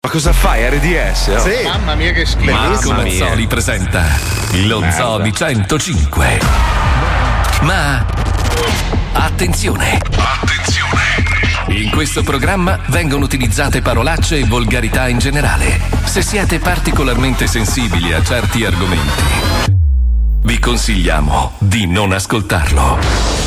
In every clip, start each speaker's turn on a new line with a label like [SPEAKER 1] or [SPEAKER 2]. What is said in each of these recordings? [SPEAKER 1] Ma cosa fai? RDS? oh?
[SPEAKER 2] Sì.
[SPEAKER 3] Mamma mia che schifo.
[SPEAKER 4] Ecco,
[SPEAKER 5] Marco
[SPEAKER 1] Mamma mia.
[SPEAKER 5] Mazzoli presenta lo
[SPEAKER 1] Merda.
[SPEAKER 5] Zoli 105. Ma attenzione! Attenzione! In questo programma vengono utilizzate parolacce e volgarità in generale. Se siete particolarmente sensibili a certi argomenti, vi consigliamo di non ascoltarlo.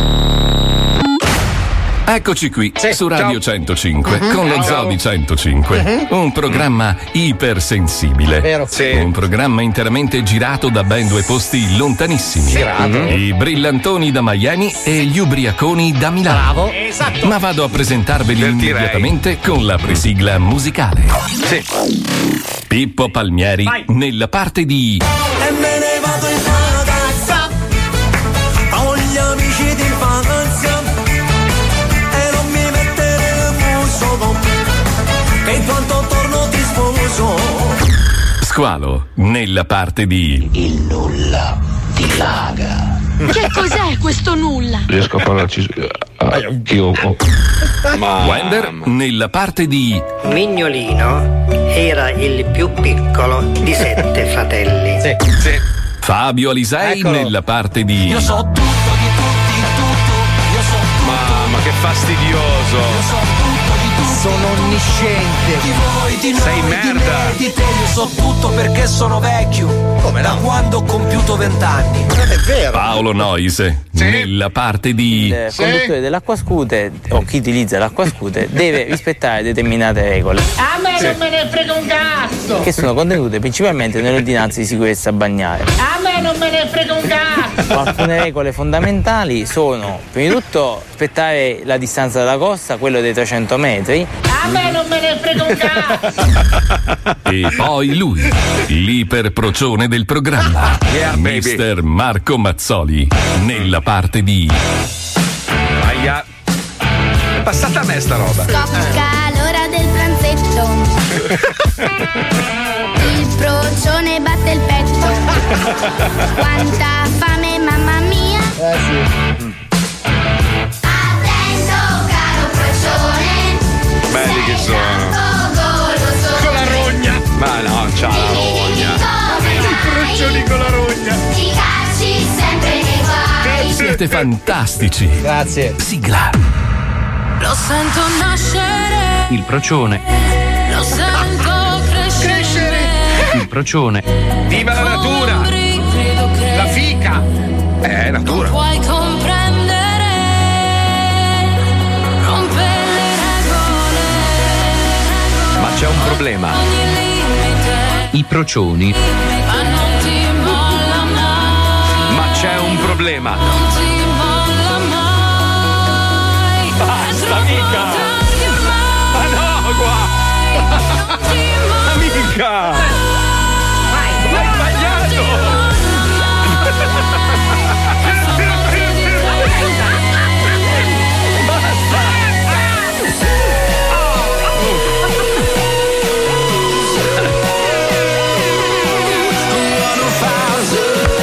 [SPEAKER 5] Eccoci qui su Radio 105
[SPEAKER 4] Mhm.
[SPEAKER 5] con lo
[SPEAKER 4] Ciao. Mhm.
[SPEAKER 5] Zobi 105, un programma ipersensibile. Un programma interamente girato da ben due posti lontanissimi. Mhm. I brillantoni da Miami e gli ubriaconi da Milano. Ma vado a presentarveli immediatamente con la presigla musicale. Pippo Palmieri nella parte di
[SPEAKER 4] E me ne vado in vacanza Con gli amici di infanzia E non mi mettere il muso Che quando torno ti sposo
[SPEAKER 5] Squalo nella parte di Il nulla di Laga.
[SPEAKER 6] Che cos'è questo nulla?
[SPEAKER 5] Riesco a parlarci ah, oh. anch'io. Wender nella parte di
[SPEAKER 7] Mignolino era il più piccolo di sette fratelli.
[SPEAKER 5] Fabio Alisei nella parte di
[SPEAKER 1] Io so
[SPEAKER 5] tutto di tutti, tutto.
[SPEAKER 1] Mamma, che fastidioso.
[SPEAKER 8] Sono onnisciente. Di voi, di noi,
[SPEAKER 1] Sei merda.
[SPEAKER 8] Di me, di te, io so tutto perché sono vecchio. Come da quando ho compiuto vent'anni.
[SPEAKER 5] è vero. Paolo Noise nella parte di
[SPEAKER 9] Il eh, conduttore dell'acqua scooter o chi utilizza l'acqua scooter deve rispettare determinate regole
[SPEAKER 4] Ah,
[SPEAKER 10] A me
[SPEAKER 9] Sì.
[SPEAKER 10] non me ne frega un cazzo!
[SPEAKER 9] che sono contenute principalmente nelle ordinanze di sicurezza bagnaria.
[SPEAKER 10] A me non me ne frega un cazzo!
[SPEAKER 9] Alcune regole fondamentali sono, prima di tutto, rispettare la distanza dalla costa, quello dei 300 metri,
[SPEAKER 10] A me non me ne frega un cazzo!
[SPEAKER 5] E poi lui, l'iperprocione del programma, Mister Marco Mazzoli, nella parte di
[SPEAKER 1] Aia. È passata a me sta roba. Eh.
[SPEAKER 11] Scocca l'ora del pranzetto. Il procione batte il petto. Quanta fame, mamma mia.
[SPEAKER 12] Eh,
[SPEAKER 11] Attento, caro procione.
[SPEAKER 1] Belli che sono.
[SPEAKER 11] Con la rogna.
[SPEAKER 1] Ma no, c'ha la rogna.
[SPEAKER 11] procioni con la rogna. Ti cacci sempre nei guai.
[SPEAKER 5] Siete fantastici. Grazie. Sigla.
[SPEAKER 4] Lo sento nascere
[SPEAKER 13] Il procione.
[SPEAKER 4] Lo sento crescere,
[SPEAKER 13] Il procione.
[SPEAKER 1] Viva la natura!
[SPEAKER 4] La fica
[SPEAKER 1] Eh, natura.
[SPEAKER 4] Puoi comprendere Rompe le
[SPEAKER 13] Ma c'è un problema. I procioni.
[SPEAKER 4] regole Ma non ti molla mai
[SPEAKER 13] Ma c'è un problema.
[SPEAKER 4] Non ti molla mai Basta mica Ma no qua
[SPEAKER 1] Amica!
[SPEAKER 4] Hai sbagliato! Oh.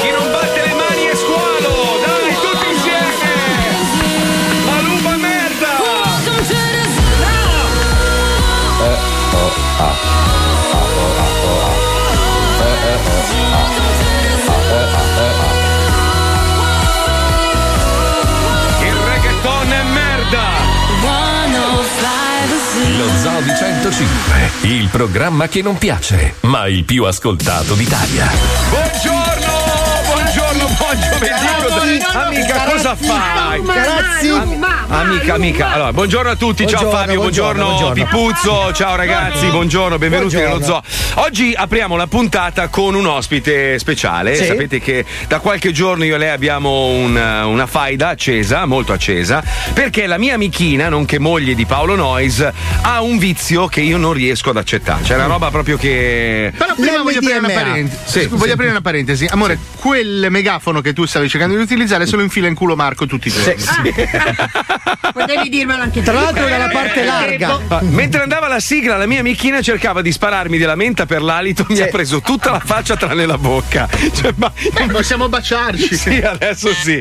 [SPEAKER 1] Chi non batte le mani è squalo! Dai, tutti insieme! Ma lupa merda! Il reggaeton è merda!
[SPEAKER 5] Lo Zodi 105, il programma che non piace, ma il più ascoltato d'Italia.
[SPEAKER 1] Buongiorno, buongiorno, buongiorno, benvenuto. Amica, cosa fai? Ami- Amica, amica, allora, buongiorno a tutti, ciao
[SPEAKER 14] Buongiorno,
[SPEAKER 1] Fabio, buongiorno,
[SPEAKER 14] buongiorno, buongiorno.
[SPEAKER 1] Pipuzzo, ciao ragazzi, buongiorno, benvenuti nello zoo.
[SPEAKER 14] Buongiorno.
[SPEAKER 1] Oggi apriamo la puntata con un ospite speciale,
[SPEAKER 14] Sì.
[SPEAKER 1] sapete che da qualche giorno io e lei abbiamo un- eh, una faida accesa, molto accesa, perché la mia amichina, nonché moglie di Paolo Noyes, ha un vizio che io non riesco ad accettare, cioè è una roba proprio che...
[SPEAKER 3] Però prima voglio aprire, una parentesi. Sì, voglio aprire una parentesi. Amore, quel megafono che tu stavi cercando di utilizzare solo infila in culo Marco tutti i giorni. Ah, eh
[SPEAKER 15] Potevi dirmelo anche tu.
[SPEAKER 2] Tra l'altro era la parte larga.
[SPEAKER 1] Ah, Mentre andava la sigla, la mia amichina cercava di spararmi della menta per l'alito, mi ha preso tutta la faccia tranne la bocca. Cioè, ma...
[SPEAKER 3] Eh, possiamo baciarci.
[SPEAKER 1] Sì, adesso sì.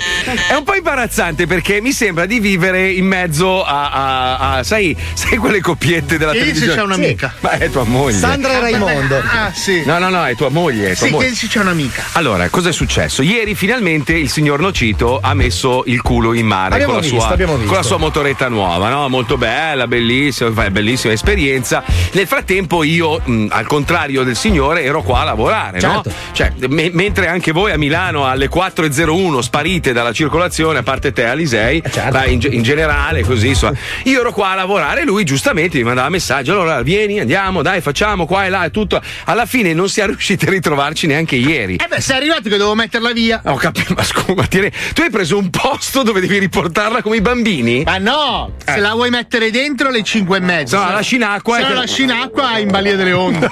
[SPEAKER 1] È un po' imbarazzante perché mi sembra di vivere in mezzo a, a- a- sai, sai quelle coppiette della
[SPEAKER 3] Lì
[SPEAKER 1] televisione?
[SPEAKER 3] c'è un'amica.
[SPEAKER 1] Sì. Ma è tua moglie.
[SPEAKER 3] Sandra e Raimondo. Ah, sì.
[SPEAKER 1] No, no, no, è tua moglie. È tua
[SPEAKER 3] Sì,
[SPEAKER 1] moglie.
[SPEAKER 3] che dici c'è un'amica.
[SPEAKER 1] Allora, cosa è successo? Ieri finalmente il signor Nocito ha messo il culo in mare
[SPEAKER 2] Abbiamo
[SPEAKER 1] con, la
[SPEAKER 2] visto,
[SPEAKER 1] sua,
[SPEAKER 2] abbiamo
[SPEAKER 1] con
[SPEAKER 2] visto.
[SPEAKER 1] la sua motoretta nuova, no? Molto bella, bellissima, fa- bellissima esperienza. Nel frattempo io, mh, al contrario del signore, ero qua a lavorare,
[SPEAKER 2] Certo.
[SPEAKER 1] no? Cioè, me- mentre anche voi a Milano alle 4.01 sparite dalla circolazione, a parte te Alisei, ma in, ge- in generale così, insomma. Io ero qua a lavorare, lui giustamente mi mandava messaggio, allora vieni, andiamo, dai, facciamo qua e là e tutto. Alla fine non si è riusciti a ritrovarci neanche ieri.
[SPEAKER 3] Eh beh, sei arrivato che devo metterla via.
[SPEAKER 1] Ho capito, ma scusa, ma tieni- tu hai preso un posto dove devi riportarla come i bambini? Eh.
[SPEAKER 3] Ma no! Se la vuoi mettere dentro le 5 e mezza.
[SPEAKER 1] No, lasci in acqua eh.
[SPEAKER 3] Se
[SPEAKER 1] e-
[SPEAKER 3] no, lasci in acqua in balia delle onde.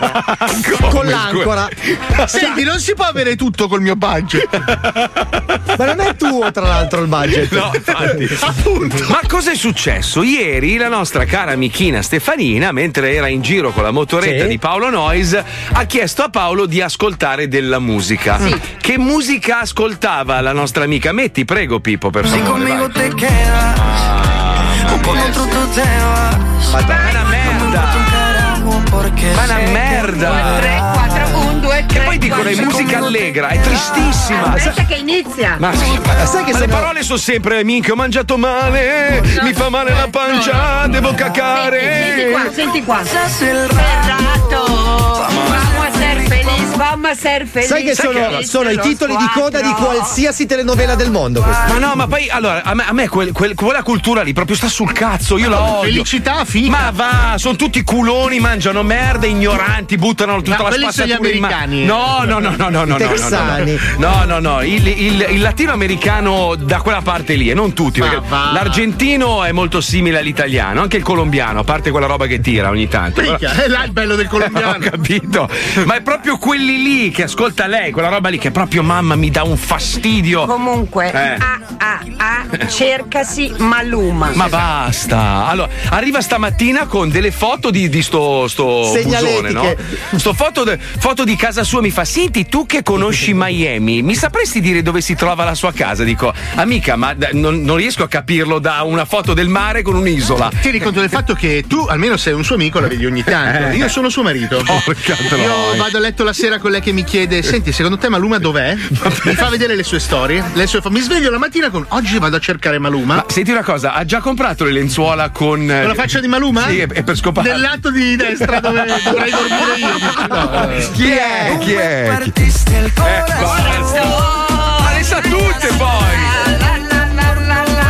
[SPEAKER 2] Con l'ancora.
[SPEAKER 3] Senti, non si può avere tutto col mio budget.
[SPEAKER 2] Ma non è tuo, tra l'altro, il budget.
[SPEAKER 1] No, infatti. Ma cosa è successo? Ieri la nostra cara amichina Stefanina, mentre era in giro con la motoretta di Paolo Noyes, ha chiesto a Paolo di ascoltare della musica. Che musica ascoltava la nostra amica? Metti, prego, Pippo, per favore. vai.
[SPEAKER 16] Conmigo te quedas, o con otro tú te vas.
[SPEAKER 1] Madonna merda! Ma una merda!
[SPEAKER 15] 4, 1, 2, 3.
[SPEAKER 1] Che poi dicono è musica allegra, è
[SPEAKER 4] Ah.
[SPEAKER 1] tristissima.
[SPEAKER 15] Aspetta che inizia.
[SPEAKER 1] Ma, ma le parole sono sempre minchia ho mangiato male, mi fa male la pancia, devo
[SPEAKER 15] Eh, Senti qua,
[SPEAKER 1] cacare.
[SPEAKER 15] senti qua. Ferrato. Vamos a ser feliz, vamos a ser feliz.
[SPEAKER 2] Sai che sono, sono i titoli di coda di qualsiasi telenovela del mondo. questi.
[SPEAKER 1] Ma no, ma poi allora a me, a me quel- quel- quella cultura lì proprio sta sul cazzo, io la odio.
[SPEAKER 3] Felicità figa.
[SPEAKER 1] Ma va, sono tutti culoni, mangiano merda, ignoranti, buttano tutta
[SPEAKER 3] Ma
[SPEAKER 1] la
[SPEAKER 3] quelli sono gli
[SPEAKER 1] spazzatura in ma-
[SPEAKER 3] americani. eh.
[SPEAKER 1] No, no, no, no, no, no, no,
[SPEAKER 3] I
[SPEAKER 1] no,
[SPEAKER 3] texani.
[SPEAKER 1] no, no, no, no, il, il- il latinoamericano da quella parte lì e non tutti,
[SPEAKER 3] Ma
[SPEAKER 1] perché
[SPEAKER 3] va.
[SPEAKER 1] l'argentino è molto simile all'italiano, anche il colombiano, a parte quella roba che tira ogni tanto.
[SPEAKER 3] Minchia, è là il bello del
[SPEAKER 1] Ho
[SPEAKER 3] colombiano.
[SPEAKER 1] capito, ma è proprio quelli lì che ascolta lei, quella roba lì che proprio mamma mi dà un fastidio.
[SPEAKER 15] Comunque,
[SPEAKER 1] Eh.
[SPEAKER 15] a, a, a, "Ah, cercasi Maluma.
[SPEAKER 1] Ma basta. Allora, arriva stamattina con delle foto di, di sto, sto
[SPEAKER 2] Segnaletiche.
[SPEAKER 1] busone, no? Sto foto, de- foto di casa sua mi fa: Senti, tu che conosci Miami, mi sapresti dire dove si trova la sua casa? Dico, amica, ma da- non, non riesco a capirlo da una foto del mare con un'isola.
[SPEAKER 3] Tieni conto del fatto che tu, almeno sei un suo amico, la vedi ogni
[SPEAKER 1] Eh,
[SPEAKER 3] tanto. Io sono suo marito.
[SPEAKER 1] Porca
[SPEAKER 3] Io
[SPEAKER 1] troia.
[SPEAKER 3] vado a letto la sera con lei che mi chiede: Senti, secondo te Maluma dov'è? Mi fa vedere le sue storie. Le sue fo- mi sveglio la mattina con oggi vado a cercare Maluma.
[SPEAKER 1] Ma senti una cosa, ha già comprato le lenzuola con. eh,
[SPEAKER 3] Con la faccia di Maluma?
[SPEAKER 1] Sì, è, è per scopare.
[SPEAKER 3] Del lato di destra dove dovrei dormire io.
[SPEAKER 1] Chi è? Chi è? Eh, basta. Ma le sa tutte poi!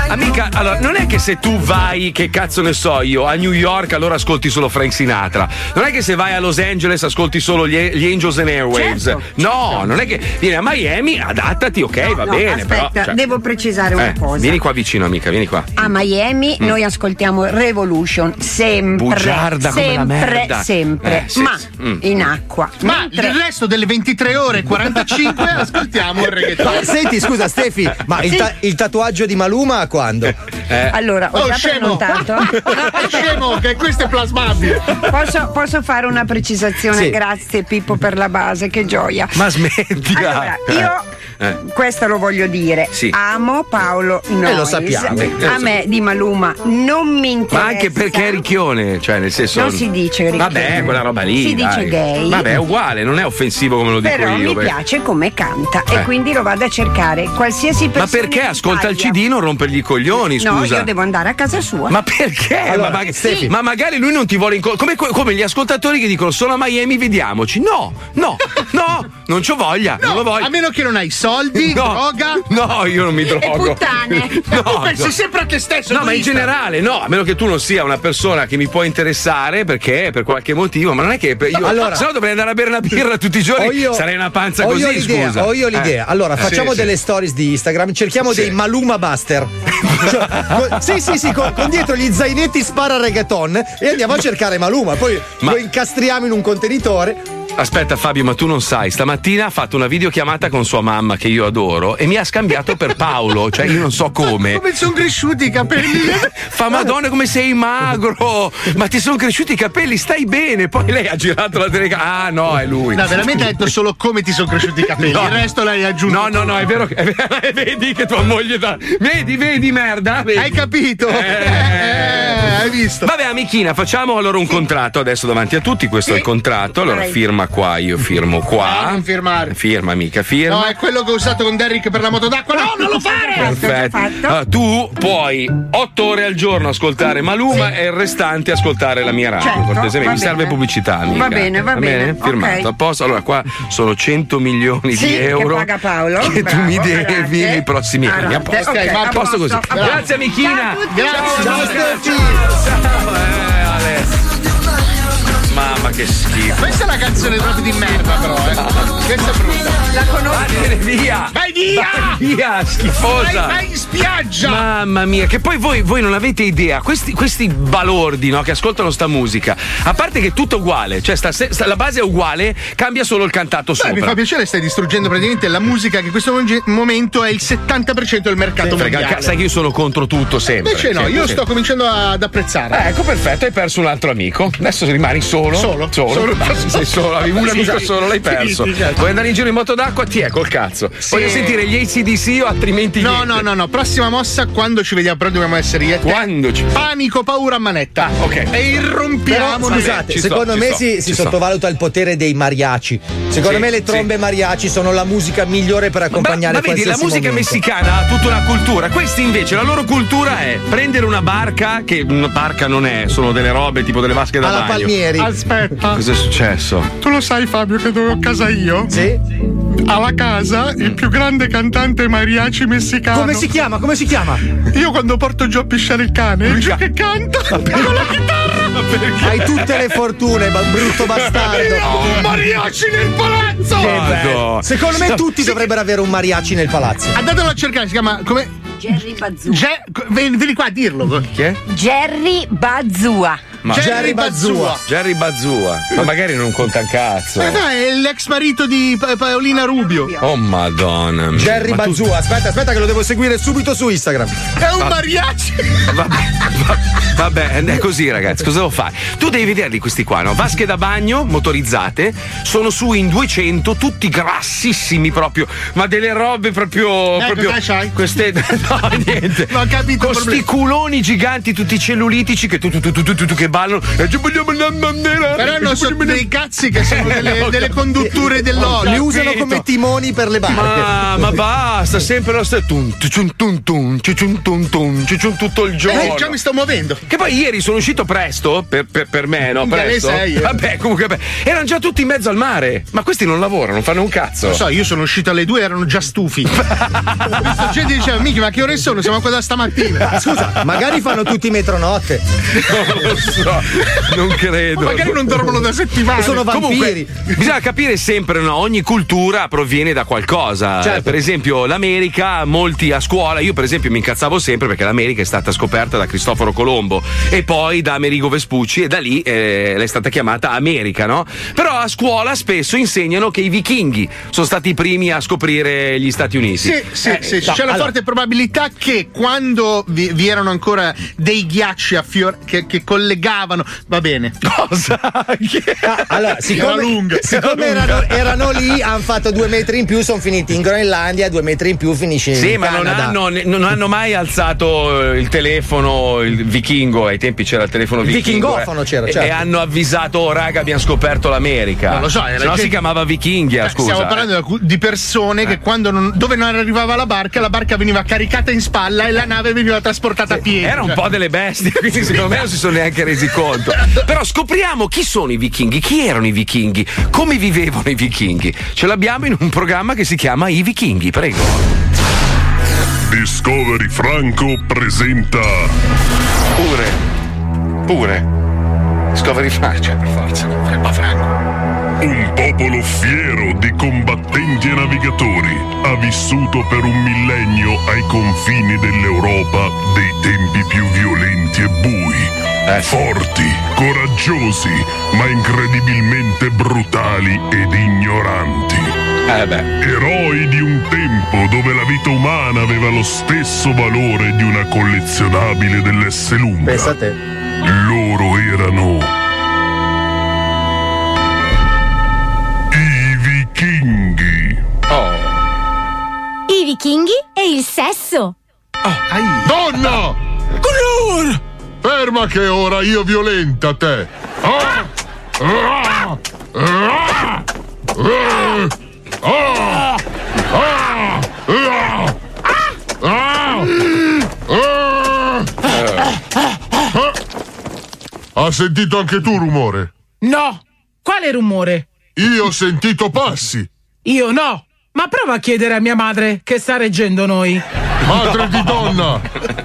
[SPEAKER 1] Amica, allora, non è che se tu vai, che cazzo ne so io, a New York allora ascolti solo Frank Sinatra. Non è che se vai a Los Angeles ascolti solo gli, gli Angels and Airwaves. No, non è che vieni a Miami, adattati, ok, va
[SPEAKER 15] Certo, No,
[SPEAKER 1] bene,
[SPEAKER 15] aspetta,
[SPEAKER 1] però. cioè-
[SPEAKER 15] devo precisare una
[SPEAKER 1] Eh, Mm.
[SPEAKER 15] cosa.
[SPEAKER 1] Vieni qua vicino, amica, vieni qua.
[SPEAKER 15] A Miami noi ascoltiamo Revolution sempre.
[SPEAKER 1] Bugiarda come la
[SPEAKER 15] sempre,
[SPEAKER 1] merda.
[SPEAKER 15] Sempre,
[SPEAKER 1] Eh, sì,
[SPEAKER 15] ma
[SPEAKER 1] sì. Mm.
[SPEAKER 15] in acqua.
[SPEAKER 3] Ma
[SPEAKER 15] Mentre-
[SPEAKER 3] il resto delle 23 ore e 45 ascoltiamo il
[SPEAKER 2] Ma
[SPEAKER 3] reggaeton.
[SPEAKER 2] senti, scusa, Stefi, ma il,
[SPEAKER 15] Sì.
[SPEAKER 2] ta- il tatuaggio di Maluma quando?
[SPEAKER 1] Eh.
[SPEAKER 15] Allora, ho
[SPEAKER 3] Oh,
[SPEAKER 15] già
[SPEAKER 3] scemo.
[SPEAKER 15] prenotato.
[SPEAKER 3] scemo, che questo è plasmabile.
[SPEAKER 15] Posso, posso fare una precisazione?
[SPEAKER 1] Sì.
[SPEAKER 15] Grazie Pippo per la base, che gioia.
[SPEAKER 1] Ma smettila!
[SPEAKER 15] Allora,
[SPEAKER 1] io. Eh.
[SPEAKER 15] Questo lo voglio dire.
[SPEAKER 1] Sì.
[SPEAKER 15] Amo Paolo Noyes.
[SPEAKER 1] lo sappiamo. Eh, lo
[SPEAKER 15] A me di Maluma non mi interessa.
[SPEAKER 1] Ma anche perché è ricchione, cioè nel senso.
[SPEAKER 15] Non si dice ricchione.
[SPEAKER 1] Vabbè, quella roba lì.
[SPEAKER 15] Si dice
[SPEAKER 1] dai.
[SPEAKER 15] gay.
[SPEAKER 1] Vabbè, è uguale, non è offensivo come lo dico
[SPEAKER 15] Però
[SPEAKER 1] io.
[SPEAKER 15] mi
[SPEAKER 1] perché-
[SPEAKER 15] piace come canta e
[SPEAKER 1] Eh.
[SPEAKER 15] quindi lo vado a cercare qualsiasi persona.
[SPEAKER 1] Ma perché
[SPEAKER 15] in
[SPEAKER 1] ascolta il
[SPEAKER 15] Italia.
[SPEAKER 1] CD non rompergli i coglioni,
[SPEAKER 15] No,
[SPEAKER 1] scusa?
[SPEAKER 15] io devo andare a casa sua.
[SPEAKER 1] Ma perché?
[SPEAKER 2] Allora,
[SPEAKER 1] ma, ma-
[SPEAKER 2] Stefi.
[SPEAKER 1] ma magari lui non ti vuole incontrare. Come, come gli ascoltatori che dicono sono a Miami, vediamoci. No, no, no, non c'ho voglia, non lo voglio.
[SPEAKER 3] A meno che non hai soldi,
[SPEAKER 1] No.
[SPEAKER 3] droga.
[SPEAKER 1] No, io non mi drogo.
[SPEAKER 15] puttane.
[SPEAKER 1] No,
[SPEAKER 3] tu pensi
[SPEAKER 1] no.
[SPEAKER 3] sempre a te stesso.
[SPEAKER 1] No, ma in
[SPEAKER 3] egoista.
[SPEAKER 1] generale, no, a meno che tu non sia una persona che mi può interessare perché per qualche motivo, ma non è che per- io
[SPEAKER 2] Allora-
[SPEAKER 1] se no dovrei andare a bere una birra tutti i giorni,
[SPEAKER 2] Ho io-
[SPEAKER 1] sarei una panza
[SPEAKER 2] ho
[SPEAKER 1] così,
[SPEAKER 2] io l'idea,
[SPEAKER 1] scusa.
[SPEAKER 2] Ho io l'idea.
[SPEAKER 1] Eh.
[SPEAKER 2] Allora,
[SPEAKER 1] Sì,
[SPEAKER 2] facciamo
[SPEAKER 1] sì.
[SPEAKER 2] delle stories di Instagram, cerchiamo dei Maluma Buster. Cioè, con- sì, sì, sì, con, con dietro gli zainetti spara reggaeton e andiamo a cercare Maluma. Poi
[SPEAKER 1] Ma-
[SPEAKER 2] lo incastriamo in un contenitore.
[SPEAKER 1] Aspetta Fabio, ma tu non sai, stamattina ha fatto una videochiamata con sua mamma che io adoro e mi ha scambiato per Paolo, cioè io non so come.
[SPEAKER 3] Come sono cresciuti i capelli?
[SPEAKER 1] Fa Madonna come sei magro, ma ti sono cresciuti i capelli, stai bene. Poi lei ha girato la telecamera. Ah no, è lui.
[SPEAKER 3] No, veramente ha detto solo come ti sono cresciuti i capelli.
[SPEAKER 1] No.
[SPEAKER 3] Il resto l'hai aggiunto.
[SPEAKER 1] No, no, no, è vero. Che, è vero- vedi che tua moglie da. Vedi, vedi, merda. vedi. Eh,
[SPEAKER 3] Hai capito? Eh, hai visto?
[SPEAKER 1] Vabbè, amichina, facciamo allora un contratto adesso davanti a tutti. Questo è il contratto. Allora
[SPEAKER 3] Dai.
[SPEAKER 1] firma qua, io firmo
[SPEAKER 3] No,
[SPEAKER 1] qua.
[SPEAKER 3] non firmare.
[SPEAKER 1] Firma, mica firma.
[SPEAKER 3] No, è quello che ho usato con Derrick per la moto d'acqua. No, non lo fare!
[SPEAKER 1] Perfetto. Allora, tu puoi 8 ore al giorno ascoltare Maluma e il restante ascoltare la mia radio.
[SPEAKER 15] Certo,
[SPEAKER 1] cortesemente.
[SPEAKER 15] va
[SPEAKER 1] Mi serve
[SPEAKER 15] bene.
[SPEAKER 1] pubblicità. Amica.
[SPEAKER 15] Va bene, va bene,
[SPEAKER 1] Firmato.
[SPEAKER 15] ok.
[SPEAKER 1] A posto. Allora, qua sono 100 milioni
[SPEAKER 15] Sì,
[SPEAKER 1] di
[SPEAKER 15] che
[SPEAKER 1] euro
[SPEAKER 15] paga Paolo,
[SPEAKER 1] che tu
[SPEAKER 15] bravo,
[SPEAKER 1] mi devi
[SPEAKER 15] grazie.
[SPEAKER 1] nei prossimi anni.
[SPEAKER 15] Ah,
[SPEAKER 1] A posto,
[SPEAKER 15] ok,
[SPEAKER 1] ma a
[SPEAKER 15] a
[SPEAKER 1] posto
[SPEAKER 15] posto,
[SPEAKER 1] così.
[SPEAKER 15] a posto.
[SPEAKER 1] Grazie, amichina.
[SPEAKER 3] Grazie,
[SPEAKER 1] Ciao, Master Chief. Ciao, eh, Ale. Mamma, che schifo. Ah,
[SPEAKER 3] Questa è una canzone proprio di merda, però, eh. Questa è brutta.
[SPEAKER 15] La conosco.
[SPEAKER 1] Vieni via!
[SPEAKER 3] Vai via!
[SPEAKER 1] Vai via, schifosa!
[SPEAKER 3] Vai, vai in spiaggia!
[SPEAKER 1] Mamma mia, che poi voi, voi non avete idea, questi, questi balordi no, che ascoltano sta musica, a parte che è tutto uguale, cioè sta se- sta- la base è uguale, cambia solo il cantato
[SPEAKER 3] Beh, mi
[SPEAKER 1] sopra.
[SPEAKER 3] fa piacere, stai distruggendo praticamente la musica che in questo monge- momento è il 70% del mercato
[SPEAKER 1] Frega il
[SPEAKER 3] mondiale.
[SPEAKER 1] ca- sai che io sono contro tutto sempre.
[SPEAKER 3] Invece no,
[SPEAKER 1] sempre,
[SPEAKER 3] io
[SPEAKER 1] sempre.
[SPEAKER 3] sto cominciando ad apprezzare.
[SPEAKER 1] Eh, Ecco, perfetto, hai perso un altro amico. Adesso rimani solo.
[SPEAKER 3] Solo.
[SPEAKER 1] Solo.
[SPEAKER 3] Solo.
[SPEAKER 1] Basta, sei solo. Avevi un amico solo, l'hai perso.
[SPEAKER 3] Finiti, certo.
[SPEAKER 1] Vuoi andare in giro in moto d'acqua? Ti è col cazzo. Voglio sentire gli ACDC o altrimenti
[SPEAKER 3] No,
[SPEAKER 1] niente.
[SPEAKER 3] no, no, no, prossima mossa quando ci vediamo, però dobbiamo essere io.
[SPEAKER 1] Quando ci
[SPEAKER 3] Panico, paura a manetta.
[SPEAKER 2] Ah,
[SPEAKER 3] Eh,
[SPEAKER 1] ok.
[SPEAKER 3] E
[SPEAKER 2] Però,
[SPEAKER 3] irrompiamo.
[SPEAKER 2] scusate, secondo me si, si sottovaluta il potere dei mariachi. Secondo
[SPEAKER 1] Sì,
[SPEAKER 2] me le trombe mariachi sono la musica migliore per accompagnare
[SPEAKER 1] Ma vedi, la
[SPEAKER 2] qualsiasi
[SPEAKER 1] musica
[SPEAKER 2] momento.
[SPEAKER 1] messicana ha tutta una cultura. Questi invece, la loro cultura è prendere una barca, che una barca non è, sono delle robe tipo delle vasche da
[SPEAKER 3] Alla
[SPEAKER 1] bagno.
[SPEAKER 3] Palmieri. Aspetta.
[SPEAKER 1] Cosa è successo?
[SPEAKER 3] Tu lo sai Fabio che dove ho casa io? Sì. Alla casa il più grande cantante mariachi messicano.
[SPEAKER 2] Mm. Come si chiama? Come si chiama?
[SPEAKER 3] Io quando porto giù a pisciare il cane, il giù che canta con la chitarra.
[SPEAKER 2] Hai tutte le fortune, ma un brutto bastardo.
[SPEAKER 3] Io ho un mariachi nel palazzo.
[SPEAKER 2] Che bello. Secondo me
[SPEAKER 3] Sta-
[SPEAKER 2] tutti dovrebbero avere un mariachi nel palazzo.
[SPEAKER 3] Andatelo a cercare, si chiama come
[SPEAKER 15] Jerry Bazua.
[SPEAKER 3] Ge- vieni, vieni qua a dirlo.
[SPEAKER 1] Chi è?
[SPEAKER 15] Jerry Bazua.
[SPEAKER 1] Jerry Bazzua. Ma magari non conta un cazzo.
[SPEAKER 2] Eh,
[SPEAKER 3] Ma Eh, dai, è l'ex marito di Pa- Paolina Rubio.
[SPEAKER 1] Oh madonna. mia.
[SPEAKER 2] Jerry
[SPEAKER 1] Ma tu-
[SPEAKER 2] Bazzu, aspetta, aspetta che lo devo seguire subito su Instagram.
[SPEAKER 3] È un
[SPEAKER 1] Ma-
[SPEAKER 3] mariachi.
[SPEAKER 1] Vabbè, è così, ragazzi, cosa devo fare? Tu devi vederli questi qua, no? Vasche da bagno motorizzate, sono su in 200, tutti grassissimi proprio, ma delle robe proprio.
[SPEAKER 3] Ecco,
[SPEAKER 1] proprio
[SPEAKER 3] dai, c'hai.
[SPEAKER 1] Queste. No, niente.
[SPEAKER 3] Non ho capito.
[SPEAKER 1] Con
[SPEAKER 3] il
[SPEAKER 1] sti
[SPEAKER 3] problema.
[SPEAKER 1] culoni giganti, tutti cellulitici che tu, tu, tu, tu, tu, tu, che ballano. E ci vogliamo la bandiera.
[SPEAKER 3] Però non sono dei cazzi che sono delle,
[SPEAKER 1] Eh, Ho
[SPEAKER 3] delle condutture dell'olio.
[SPEAKER 2] Li usano
[SPEAKER 1] capito.
[SPEAKER 2] come timoni per le barche.
[SPEAKER 1] Ma, ma basta, sempre lo stesso. Tun, tun, tun, tun, tun, tun, tun, tun, tutto il giorno.
[SPEAKER 3] Eh, già mi sto muovendo.
[SPEAKER 1] Che poi ieri sono uscito presto, per, per- per me, no?
[SPEAKER 3] Minchia,
[SPEAKER 1] Presto.
[SPEAKER 3] lei sei, eh.
[SPEAKER 1] Vabbè, comunque, vabbè. erano già tutti in mezzo al mare. Ma questi non lavorano, non fanno un cazzo.
[SPEAKER 3] Lo so, io sono uscito alle due, erano già stufi. Questa gente diceva, mica, ma che ore sono? Siamo qua da stamattina.
[SPEAKER 2] Scusa, magari fanno tutti metronotte.
[SPEAKER 1] Non lo so, non credo.
[SPEAKER 3] Magari non dormono da settimane.
[SPEAKER 2] Sono vampiri.
[SPEAKER 1] Comunque, bisogna capire sempre, no? Ogni cultura proviene da qualcosa.
[SPEAKER 2] Certo.
[SPEAKER 1] Per esempio, l'America, molti a scuola, io per esempio mi incazzavo sempre perché l'America è stata scoperta da Cristoforo Colombo e poi da Amerigo Vespucci e da lì eh, l'è stata chiamata America, no? Però a scuola spesso insegnano che i vichinghi sono stati i primi a scoprire gli Stati Uniti.
[SPEAKER 3] Sì, sì,
[SPEAKER 1] Eh,
[SPEAKER 3] sì,
[SPEAKER 1] no,
[SPEAKER 3] c'è la
[SPEAKER 1] allora-
[SPEAKER 3] forte probabilità che quando vi, vi erano ancora dei ghiacci a fior che, che collegavano, va bene.
[SPEAKER 1] Cosa? Chi è?
[SPEAKER 2] Allora,
[SPEAKER 3] Era lunga,
[SPEAKER 2] siccome,
[SPEAKER 3] era
[SPEAKER 2] siccome
[SPEAKER 3] lunga.
[SPEAKER 2] erano, erano lì, hanno fatto due metri in più, sono finiti in Groenlandia, due metri in più finisce in
[SPEAKER 1] Sì, ma non
[SPEAKER 2] Canada.
[SPEAKER 1] hanno, non hanno mai alzato eh, il telefono il vichingo. Ai tempi c'era il telefono
[SPEAKER 2] Il
[SPEAKER 1] vichingo.
[SPEAKER 2] vichingofono
[SPEAKER 1] eh,
[SPEAKER 2] c'era,
[SPEAKER 1] e-
[SPEAKER 2] certo.
[SPEAKER 1] E hanno avvisato, oh, raga, abbiamo scoperto l'America.
[SPEAKER 3] Non lo so,
[SPEAKER 1] Se
[SPEAKER 3] era
[SPEAKER 1] no
[SPEAKER 3] gente-
[SPEAKER 1] si chiamava Vichinghia,
[SPEAKER 3] Eh,
[SPEAKER 1] scusa. Eh.
[SPEAKER 3] Stiamo parlando di alcu- di persone che quando non, dove non arrivava la barca, la barca veniva caricata in spalla e la nave veniva trasportata a piedi.
[SPEAKER 1] Eh, Era un
[SPEAKER 3] Cioè,
[SPEAKER 1] po' delle bestie, quindi secondo me non si sono neanche resi conto. Però scopriamo chi sono i vichinghi, chi erano i vichinghi, come vivevano i vichinghi. Ce l'abbiamo in un programma che si chiama I vichinghi, prego.
[SPEAKER 17] Discovery Franco presenta cioè,
[SPEAKER 1] Pure. Pure. Discovery Francia, per forza.
[SPEAKER 18] Un popolo fiero di combattenti e navigatori ha vissuto per un millennio ai confini dell'Europa dei tempi più violenti e bui. Forti, coraggiosi, ma incredibilmente brutali ed ignoranti. Eroi di un tempo dove la vita umana aveva lo stesso valore di una collezionabile dell'S lunga. Loro erano i vichinghi.
[SPEAKER 7] I vichinghi e il sesso.
[SPEAKER 4] Oh,
[SPEAKER 18] Donna! Color! Ferma che ora io violenta te! Ah! Ah! Ah! Ah! Ah! Ah! Ah! Ah! Ah! Ah! Ha sentito anche tu rumore?
[SPEAKER 4] No! Quale rumore?
[SPEAKER 18] Io ho sentito passi!
[SPEAKER 4] Io no! Ma prova a chiedere a mia madre che sta reggendo noi.
[SPEAKER 18] Madre di donna!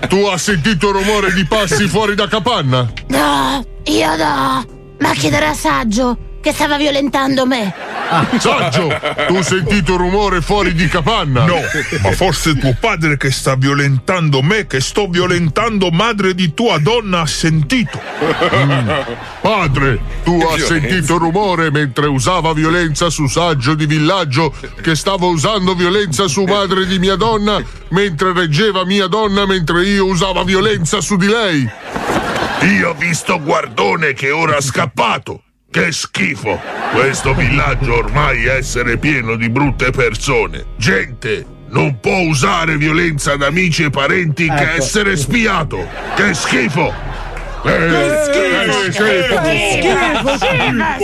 [SPEAKER 18] Tu hai sentito rumore di passi fuori da capanna?
[SPEAKER 19] No, Ah, io no. Ma chiederà a Saggio che stava violentando me.
[SPEAKER 18] Ah,
[SPEAKER 4] Ah.
[SPEAKER 18] Saggio, tu hai sentito rumore fuori di capanna?
[SPEAKER 17] No, ma forse tuo padre che sta violentando me, che sto violentando madre di tua donna, ha sentito.
[SPEAKER 18] Mm. Padre, tu hai sentito rumore mentre usava violenza su saggio di villaggio che stava usando violenza su madre di mia donna mentre reggeva mia donna mentre io usava violenza su di lei?
[SPEAKER 17] Io ho visto Guardone che ora è scappato. Che schifo! Questo villaggio ormai è essere pieno di brutte persone. Gente, non può usare violenza ad amici e parenti che
[SPEAKER 18] Ecco.
[SPEAKER 17] essere spiato. Che schifo! Eh,
[SPEAKER 18] Che schifo!
[SPEAKER 11] Schifo,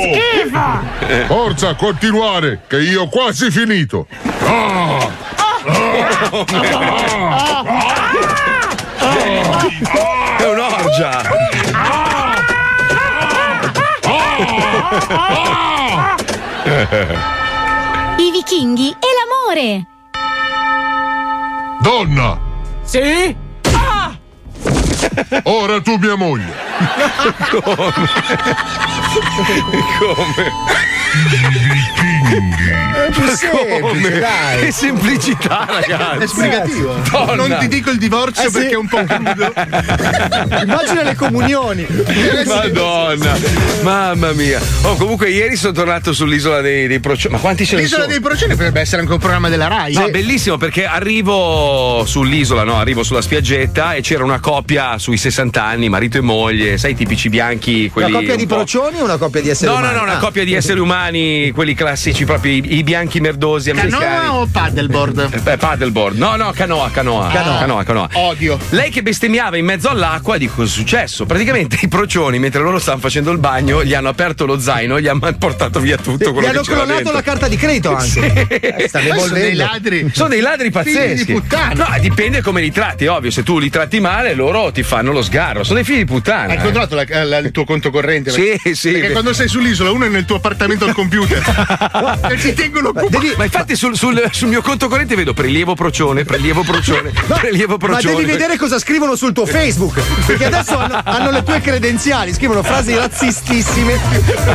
[SPEAKER 11] schifo!
[SPEAKER 18] Forza, continuare, che io ho quasi finito. Ah!
[SPEAKER 1] È un'orgia!
[SPEAKER 7] I vichinghi e l'amore.
[SPEAKER 18] Donna!
[SPEAKER 4] Sì?
[SPEAKER 18] Ora tu mia moglie. Come?
[SPEAKER 11] È più semplice, dai.
[SPEAKER 1] Che semplicità, ragazzi!
[SPEAKER 3] È esplicativo.
[SPEAKER 1] Donna.
[SPEAKER 3] Non ti dico il divorzio
[SPEAKER 1] Eh sì.
[SPEAKER 3] perché è un po' crudo.
[SPEAKER 8] Immagina le comunioni.
[SPEAKER 1] Madonna, mamma mia. Oh, comunque, ieri sono tornato sull'isola dei, dei Procio- Ma quanti ce ne sono?
[SPEAKER 3] L'isola dei procioni potrebbe essere anche un programma della Rai.
[SPEAKER 1] No, bellissimo perché arrivo sull'isola, no? Arrivo sulla spiaggetta e c'era una coppia sui 60 anni, marito e moglie, sai, i tipici bianchi, quelli.
[SPEAKER 8] una coppia
[SPEAKER 1] un
[SPEAKER 8] di
[SPEAKER 1] po'-
[SPEAKER 8] procioni o una coppia di esseri
[SPEAKER 1] No,
[SPEAKER 8] umani?
[SPEAKER 1] no, no, una
[SPEAKER 8] Ah.
[SPEAKER 1] coppia di esseri umani, quelli classici, proprio i, i bianchi merdosi americani.
[SPEAKER 3] Canoa o paddleboard?
[SPEAKER 1] Eh, beh, paddleboard. No, no, canoa, canoa.
[SPEAKER 3] Canoa.
[SPEAKER 1] canoa, canoa.
[SPEAKER 3] Odio.
[SPEAKER 1] Lei che bestemmiava in mezzo all'acqua, dico cosa è successo? Praticamente i procioni, mentre loro stavano facendo il bagno, gli hanno aperto lo zaino, gli hanno portato via tutto
[SPEAKER 8] Gli
[SPEAKER 1] quello che
[SPEAKER 8] hanno
[SPEAKER 1] c'era
[SPEAKER 8] clonato
[SPEAKER 1] dentro.
[SPEAKER 8] la carta di credito anche.
[SPEAKER 1] Sì.
[SPEAKER 8] Eh, sta
[SPEAKER 1] Poi sono
[SPEAKER 8] devolvendo.
[SPEAKER 1] dei ladri. Sono dei ladri
[SPEAKER 8] Figli
[SPEAKER 1] pazzeschi.
[SPEAKER 8] di puttana.
[SPEAKER 1] No, dipende come li tratti, ovvio. Se tu li tratti male, loro ti fanno lo sgarro. Sono dei figli di puttana.
[SPEAKER 3] Hai
[SPEAKER 1] eh.
[SPEAKER 3] controllato la- la- il tuo conto corrente?
[SPEAKER 1] Sì, sì.
[SPEAKER 3] Perché quando sei sull'isola uno è nel tuo appartamento al computer. e ti tengono occupato.
[SPEAKER 1] Ma infatti sul, sul- sul mio conto corrente vedo prelievo procione, prelievo procione, prelievo
[SPEAKER 8] Ma
[SPEAKER 1] procione.
[SPEAKER 8] devi vedere cosa scrivono sul tuo Facebook. Perché adesso hanno, hanno le tue credenziali, scrivono frasi razzistissime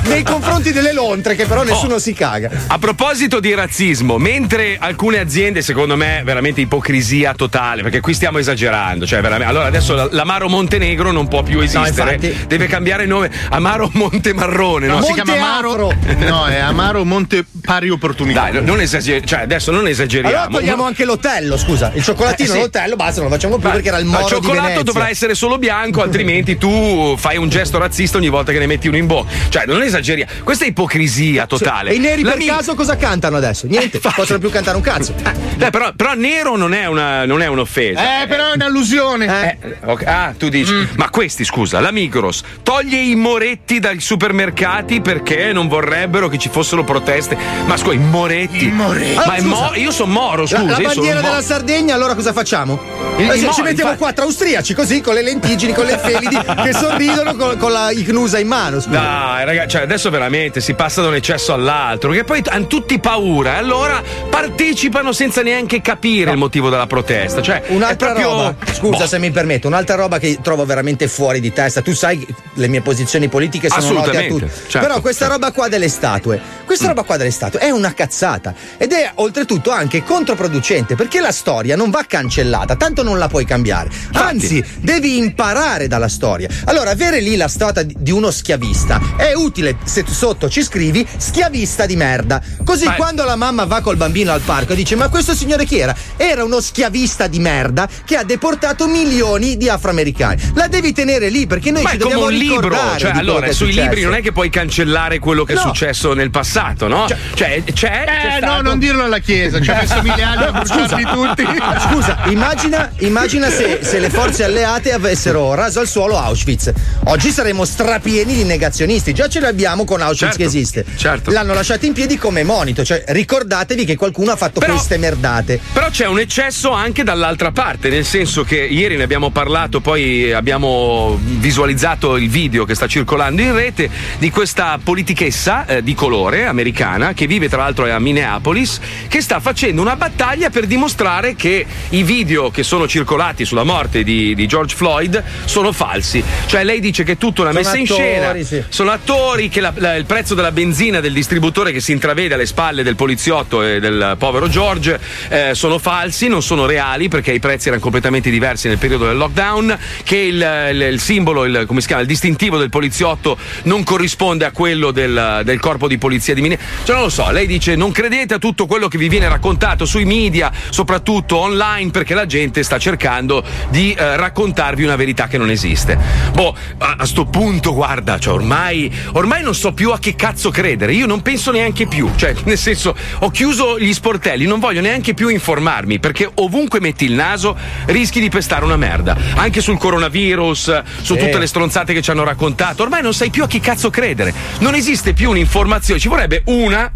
[SPEAKER 8] nei confronti delle lontre, che
[SPEAKER 1] Oh.
[SPEAKER 8] però nessuno si caga.
[SPEAKER 1] A proposito di razzismo, mentre alcune aziende, secondo me, veramente ipocrisia totale, perché qui stiamo esagerando, cioè veramente. Allora adesso la- l'Amaro Montenegro non può più esistere,
[SPEAKER 3] infatti.
[SPEAKER 1] deve cambiare nome. Amaro Montemarrone, no?
[SPEAKER 3] No, si chiama Amaro. No, è Amaro Monte Pari Opportunità.
[SPEAKER 1] Dai, no- non esageriamo, cioè adesso non esageriamo.
[SPEAKER 8] Allora togliamo anche l'otello, scusa. Il cioccolatino,
[SPEAKER 1] Eh, sì.
[SPEAKER 8] l'otello, basta, non lo facciamo più perché era il
[SPEAKER 1] Ma
[SPEAKER 8] moro
[SPEAKER 1] il
[SPEAKER 8] di
[SPEAKER 1] cioccolato
[SPEAKER 8] Venezia.
[SPEAKER 1] dovrà essere solo bianco, altrimenti tu fai un gesto razzista ogni volta che ne metti uno in bocca. Cioè, non esageriamo. Questa è ipocrisia totale.
[SPEAKER 8] E i neri
[SPEAKER 1] La
[SPEAKER 8] per
[SPEAKER 1] mi- Eh,
[SPEAKER 8] caso cosa cantano adesso? Niente, possono più cantare un cazzo.
[SPEAKER 1] Beh, però, però nero non è, una, non è un'offesa.
[SPEAKER 3] Eh, però è
[SPEAKER 8] Eh,
[SPEAKER 3] un'allusione. Eh,
[SPEAKER 1] Ok, Ah, tu dici,
[SPEAKER 8] Mm.
[SPEAKER 1] ma questi scusa, la Migros toglie i moretti dai supermercati perché non vorrebbero che ci fossero proteste. Ma scusa, i moretti. Ma
[SPEAKER 8] Allora,
[SPEAKER 1] è
[SPEAKER 8] scusa,
[SPEAKER 1] mo- io sono moro,
[SPEAKER 8] la-
[SPEAKER 1] scusa.
[SPEAKER 8] La,
[SPEAKER 1] io sono
[SPEAKER 8] bandiera
[SPEAKER 1] un mo-
[SPEAKER 8] della Sardegna, allora cosa facciamo?
[SPEAKER 1] Il-
[SPEAKER 8] Eh,
[SPEAKER 1] il
[SPEAKER 8] ci
[SPEAKER 1] mo-
[SPEAKER 8] mettiamo
[SPEAKER 1] infatti-
[SPEAKER 8] quattro austriaci così con le lentigini, con le felidi che sorridono con, con la ignusa in mano. Scusa.
[SPEAKER 1] Dai, ragazzi, cioè adesso veramente si passa da un eccesso all'altro, che poi t- hanno tutti paura, e allora partecipano senza neanche capire il motivo della protesta. Cioè, è
[SPEAKER 8] Un'altra
[SPEAKER 1] proprio. Boh.
[SPEAKER 8] roba, scusa se mi permetto, un'altra roba che trovo veramente fuori di testa. Tu sai che le mie posizioni politiche sono note a
[SPEAKER 1] Assolutamente,
[SPEAKER 8] tutti.
[SPEAKER 1] certo,
[SPEAKER 8] Però questa roba qua delle statue. Questa roba qua delle statue è una cazzata ed è oltretutto anche controproducente perché la storia non va cancellata, tanto non la puoi cambiare. Anzi, devi imparare dalla storia. Allora, avere lì la statua di di uno schiavista è utile se tu sotto ci scrivi schiavista di merda. Così
[SPEAKER 20] Beh.
[SPEAKER 8] quando la mamma va col bambino al parco e dice "Ma questo signore chi era?" Era uno schiavista di merda che ha deportato milioni di afroamericani. La devi tenere lì perché noi
[SPEAKER 1] Ma
[SPEAKER 8] ci
[SPEAKER 1] è come
[SPEAKER 8] dobbiamo
[SPEAKER 1] un libro,
[SPEAKER 8] ricordare
[SPEAKER 1] cioè
[SPEAKER 8] di quello
[SPEAKER 1] allora
[SPEAKER 8] che è
[SPEAKER 1] sui
[SPEAKER 8] successo.
[SPEAKER 1] libri non è che puoi cancellare quello che è
[SPEAKER 8] No.
[SPEAKER 1] successo nel passato, no? Cioè, c'è, c'è
[SPEAKER 3] Eh, no,
[SPEAKER 1] stato-
[SPEAKER 3] non dirlo alla chiesa, ci ha messo mille anni a
[SPEAKER 8] No, Ah,
[SPEAKER 3] bruciarli tutti.
[SPEAKER 8] Scusa, immagina, immagina se, se le forze alleate avessero raso al suolo Auschwitz. Oggi saremmo strapieni di negazionisti. Già ce l'abbiamo con Auschwitz
[SPEAKER 1] Certo,
[SPEAKER 8] che esiste.
[SPEAKER 1] certo.
[SPEAKER 8] L'hanno lasciato in piedi come monito. Cioè, ricordatevi che qualcuno ha fatto queste merdate. Eh,
[SPEAKER 1] Però c'è un eccesso anche dall'altra parte, nel senso che ieri ne abbiamo parlato, poi abbiamo visualizzato il video che sta circolando in rete di questa politichessa eh, di colore americana che vive tra l'altro a Minneapolis, che sta facendo una battaglia per dimostrare che i video che sono circolati sulla morte di, di George Floyd sono falsi. Cioè lei dice che è tutta una
[SPEAKER 8] Sono
[SPEAKER 1] messa in
[SPEAKER 8] attori,
[SPEAKER 1] scena,
[SPEAKER 8] sì.
[SPEAKER 1] sono attori che la- la- il prezzo della benzina del distributore che si intravede alle spalle del poliziotto e del povero George eh, sono falsi, non sono reali perché i prezzi erano completamente diversi nel periodo del lockdown, che il, il- il simbolo, il, come si chiama, il distintivo del poliziotto non corrisponde a quello del, del corpo di polizia di Minneapolis. Cioè non lo so, lei dice non credete a tutto quello che vi viene raccontato sui media, soprattutto online, perché la gente sta cercando di eh, raccontarvi una verità che non esiste. Boh, a, a sto punto, guarda, cioè, ormai, ormai non so più a che cazzo credere, io non penso neanche più. Cioè, nel senso, ho chiuso gli sportelli, non voglio neanche più informarmi, perché ovunque metti il naso rischi di pestare una merda. Anche sul coronavirus, su
[SPEAKER 8] Sì.
[SPEAKER 1] tutte le stronzate che ci hanno raccontato, ormai non sai più a che cazzo credere. Non esiste più un'informazione, ci vorrebbe una,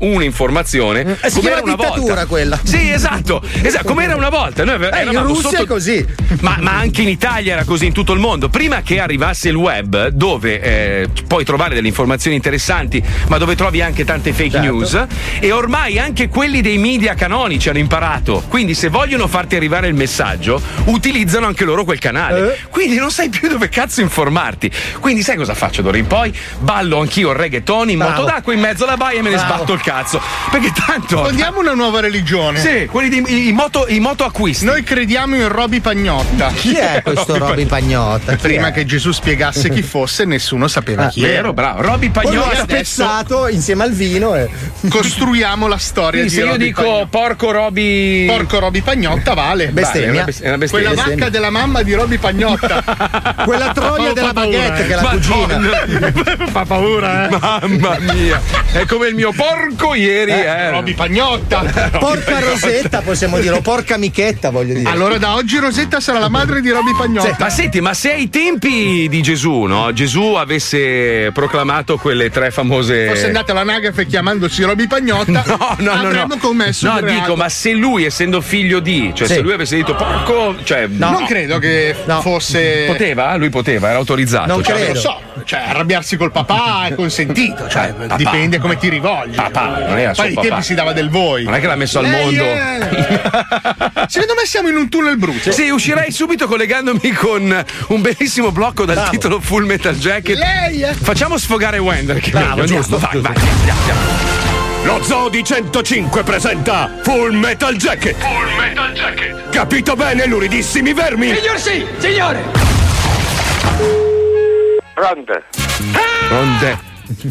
[SPEAKER 1] un'informazione.
[SPEAKER 8] Eh, si
[SPEAKER 1] come
[SPEAKER 8] chiama
[SPEAKER 1] era una
[SPEAKER 8] dittatura
[SPEAKER 1] volta.
[SPEAKER 8] quella.
[SPEAKER 1] Sì, esatto, esatto, come era una volta. Noi ave-
[SPEAKER 8] Eh, in
[SPEAKER 1] eravamo
[SPEAKER 8] Russia
[SPEAKER 1] sotto-
[SPEAKER 8] è così.
[SPEAKER 1] ma, ma anche in Italia era così in tutto il mondo. Prima che arrivasse il web, dove eh, puoi trovare delle informazioni interessanti, ma dove trovi anche tante fake
[SPEAKER 8] Certo.
[SPEAKER 1] news, e ormai anche quelli dei media canonici hanno imparato. Quindi, se vogliono farti arrivare il messaggio, utilizzano anche loro quel
[SPEAKER 8] Eh?
[SPEAKER 1] canale. Quindi non sai più dove cazzo informarti. Quindi, sai cosa faccio d'ora in poi? Ballo anch'io il reggaeton in moto
[SPEAKER 3] Bravo.
[SPEAKER 1] d'acqua in mezzo alla baia e me ne
[SPEAKER 3] Bravo.
[SPEAKER 1] sbatto il cazzo. Perché tanto.
[SPEAKER 3] Fondiamo una nuova religione.
[SPEAKER 1] Sì, quelli di, i, moto, i moto acquisti.
[SPEAKER 3] Noi crediamo in Roby Pagnotta.
[SPEAKER 8] Chi è questo Roby Pagnotta? Chi
[SPEAKER 3] Prima
[SPEAKER 8] è?
[SPEAKER 3] che Gesù spiegasse chi fosse, nessuno sapeva
[SPEAKER 8] Ah,
[SPEAKER 3] chi era.
[SPEAKER 1] vero, bravo. Roby
[SPEAKER 8] Poi
[SPEAKER 3] Pagnotta
[SPEAKER 8] lo ha spezzato insieme al vino e.
[SPEAKER 3] Costruiamo la storia
[SPEAKER 8] Sì,
[SPEAKER 3] di
[SPEAKER 8] se io
[SPEAKER 3] Roby
[SPEAKER 8] dico
[SPEAKER 1] porco Roby
[SPEAKER 3] Porco Roby Pagnotta vale.
[SPEAKER 8] Bestemmia.
[SPEAKER 3] Vale,
[SPEAKER 8] È una bestemmia.
[SPEAKER 3] Quella vacca
[SPEAKER 8] Bestemmia.
[SPEAKER 3] della mamma di Roby Pagnotta.
[SPEAKER 8] Quella troia
[SPEAKER 3] Fa
[SPEAKER 8] della
[SPEAKER 3] paura,
[SPEAKER 8] baguette
[SPEAKER 3] eh.
[SPEAKER 8] che è la
[SPEAKER 1] Madonna.
[SPEAKER 3] Fa paura, eh.
[SPEAKER 1] Mamma mia, è come il mio porco ieri, eh.
[SPEAKER 3] Roby Pagnotta.
[SPEAKER 8] Porca Rosetta, possiamo dire, o porca Michetta, voglio dire.
[SPEAKER 3] Allora da oggi Rosetta sarà la madre di Roby
[SPEAKER 1] Sì,
[SPEAKER 3] Pagnotta.
[SPEAKER 1] ma senti, ma se ai tempi di Gesù, no? Gesù avesse proclamato quelle tre famose.
[SPEAKER 3] Fosse andato all'anagrafe chiamandosi Roby Pagnotta,
[SPEAKER 1] No, no, no, no.
[SPEAKER 3] avremmo commesso
[SPEAKER 1] No,
[SPEAKER 3] un reato.
[SPEAKER 1] dico, ma se lui, essendo figlio di, cioè
[SPEAKER 3] Sì.
[SPEAKER 1] se lui avesse detto porco, cioè.
[SPEAKER 3] Non credo che fosse.
[SPEAKER 1] Poteva? Lui poteva, era autorizzato.
[SPEAKER 3] Non
[SPEAKER 1] cioè.
[SPEAKER 3] credo. Lo so, cioè arrabbiarsi col papà è consentito, cioè
[SPEAKER 1] Ah, Papà.
[SPEAKER 3] dipende come ti rivolgi.
[SPEAKER 1] Papà, non era
[SPEAKER 3] Poi
[SPEAKER 1] suo
[SPEAKER 3] ai
[SPEAKER 1] papà.
[SPEAKER 3] tempi si dava del voi.
[SPEAKER 1] Non è che l'ha messo al
[SPEAKER 3] Lei
[SPEAKER 1] mondo. Ah,
[SPEAKER 3] è- Secondo me siamo in un tunnel brucio.
[SPEAKER 1] Sì, uscirei subito collegandomi con un bellissimo blocco dal
[SPEAKER 3] Bravo.
[SPEAKER 1] titolo Full Metal Jacket.
[SPEAKER 3] Lei è-
[SPEAKER 1] Facciamo sfogare Wender. Che
[SPEAKER 21] Bravo,
[SPEAKER 1] meglio,
[SPEAKER 21] giusto.
[SPEAKER 1] Andiamo, Vai, vai, andiamo, andiamo.
[SPEAKER 21] Lo Zoo di 105 presenta Full Metal Jacket. Full Metal Jacket. Capito bene, luridissimi vermi?
[SPEAKER 16] Signor sì, signore!
[SPEAKER 22] Pronto?
[SPEAKER 1] Pronte?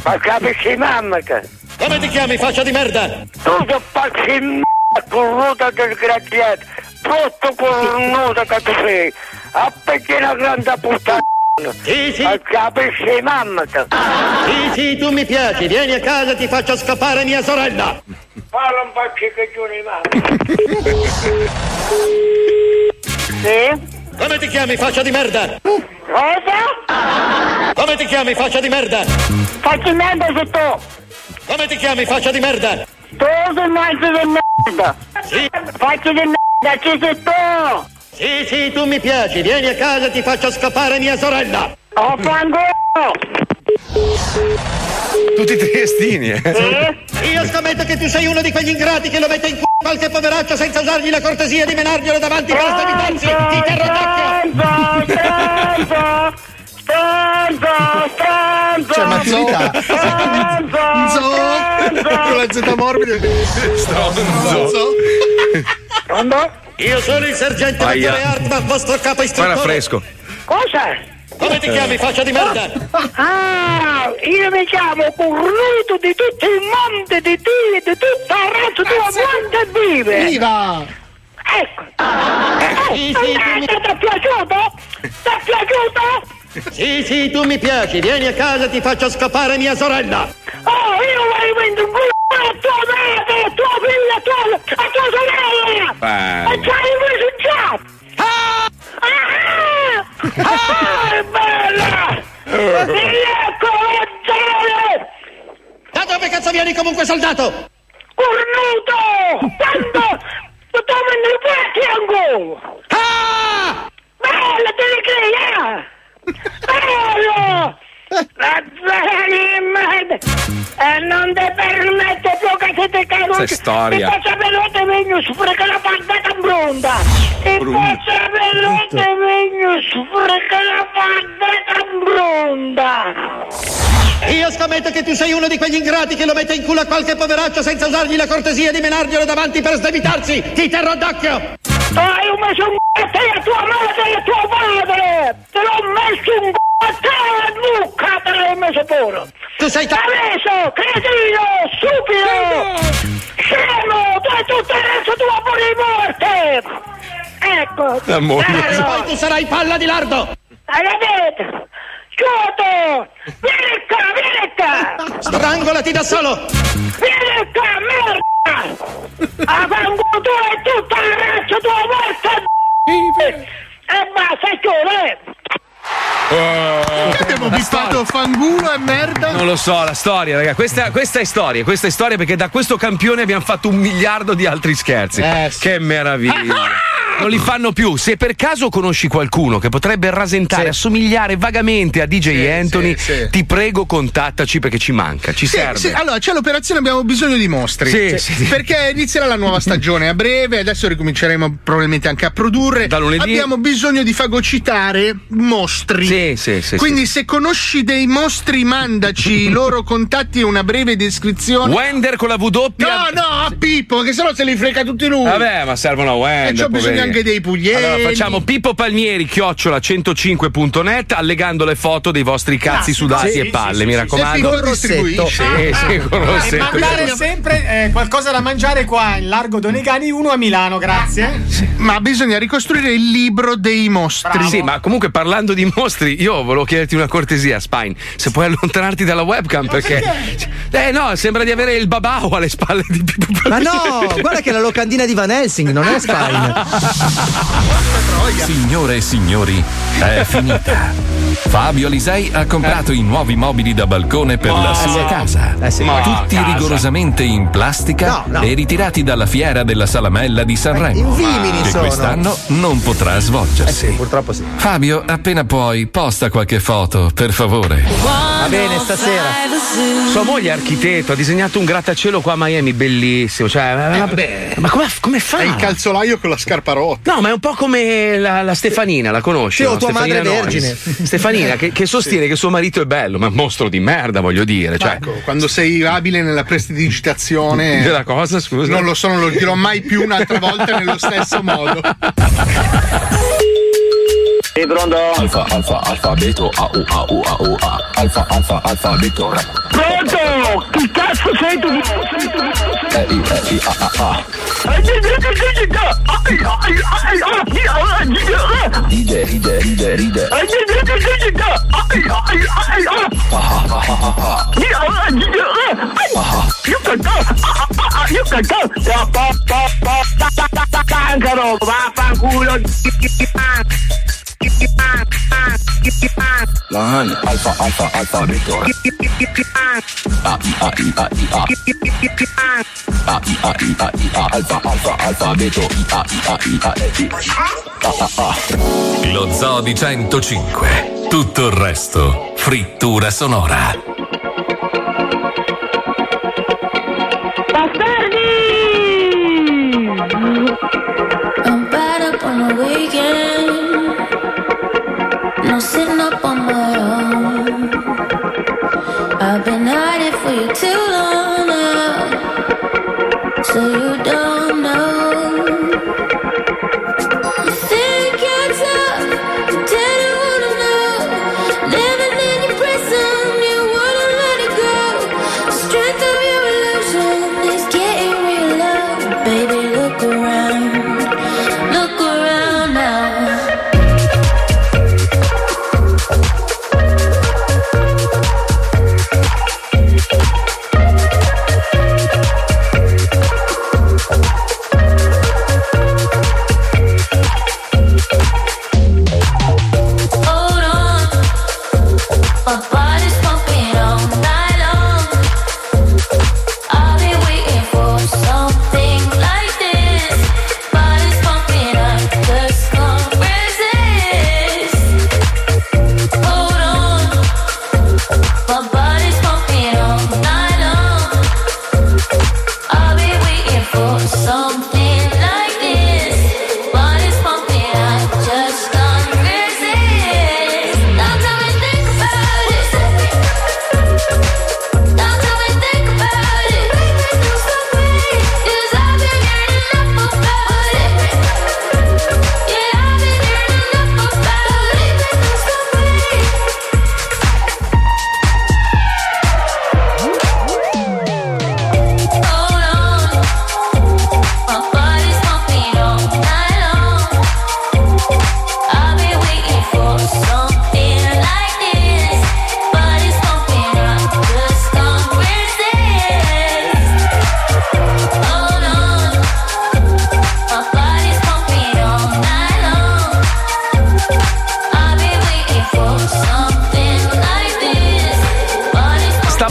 [SPEAKER 22] Ma capisci mamma che? Come ti chiami faccia di merda? Tu che facci in merda, cornuta disgraziato, tutto cornuto che tu sei, a perché una grande puttana. Sì, sì. Ma capisci mamma che?
[SPEAKER 12] Sì, sì, tu mi piaci, vieni a casa e ti faccio scappare mia sorella.
[SPEAKER 22] Parla un po' di cagione mamma.
[SPEAKER 12] Sì? Come ti chiami faccia di merda? Cosa? Come ti chiami faccia di merda? Faccia di merda sei tu! Come ti chiami faccia di merda?
[SPEAKER 22] Tu sei mezzo di merda. Sì. Faccio di merda, ci sei tu.
[SPEAKER 12] Sì, sì, tu mi piaci, vieni a casa e ti faccio scappare mia sorella.
[SPEAKER 22] Ho Oh, fango.
[SPEAKER 1] Tutti triestini, eh.
[SPEAKER 12] Io scommetto che tu sei uno di quegli ingrati che lo mette in c***o a qualche poveraccio senza usargli la cortesia
[SPEAKER 22] Ah.
[SPEAKER 12] di menarglielo davanti ai vostri pezzi. Ti terrotacchio!
[SPEAKER 22] Pronto, pronto. Sto
[SPEAKER 4] Stanza, stanza.
[SPEAKER 3] Cioè, maturità. Con la Z morbida.
[SPEAKER 22] Stronzo.
[SPEAKER 4] Pronto? eh.
[SPEAKER 22] Io sono il sergente
[SPEAKER 1] Aia.
[SPEAKER 22] Ettore Hartmann, vostro capo istruttore.
[SPEAKER 1] Guarda fresco.
[SPEAKER 4] Cosa?
[SPEAKER 22] Come ti chiami, faccia di merda?
[SPEAKER 4] Ah, io mi chiamo Curruto di tutto il mondo, di Dio, di tutta la razza
[SPEAKER 3] Ah,
[SPEAKER 4] tua quanta e vive!
[SPEAKER 23] Viva!
[SPEAKER 4] Ecco! Eh, eh, Ti è piaciuto? Ti è piaciuto?
[SPEAKER 22] Sì, sì, tu mi piaci. Vieni a casa e ti faccio scappare mia sorella.
[SPEAKER 4] Oh, io voglio vendere un culo a tua madre, a tua figlia, a tua, a tua sorella! E c'hai invece un chat! Ah! Ah! Ah, è bella! E ecco, coglione!
[SPEAKER 22] Da dove cazzo vieni comunque, soldato?
[SPEAKER 4] Cornuto! Quando? Stavo nel fianco! Ah! Bello, te ne crea! Bello! La zona E non ti permette più che ti te cago!
[SPEAKER 1] Questa è storia.
[SPEAKER 4] Ti faccio veloce venus perché la partita è brunda! Ti faccio veloce venus perché la partita è brunda!
[SPEAKER 22] Io scommetto che tu sei uno di quegli ingrati che lo mette in culo a qualche poveraccio senza usargli la cortesia di menarglielo davanti per sdebitarsi. Ti terrò d'occhio.
[SPEAKER 4] Ah, io ho messo un c***o a te, a tua madre e a tuo padre! Te l'ho messo un c***o a te, Luca, te l'ho messo pure!
[SPEAKER 22] Tu sei
[SPEAKER 4] Adesso, cretino, stupido! Scemo, tu e tutta la razza tua pure di morte! Ecco!
[SPEAKER 22] La moglie.
[SPEAKER 4] bello.
[SPEAKER 22] Poi tu sarai palla di lardo.
[SPEAKER 4] Avete! Giuto! Vieni qua, vieni qua!
[SPEAKER 22] Strangolati da solo.
[SPEAKER 4] Vieni qua, merda! Avango tu e tutta la razza tua morte! E basta, giuro!
[SPEAKER 3] Perché abbiamo bippato fangulo e merda?
[SPEAKER 1] Oh, Non lo so, la storia, raga. Questa, questa è storia, questa è storia perché da questo campione abbiamo fatto un miliardo di altri scherzi.
[SPEAKER 3] Eh,
[SPEAKER 1] Che meraviglia. Non li fanno più. Se per caso conosci qualcuno che potrebbe rasentare, assomigliare vagamente a DJ Anthony,
[SPEAKER 3] sì, sì.
[SPEAKER 1] ti prego contattaci perché ci manca, ci
[SPEAKER 3] Sì,
[SPEAKER 1] serve.
[SPEAKER 3] sì, allora c'è l'operazione, abbiamo bisogno di mostri.
[SPEAKER 1] Sì, sì.
[SPEAKER 3] Perché inizierà la nuova stagione a breve, adesso ricominceremo probabilmente anche a produrre.
[SPEAKER 1] Da lunedì.
[SPEAKER 3] Abbiamo bisogno di fagocitare mostri.
[SPEAKER 1] Sì, sì, sì,
[SPEAKER 3] Quindi se conosci dei mostri, mandaci i loro contatti e una breve descrizione.
[SPEAKER 1] Wender con la W.
[SPEAKER 3] No, no, a Pippo, che sennò se li freca tutti lui.
[SPEAKER 1] Vabbè, ma servono a Wender.
[SPEAKER 3] E Eh, c'ho bisogno
[SPEAKER 1] poverino.
[SPEAKER 3] anche dei pugliesi.
[SPEAKER 1] Allora facciamo Pippo Palmieri, chiocciola 105.net, allegando le foto dei vostri cazzi
[SPEAKER 8] Ah,
[SPEAKER 1] sudati
[SPEAKER 8] sì,
[SPEAKER 1] e
[SPEAKER 8] sì,
[SPEAKER 1] palle,
[SPEAKER 8] sì,
[SPEAKER 1] mi
[SPEAKER 8] sì,
[SPEAKER 1] raccomando.
[SPEAKER 8] sì, sì, con Rossetto.
[SPEAKER 1] Sì,
[SPEAKER 3] eh,
[SPEAKER 1] sì, con
[SPEAKER 8] E
[SPEAKER 1] Rossetto.
[SPEAKER 8] mandare sempre eh, qualcosa da mangiare qua in Largo Donegani, uno a Milano, grazie.
[SPEAKER 3] Ma bisogna ricostruire il libro dei mostri.
[SPEAKER 1] Sì, ma comunque parlando di mostri, io volevo chiederti una cortesia, Spine. Se puoi allontanarti dalla webcam, perché. Eh no, sembra di avere il babau alle spalle di Pippo
[SPEAKER 24] Ma
[SPEAKER 1] Palmieri.
[SPEAKER 24] no, guarda che è la locandina di Van Helsing non è Spine.
[SPEAKER 5] Signore e signori, è finita. Fabio Alisei ha comprato i nuovi mobili da balcone per
[SPEAKER 25] Ma-
[SPEAKER 5] la sua
[SPEAKER 25] Eh sì.
[SPEAKER 5] casa.
[SPEAKER 25] Eh sì. Ma
[SPEAKER 5] Tutti
[SPEAKER 25] casa.
[SPEAKER 5] rigorosamente in plastica
[SPEAKER 25] No, no.
[SPEAKER 5] e ritirati dalla fiera della Salamella di Sanremo.
[SPEAKER 25] vimini
[SPEAKER 5] Che
[SPEAKER 25] sono. Eh.
[SPEAKER 5] quest'anno non potrà svolgersi. purtroppo sì. Fabio, appena puoi, posta qualche foto, per favore.
[SPEAKER 1] Va bene, stasera. Sua moglie è architetto, ha disegnato un grattacielo qua a Miami, bellissimo. Cioè, ma-
[SPEAKER 24] Eh,
[SPEAKER 1] ma- ma come, come fa?
[SPEAKER 3] È il calzolaio con la scarpa rotta.
[SPEAKER 1] No, ma è un po' come la, la Stefanina, la conosci?
[SPEAKER 3] Sì, o
[SPEAKER 1] no?
[SPEAKER 3] tua
[SPEAKER 1] Stefanina
[SPEAKER 3] madre
[SPEAKER 1] Nois.
[SPEAKER 3] vergine.
[SPEAKER 1] Stefanina che, che sostiene che suo marito è bello, ma è un mostro di merda, voglio dire. Cioè,
[SPEAKER 3] Ecco, quando sei abile nella prestidigitazione.
[SPEAKER 1] Della cosa, scusa.
[SPEAKER 3] Non lo so, non lo dirò mai più un'altra volta nello stesso modo.
[SPEAKER 26] E pronto? Alfa, alfa, alfabeto, AU, AU, AU, A. Alfa, alfa, alfabeto, rap.
[SPEAKER 4] Pronto? Chi cazzo sei tu?
[SPEAKER 26] E, I, E, I, A, A, A. Ride, ride, ride, ride. Pa, ha, ha, ha, ha, ha.
[SPEAKER 4] You can go, you can go, cancro, vaffanculo,
[SPEAKER 26] Lan, alfa, alfa, alfabeto, rap. A, I, A, I, A, I, A. A, I, A, I, A, I, A. Alfa, alfa, alfabeto, I, A, I, A, I, A, E, I. A, A, A.
[SPEAKER 5] Lo Zoo di 105. Tutto il resto, frittura sonora.
[SPEAKER 16] I'm bad up on the weekend. No sitting up on my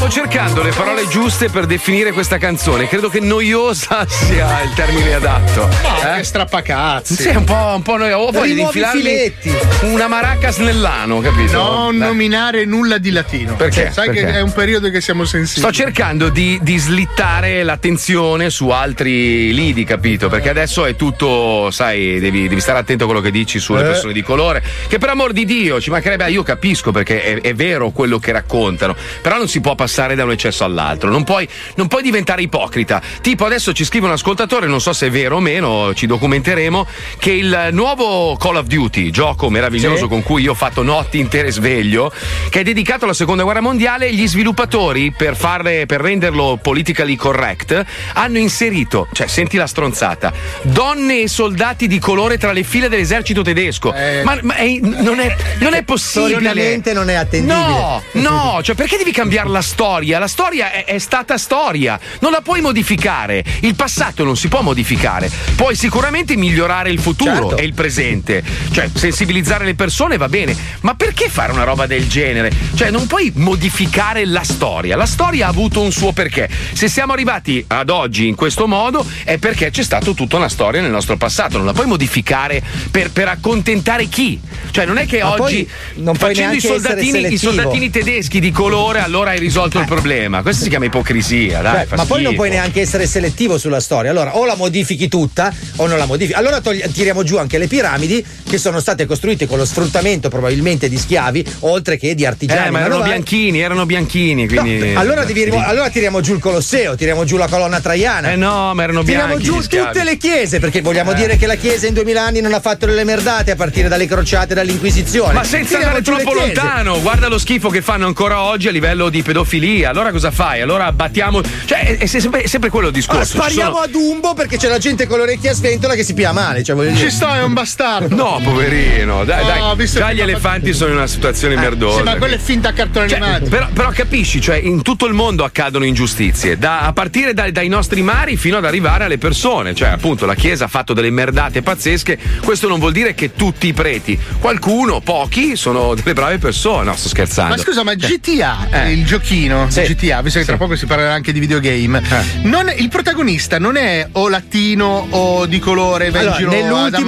[SPEAKER 1] cercando le parole giuste per definire questa canzone. Credo che noiosa sia il termine adatto. eh?
[SPEAKER 3] No, che strappacazzi.
[SPEAKER 1] Sì, è un po', un po noioso. Ho voglia di
[SPEAKER 3] Rimuovi i
[SPEAKER 1] infilarmi
[SPEAKER 3] filetti.
[SPEAKER 1] una maracca snellano, capito?
[SPEAKER 3] Non
[SPEAKER 1] Dai.
[SPEAKER 3] nominare nulla di latino.
[SPEAKER 1] Perché?
[SPEAKER 3] Cioè, sai
[SPEAKER 1] Perché?
[SPEAKER 3] che è un periodo che siamo sensibili.
[SPEAKER 1] Sto cercando di, di slittare l'attenzione su altri lidi, capito? Perché adesso è tutto, sai, devi, devi stare attento a quello che dici sulle
[SPEAKER 19] Eh.
[SPEAKER 1] persone di colore. Che per amor di Dio, ci mancherebbe, io capisco perché è, è vero quello che raccontano, però non si può passare da un eccesso all'altro, non puoi, non puoi diventare ipocrita. Tipo adesso ci scrive un ascoltatore, non so se è vero o meno, ci documenteremo, che il nuovo Call of Duty, gioco meraviglioso
[SPEAKER 19] Sì.
[SPEAKER 1] con cui io ho fatto notti intere sveglio, che è dedicato alla seconda guerra mondiale, gli sviluppatori, per, farle- per renderlo politically correct, hanno inserito, cioè senti la stronzata, donne e soldati di colore tra le file dell'esercito tedesco.
[SPEAKER 8] Eh,
[SPEAKER 1] Ma, ma è- non, è, non è possibile.
[SPEAKER 8] Storicamente non è attendibile.
[SPEAKER 1] No, no, cioè perché devi cambiare la storia? La storia è, è stata storia, non la puoi modificare. Il passato non si può modificare. Puoi sicuramente migliorare il futuro
[SPEAKER 19] Certo.
[SPEAKER 1] e il presente. Cioè, sensibilizzare le persone va bene, ma perché fare una roba del genere? Cioè, non puoi modificare la storia. La storia ha avuto un suo perché. Se siamo arrivati ad oggi in questo modo è perché c'è stata tutta una storia nel nostro passato. Non la puoi modificare per, per accontentare chi? Cioè, non è che
[SPEAKER 19] Ma
[SPEAKER 1] oggi
[SPEAKER 19] poi non puoi
[SPEAKER 1] facendo i
[SPEAKER 19] neanche essere
[SPEAKER 1] soldatini, i
[SPEAKER 19] selettivo.
[SPEAKER 1] soldatini tedeschi di colore allora hai risolto il problema. Questa si chiama ipocrisia, dai.
[SPEAKER 8] Cioè,
[SPEAKER 1] fa
[SPEAKER 8] ma poi non
[SPEAKER 1] schifo.
[SPEAKER 8] puoi neanche essere selettivo sulla storia. Allora, o la modifichi tutta o non la modifichi. Allora togli- tiriamo giù anche le piramidi che sono state costruite con lo sfruttamento probabilmente di schiavi, oltre che di artigiani.
[SPEAKER 1] Eh, ma erano
[SPEAKER 8] manovali.
[SPEAKER 1] bianchini, erano bianchini, quindi.
[SPEAKER 8] Allora, devi rimo-
[SPEAKER 1] Sì.
[SPEAKER 8] allora tiriamo giù il Colosseo, tiriamo giù la colonna traiana.
[SPEAKER 1] Eh no, ma erano
[SPEAKER 8] Tiriamo
[SPEAKER 1] bianchi
[SPEAKER 8] giù
[SPEAKER 1] gli schiavi.
[SPEAKER 8] tutte le chiese, perché vogliamo
[SPEAKER 1] Eh.
[SPEAKER 8] dire che la chiesa in duemila anni non ha fatto delle merdate a partire dalle crociate e dall'Inquisizione.
[SPEAKER 1] Ma senza
[SPEAKER 8] Tiriamo
[SPEAKER 1] andare
[SPEAKER 8] giù le
[SPEAKER 1] troppo
[SPEAKER 8] chiese.
[SPEAKER 1] lontano, guarda lo schifo che fanno ancora oggi a livello di pedofilia. Allora cosa fai? Allora battiamo. Cioè, è, è sempre, è sempre quello il discorso.
[SPEAKER 8] Allora,
[SPEAKER 1] Ci sono-
[SPEAKER 8] Ah, spariamo a Dumbo perché c'è la gente con le orecchie a sventola che si pia male. Cioè, voglio dire.
[SPEAKER 3] Ci sto, è un bastardo.
[SPEAKER 1] No, Oh, poverino, dai,
[SPEAKER 3] No, ho
[SPEAKER 1] dai.
[SPEAKER 3] visto
[SPEAKER 1] Già
[SPEAKER 3] che
[SPEAKER 1] gli
[SPEAKER 3] fa-
[SPEAKER 1] elefanti sono in una situazione merdosa.
[SPEAKER 3] Eh, Sì, ma quello è fin da cartone
[SPEAKER 1] Cioè,
[SPEAKER 3] animato.
[SPEAKER 1] però, però capisci, cioè, in tutto il mondo accadono ingiustizie, da- a partire dai- dai nostri mari fino ad arrivare alle persone. Cioè, appunto, la Chiesa ha fatto delle merdate pazzesche. Questo non vuol dire che tutti i preti, qualcuno, pochi, sono delle brave persone. No, sto scherzando.
[SPEAKER 3] Ma scusa, ma
[SPEAKER 1] Cioè,
[SPEAKER 3] GTA, il giochino GTA, visto che tra poco si parlerà anche di videogame,
[SPEAKER 1] Eh.
[SPEAKER 3] non- il protagonista non è o latino o di colore, va in
[SPEAKER 8] Allora,
[SPEAKER 3] giro ad ammazzare.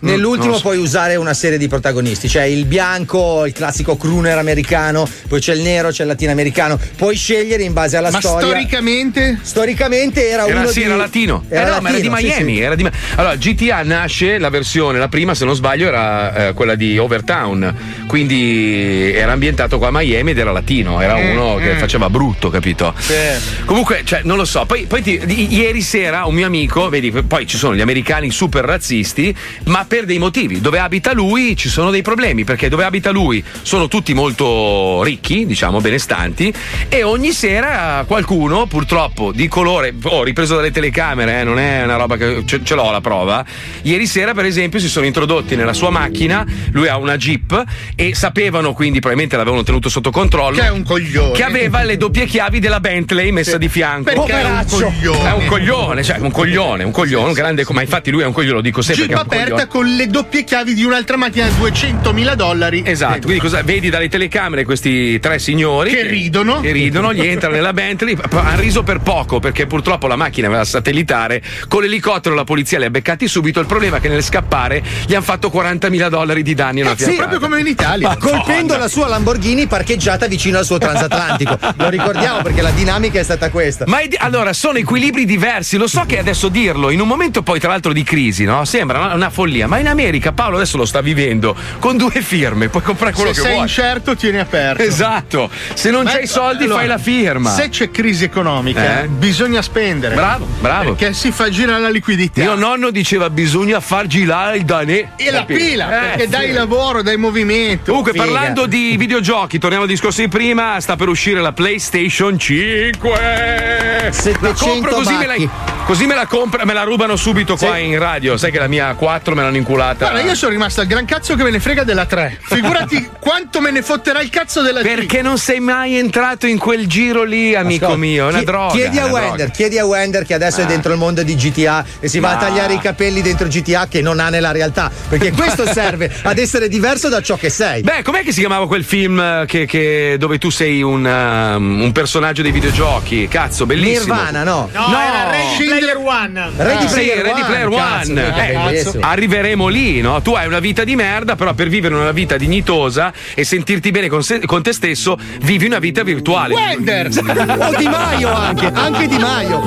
[SPEAKER 8] nell'ultimo, nell'ultimo
[SPEAKER 3] Non lo so.
[SPEAKER 8] puoi usare una serie di protagonisti, cioè il bianco, il classico crooner americano, poi c'è il nero, c'è il latinoamericano, puoi scegliere in base alla
[SPEAKER 3] Ma
[SPEAKER 8] storia.
[SPEAKER 3] storicamente?
[SPEAKER 8] Storicamente era,
[SPEAKER 1] Era,
[SPEAKER 8] uno
[SPEAKER 1] sì,
[SPEAKER 8] di-
[SPEAKER 1] era latino. eh no, ma era di
[SPEAKER 8] latino, sì,
[SPEAKER 1] Miami.
[SPEAKER 8] sì.
[SPEAKER 1] era di Ma- Allora, GTA nasce la versione, la prima, se non sbaglio, era eh, quella di Overtown. Quindi era ambientato qua a Miami ed era latino. Era
[SPEAKER 8] Eh,
[SPEAKER 19] Mm,
[SPEAKER 1] uno che
[SPEAKER 19] mm.
[SPEAKER 1] faceva brutto, capito?
[SPEAKER 25] Eh.
[SPEAKER 1] Comunque, cioè, non lo so. Poi, poi ti- i- ieri sera un mio amico, vedi, poi ci sono gli americani super razzisti, ma per dei motivi. Dove abita lui ci sono dei problemi, perché dove abita lui sono tutti molto ricchi, diciamo, benestanti, e ogni sera qualcuno, purtroppo, di colore, ho ripreso dalle telecamere, eh, non è una roba che ce, ce l'ho la prova. Ieri sera, per esempio, si sono introdotti nella sua macchina, lui ha una Jeep, e sapevano, quindi probabilmente l'avevano tenuto sotto controllo.
[SPEAKER 3] Che è un coglione.
[SPEAKER 1] Che aveva le doppie chiavi della Bentley messa di fianco.
[SPEAKER 3] Perché è un Poveraccio. coglione.
[SPEAKER 1] È un coglione, cioè un coglione, un coglione, un grande. co- Ma infatti lui è un coglione, lo dico sempre che
[SPEAKER 3] Jeep
[SPEAKER 1] è un coglione.
[SPEAKER 3] aperta con le doppie chiavi di un'altra macchina da 200.000 dollari. Eh,
[SPEAKER 1] Esatto, quindi cosa, vedi dalle telecamere questi tre signori
[SPEAKER 3] Che ridono.
[SPEAKER 1] che ridono, gli entrano nella Bentley, p- hanno riso per poco perché purtroppo la macchina aveva satellitare, con l'elicottero la polizia li ha beccati subito, il problema è che nel scappare gli hanno fatto 40.000 dollari di danni a una
[SPEAKER 8] Sì,
[SPEAKER 1] fiammata.
[SPEAKER 8] proprio come in Italia. Ma colpendo la sua Lamborghini parcheggiata vicino al suo transatlantico. Lo ricordiamo perché la dinamica è stata questa.
[SPEAKER 1] Ma è di- allora sono equilibri diversi, lo so che adesso dirlo, in un momento poi tra l'altro di crisi, no? Sembra una, una follia, ma in America Paolo adesso lo sta vivendo con due firme, puoi comprare quello
[SPEAKER 3] Se
[SPEAKER 1] che
[SPEAKER 3] sei
[SPEAKER 1] vuoi.
[SPEAKER 3] incerto, tieni aperto.
[SPEAKER 1] Esatto, se non c'hai i soldi
[SPEAKER 3] allora,
[SPEAKER 1] fai la firma.
[SPEAKER 3] Se c'è crisi economica,
[SPEAKER 1] Eh?
[SPEAKER 3] bisogna spendere.
[SPEAKER 1] Bravo, bravo.
[SPEAKER 3] Perché si fa girare la liquidità.
[SPEAKER 1] Mio nonno diceva bisogna far girare il danè.
[SPEAKER 3] E la
[SPEAKER 1] Capito?
[SPEAKER 3] pila,
[SPEAKER 1] Eh,
[SPEAKER 3] perché dai
[SPEAKER 1] sì.
[SPEAKER 3] lavoro, dai movimento.
[SPEAKER 1] Comunque,
[SPEAKER 3] Figa.
[SPEAKER 1] parlando di videogiochi, torniamo al discorso di prima. Sta per uscire la PlayStation 5. La compro così me la,
[SPEAKER 3] bacchi.
[SPEAKER 1] Così me la compra, me la rubano subito qua in radio. Sai che la mia 4 me l'hanno inculata.
[SPEAKER 3] Guarda, io sono rimasto al gran cazzo che me ne frega della 3. Figurati quanto me ne fotterà il cazzo della 3.
[SPEAKER 1] Perché non sei mai entrato in quel giro lì, amico
[SPEAKER 8] Ascolta,
[SPEAKER 1] mio? È una
[SPEAKER 8] chie-
[SPEAKER 1] droga.
[SPEAKER 8] Chiedi a
[SPEAKER 1] è una
[SPEAKER 8] Wender,
[SPEAKER 1] droga.
[SPEAKER 8] chiedi a Wender che adesso è
[SPEAKER 1] Ma-
[SPEAKER 8] dentro il mondo di GTA e si va
[SPEAKER 1] Ma-
[SPEAKER 8] a tagliare i capelli dentro GTA che non ha nella realtà. Perché questo serve ad essere diverso da ciò che sei.
[SPEAKER 1] Beh, com'è che si chiamava quel film eh, che- che- dove tu sei un, um, un personaggio dei videogiochi? Cazzo, bellissimo.
[SPEAKER 8] Nirvana, no?
[SPEAKER 6] No, era Ready Player One.
[SPEAKER 4] Ah,
[SPEAKER 1] Ready Player, Ah, sì, Ready Player One. Eh,
[SPEAKER 6] cazzo.
[SPEAKER 1] arriveremo lì, no? Tu hai una vita di merda, però per vivere una vita dignitosa e sentirti bene con, se- con te stesso, vivi una vita virtuale.
[SPEAKER 3] Wender!
[SPEAKER 8] o Di Maio anche, anche Di Maio.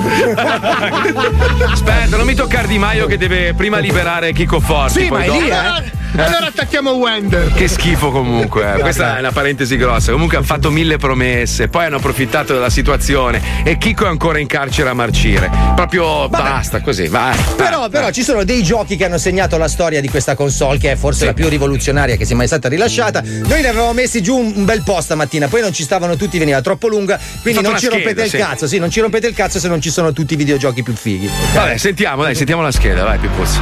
[SPEAKER 1] Aspetta, non mi toccare Di Maio che deve prima liberare Chico Forti.
[SPEAKER 3] Sì,
[SPEAKER 1] poi
[SPEAKER 3] ma è
[SPEAKER 1] dopo-
[SPEAKER 3] lì, eh. Allora attacchiamo Wender.
[SPEAKER 1] Che schifo comunque, eh. questa è una parentesi grossa. Comunque hanno fatto mille promesse, poi hanno approfittato della situazione e Chico è ancora in carcere a marcire. Proprio basta così, vai.
[SPEAKER 8] Però, però ci sono dei giochi che hanno segnato la storia di questa console che è forse la più rivoluzionaria che sia mai stata rilasciata. Noi ne avevamo messi giù un, un bel po' stamattina, poi non ci stavano tutti, veniva troppo lunga, quindi
[SPEAKER 1] Fatto
[SPEAKER 8] non
[SPEAKER 1] una
[SPEAKER 8] ci rompete
[SPEAKER 1] scheda,
[SPEAKER 8] il
[SPEAKER 1] sì.
[SPEAKER 8] cazzo, sì, non ci rompete il cazzo se non ci sono tutti i videogiochi più fighi.
[SPEAKER 1] Vabbè, sentiamo, dai, sentiamo la scheda, vai Pippuzzi.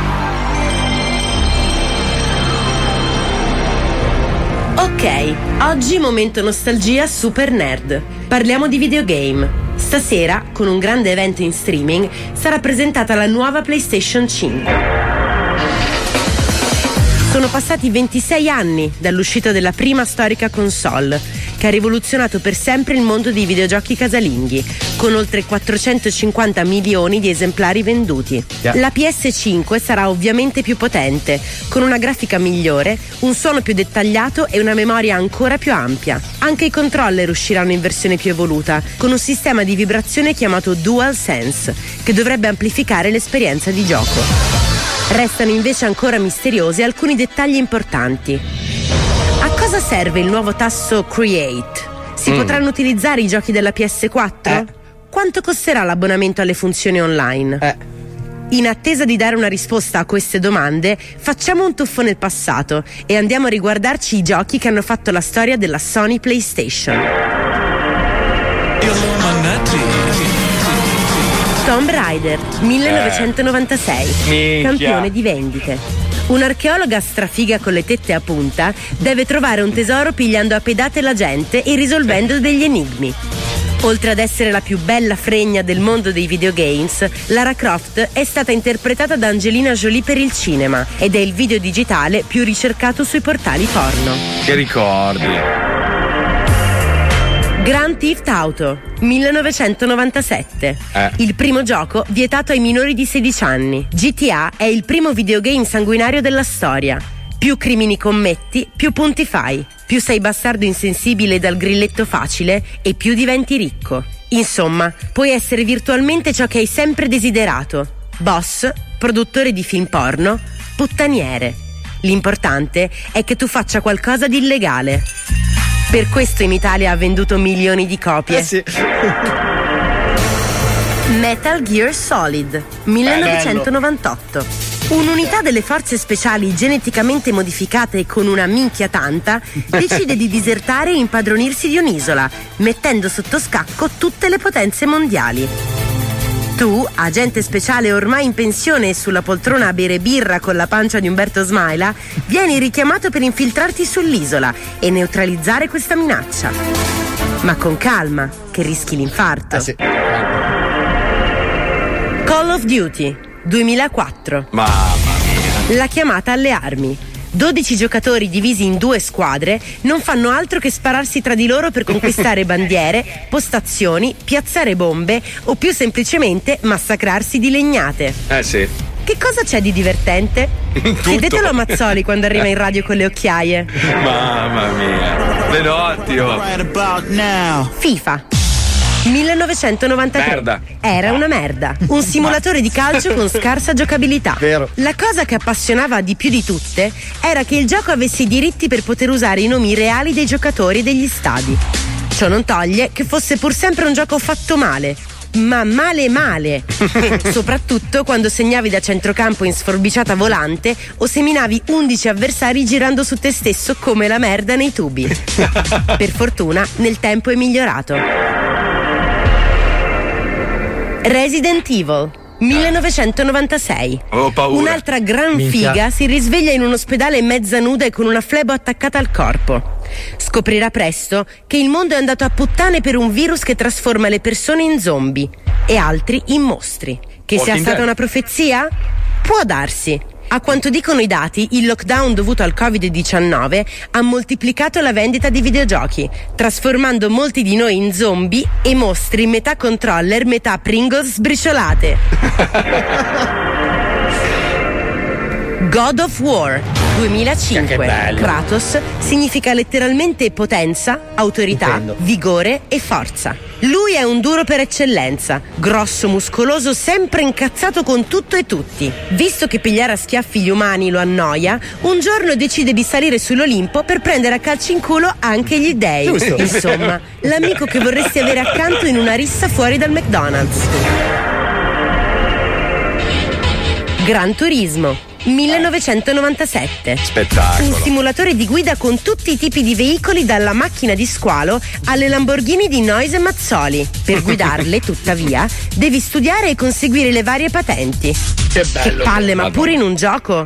[SPEAKER 19] Ok, oggi momento nostalgia super nerd. Parliamo di videogame. Stasera, con un grande evento in streaming, sarà presentata la nuova PlayStation 5. Sono passati 26 anni dall'uscita della prima storica console, che ha rivoluzionato per sempre il mondo dei videogiochi casalinghi, con oltre 450 milioni di esemplari venduti.
[SPEAKER 9] Yeah.
[SPEAKER 19] La PS5 sarà ovviamente più potente, con una grafica migliore, un suono più dettagliato e una memoria ancora più ampia. Anche i controller usciranno in versione più evoluta, con un sistema di vibrazione chiamato DualSense, che dovrebbe amplificare l'esperienza di gioco. Restano invece ancora misteriosi alcuni dettagli importanti. A cosa serve il nuovo tasto Create? Si
[SPEAKER 9] Mm.
[SPEAKER 19] potranno utilizzare i giochi della PS4? Quanto costerà l'abbonamento alle funzioni online? In attesa di dare una risposta a queste domande, facciamo un tuffo nel passato e andiamo a riguardarci i giochi che hanno fatto la storia della Sony PlayStation. Tomb Raider 1996,
[SPEAKER 9] Minchia.
[SPEAKER 19] campione di vendite. Un'archeologa strafiga con le tette a punta deve trovare un tesoro pigliando a pedate la gente e risolvendo degli enigmi. Oltre ad essere la più bella fregna del mondo dei videogames, Lara Croft è stata interpretata da Angelina Jolie per il cinema ed è il video digitale più ricercato sui portali porno.
[SPEAKER 1] Che ricordi.
[SPEAKER 19] Grand Theft Auto 1997
[SPEAKER 1] Eh.
[SPEAKER 19] Il primo gioco vietato ai minori di 16 anni. GTA è il primo videogame sanguinario della storia. Più crimini commetti, più punti fai. Più sei bastardo insensibile dal grilletto facile e più diventi ricco. Insomma, puoi essere virtualmente ciò che hai sempre desiderato. Boss, produttore di film porno, puttaniere. L'importante è che tu faccia qualcosa di illegale. Per questo in Italia ha venduto milioni di copie. Metal Gear Solid 1998. Un'unità delle forze speciali geneticamente modificate con una minchia tanta decide di disertare e impadronirsi di un'isola, mettendo sotto scacco tutte le potenze mondiali. Tu, agente speciale ormai in pensione e sulla poltrona a bere birra con la pancia di Umberto Smaila, vieni richiamato per infiltrarti sull'isola e neutralizzare questa minaccia. Ma con calma, che rischi l'infarto. Call of Duty 2004
[SPEAKER 1] Mamma
[SPEAKER 19] La chiamata alle armi 12 giocatori divisi in due squadre non fanno altro che spararsi tra di loro per conquistare bandiere, postazioni, piazzare bombe o più semplicemente massacrarsi di legnate.
[SPEAKER 1] mia. Eh sì.
[SPEAKER 19] Che cosa c'è di divertente?
[SPEAKER 1] Tutto.
[SPEAKER 19] Chiedetelo a Mazzoli quando arriva in radio con le occhiaie.
[SPEAKER 1] Mamma mia. Le notti, oh.
[SPEAKER 19] FIFA 1993
[SPEAKER 1] Merda.
[SPEAKER 19] Era una merda. Un simulatore di calcio con scarsa giocabilità.
[SPEAKER 9] Vero.
[SPEAKER 19] La cosa che appassionava di più di tutte era che il gioco avesse i diritti per poter usare i nomi reali dei giocatori e degli stadi. Ciò non toglie che fosse pur sempre un gioco fatto male. Ma male male! Soprattutto quando segnavi da centrocampo in sforbiciata volante o seminavi 11 avversari girando su te stesso come la merda nei tubi. Per fortuna nel tempo è migliorato. Resident Evil 1996.
[SPEAKER 1] Ho paura.
[SPEAKER 19] Un'altra gran
[SPEAKER 1] Minchia.
[SPEAKER 19] figa si risveglia in un ospedale mezza nuda e con una flebo attaccata al corpo. Scoprirà presto che il mondo è andato a puttane per un virus che trasforma le persone in zombie e altri in mostri. Che sia
[SPEAKER 15] Walking
[SPEAKER 19] stata
[SPEAKER 15] Dead.
[SPEAKER 19] una profezia? Può darsi. A quanto dicono i dati, il lockdown dovuto al Covid-19 ha moltiplicato la vendita di videogiochi, trasformando molti di noi in zombie e mostri metà controller, metà Pringles sbriciolate. God of War 2005 Kratos significa letteralmente potenza, autorità, vigore e forza. Lui è un duro per eccellenza, grosso, muscoloso, sempre incazzato con tutto e tutti. Visto che pigliare a schiaffi gli umani lo annoia, un giorno decide di salire sull'Olimpo per prendere a calci in culo anche gli dei.
[SPEAKER 4] Giusto.
[SPEAKER 19] Insomma, l'amico che vorresti avere accanto in una rissa fuori dal McDonald's. Gran Turismo 1997
[SPEAKER 1] Spettacolo.
[SPEAKER 19] Un simulatore di guida con tutti i tipi di veicoli dalla macchina di squalo alle Lamborghini di Noise e Mazzoli. Per guidarle, tuttavia, devi studiare e conseguire le varie patenti. Che
[SPEAKER 4] bello.
[SPEAKER 19] palle, ma
[SPEAKER 4] Madonna.
[SPEAKER 19] pure in un gioco.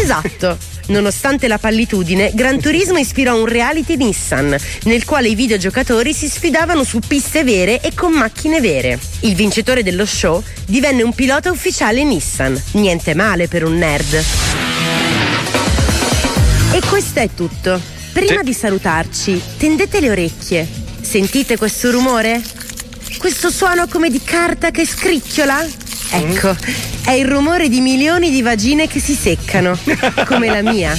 [SPEAKER 19] Esatto. Nonostante la pallitudine, Gran Turismo ispirò un reality Nissan, nel quale i videogiocatori si sfidavano su piste vere e con macchine vere. Il vincitore dello show divenne un pilota ufficiale Nissan. Niente male per un nerd. E questo è tutto. Prima di salutarci, tendete le orecchie. Sentite questo rumore? Questo suono come di carta che scricchiola? Ecco, è il rumore di milioni di vagine che si seccano, come la mia.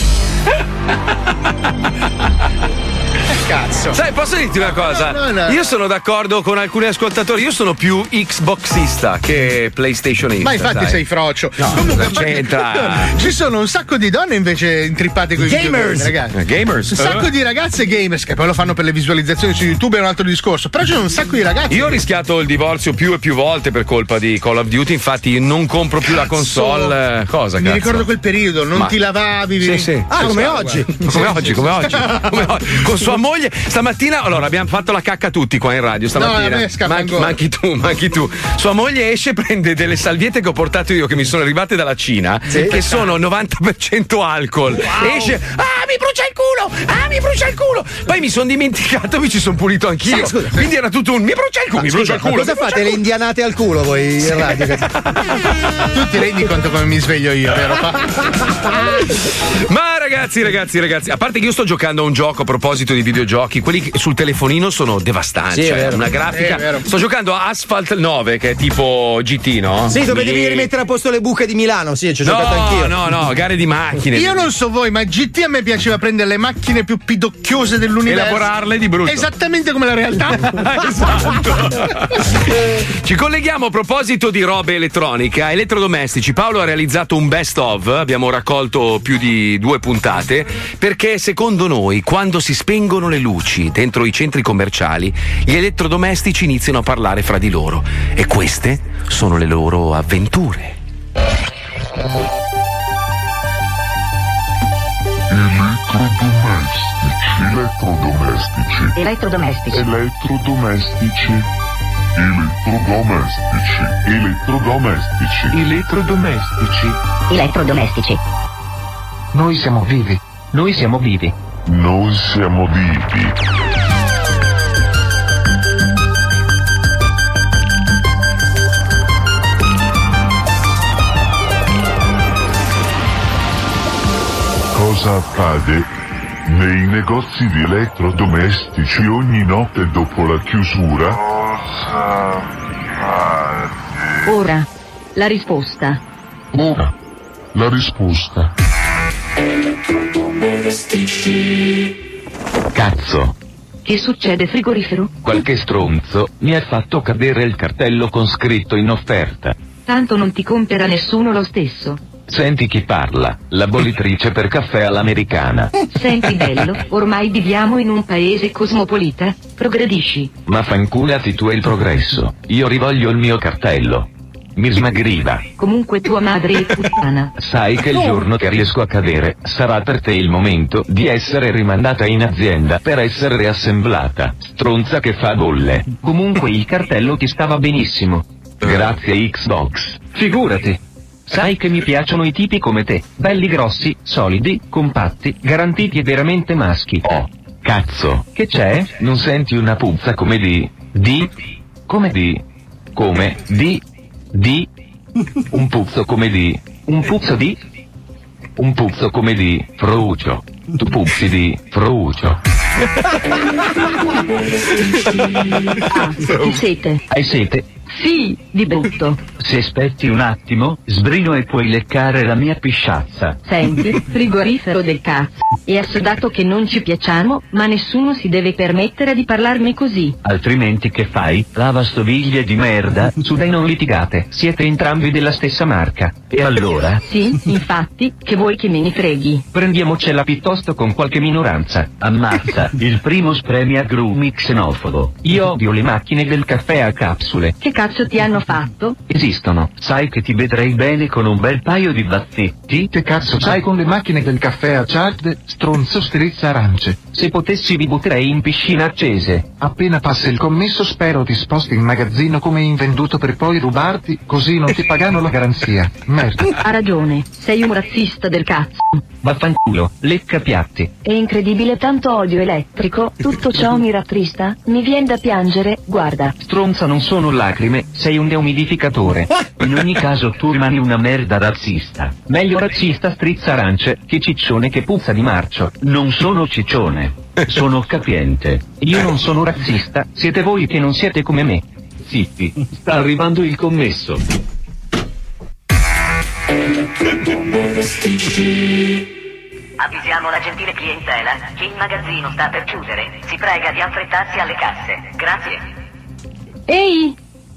[SPEAKER 1] Cazzo. Sai, posso dirti una cosa?
[SPEAKER 3] No, no, no.
[SPEAKER 1] Io sono d'accordo con alcuni ascoltatori. Io sono più Xboxista che PlayStationista.
[SPEAKER 3] Ma infatti
[SPEAKER 1] sai.
[SPEAKER 3] sei frocio.
[SPEAKER 1] No,
[SPEAKER 3] Comunque,
[SPEAKER 1] cosa c'entra?
[SPEAKER 3] ci sono un sacco di donne invece intrippate con i
[SPEAKER 1] Gamers. Eh,
[SPEAKER 3] ragazzi.
[SPEAKER 1] gamers.
[SPEAKER 3] Un sacco di ragazze gamers che poi lo fanno per le visualizzazioni su YouTube è un altro discorso. Però ci sono un sacco di ragazzi.
[SPEAKER 1] Io ho rischiato il divorzio più e più volte per colpa di Call of Duty, infatti non compro più la console. eh, Cosa,
[SPEAKER 3] Mi
[SPEAKER 1] cazzo?
[SPEAKER 3] ricordo quel periodo, non
[SPEAKER 1] Ma-
[SPEAKER 3] ti lavavi.
[SPEAKER 1] Sì,
[SPEAKER 3] vivi-
[SPEAKER 1] sì.
[SPEAKER 3] Ah,
[SPEAKER 1] Sì,
[SPEAKER 3] come
[SPEAKER 1] sì,
[SPEAKER 3] oggi.
[SPEAKER 1] guarda. Come oggi, come oggi. Come oggi. Con sua moglie, stamattina, allora abbiamo fatto la cacca tutti qua in radio
[SPEAKER 3] No,
[SPEAKER 1] stamattina.
[SPEAKER 3] a me scappa
[SPEAKER 1] manchi,
[SPEAKER 3] ancora.
[SPEAKER 1] manchi tu, manchi tu. Sua moglie esce, prende delle salviette che ho portato io, che mi sono arrivate dalla Cina,
[SPEAKER 4] Sì.
[SPEAKER 1] che sono 90% alcol. Esce, ah, mi brucia il culo! Ah, mi brucia il culo! Poi mi sono dimenticato, mi ci sono pulito anch'io.
[SPEAKER 8] Sì, scusa.
[SPEAKER 1] Quindi era tutto un mi brucia il culo, mi brucia il
[SPEAKER 8] Ma
[SPEAKER 1] culo.
[SPEAKER 8] cosa
[SPEAKER 1] mi brucia
[SPEAKER 8] fate? Le indianate al culo voi in radio?
[SPEAKER 3] Tu ti rendi conto come mi sveglio io, vero?
[SPEAKER 1] Ma ragazzi, ragazzi, ragazzi, a parte che io sto giocando a un gioco a proposito di videogiochi, quelli che sul telefonino sono
[SPEAKER 8] Sì,
[SPEAKER 1] devastanti.
[SPEAKER 8] è
[SPEAKER 1] cioè,
[SPEAKER 8] vero.
[SPEAKER 1] una
[SPEAKER 8] Sì, è vero.
[SPEAKER 1] grafica. Sto giocando a Asphalt 9, che è tipo GT, no?
[SPEAKER 8] Sì, dove devi
[SPEAKER 1] Lì.
[SPEAKER 8] rimettere a posto le buche di Milano. Sì, ci ho giocato
[SPEAKER 1] No,
[SPEAKER 8] anch'io.
[SPEAKER 1] no, no, gare di macchine.
[SPEAKER 3] Io non so voi, ma GT a me piaceva prendere le macchine più pidocchiose dell'universo.
[SPEAKER 1] Elaborarle di brutto. Esatto.
[SPEAKER 3] Esattamente come la realtà.
[SPEAKER 1] Ci colleghiamo a proposito di robe elettronica, elettrodomestici. Paolo ha realizzato un best of, abbiamo raccolto più di due puntate, perché secondo noi quando si spengono le luci dentro i centri commerciali, gli elettrodomestici iniziano a parlare fra di loro e queste sono le loro avventure.
[SPEAKER 17] Elettrodomestici. Elettrodomestici. Elettrodomestici. Elettrodomestici. Elettrodomestici. Elettrodomestici.
[SPEAKER 14] Elettrodomestici. Noi siamo vivi. Noi siamo vivi.
[SPEAKER 17] Noi siamo vivi. Cosa accade? Nei negozi di elettrodomestici ogni notte dopo la chiusura?
[SPEAKER 27] Ora, la risposta.
[SPEAKER 17] Ora, la risposta.
[SPEAKER 14] Cazzo.
[SPEAKER 27] Che succede frigorifero?
[SPEAKER 14] Qualche stronzo mi ha fatto cadere il cartello con scritto in offerta.
[SPEAKER 27] Tanto non ti compera nessuno lo stesso.
[SPEAKER 14] Senti chi parla, la bollitrice per caffè all'americana.
[SPEAKER 27] Senti bello, ormai viviamo in un paese cosmopolita. Progredisci.
[SPEAKER 14] Ma fanculati tu e il progresso, io rivoglio il mio cartello. Mi smagriva.
[SPEAKER 27] Comunque tua madre è puttana.
[SPEAKER 14] Sai che il giorno che riesco a cadere sarà per te il momento di essere rimandata in azienda per essere riassemblata. Stronza che fa bolle. Comunque il cartello ti stava benissimo.
[SPEAKER 20] Grazie Xbox. Figurati. Sai che mi piacciono i tipi come te. Belli grossi, solidi, compatti, garantiti e veramente maschi. Oh, cazzo. Che c'è? Non senti una puzza come di... Di? Come di... Come di... Di... Un puzzo come di... Un puzzo di... Un puzzo come di... Frucio. Tu puzzi di... Frucio.
[SPEAKER 27] Ah, Di sete.
[SPEAKER 20] Hai sete?
[SPEAKER 27] Sì, di brutto.
[SPEAKER 20] Se aspetti un attimo, sbrino e puoi leccare la mia pisciazza.
[SPEAKER 27] Senti, frigorifero del cazzo. È assodato che non ci piacciamo, ma nessuno si deve permettere di parlarne così.
[SPEAKER 20] Altrimenti che fai? Lavastoviglie di merda. Su dai non litigate, siete entrambi della stessa marca. E allora?
[SPEAKER 27] Sì, infatti, che vuoi che me ne freghi?
[SPEAKER 20] Prendiamocela piuttosto con qualche minoranza. Ammazza, il primo spremia grumi xenofobo. Io odio le macchine del caffè a capsule.
[SPEAKER 27] Che cazzo ti hanno fatto?
[SPEAKER 20] Esistono, sai che ti vedrei bene con un bel paio di bazzetti?
[SPEAKER 15] Che cazzo c'hai con le macchine del caffè a Chard, stronzo strizza arance?
[SPEAKER 20] Se potessi vi butterei in piscina accese.
[SPEAKER 15] Appena passa il commesso spero ti sposti in magazzino come invenduto per poi rubarti, così non ti pagano la garanzia. Merda.
[SPEAKER 27] Ha ragione, sei un razzista del cazzo.
[SPEAKER 20] Vaffanculo, lecca piatti.
[SPEAKER 27] È incredibile tanto odio elettrico, tutto ciò mi rattrista, mi viene da piangere, guarda.
[SPEAKER 20] Stronza non sono lacrime, sei un deumidificatore. In ogni caso tu rimani una merda razzista. Meglio razzista strizza arance che ciccione che puzza di marcio. Non sono ciccione, sono capiente. Io non sono razzista, siete voi che non siete come me. Zitti, sta arrivando il commesso.
[SPEAKER 9] Avvisiamo la gentile clientela che il magazzino sta per chiudere. Si prega di affrettarsi alle casse. Grazie.
[SPEAKER 27] Ehi,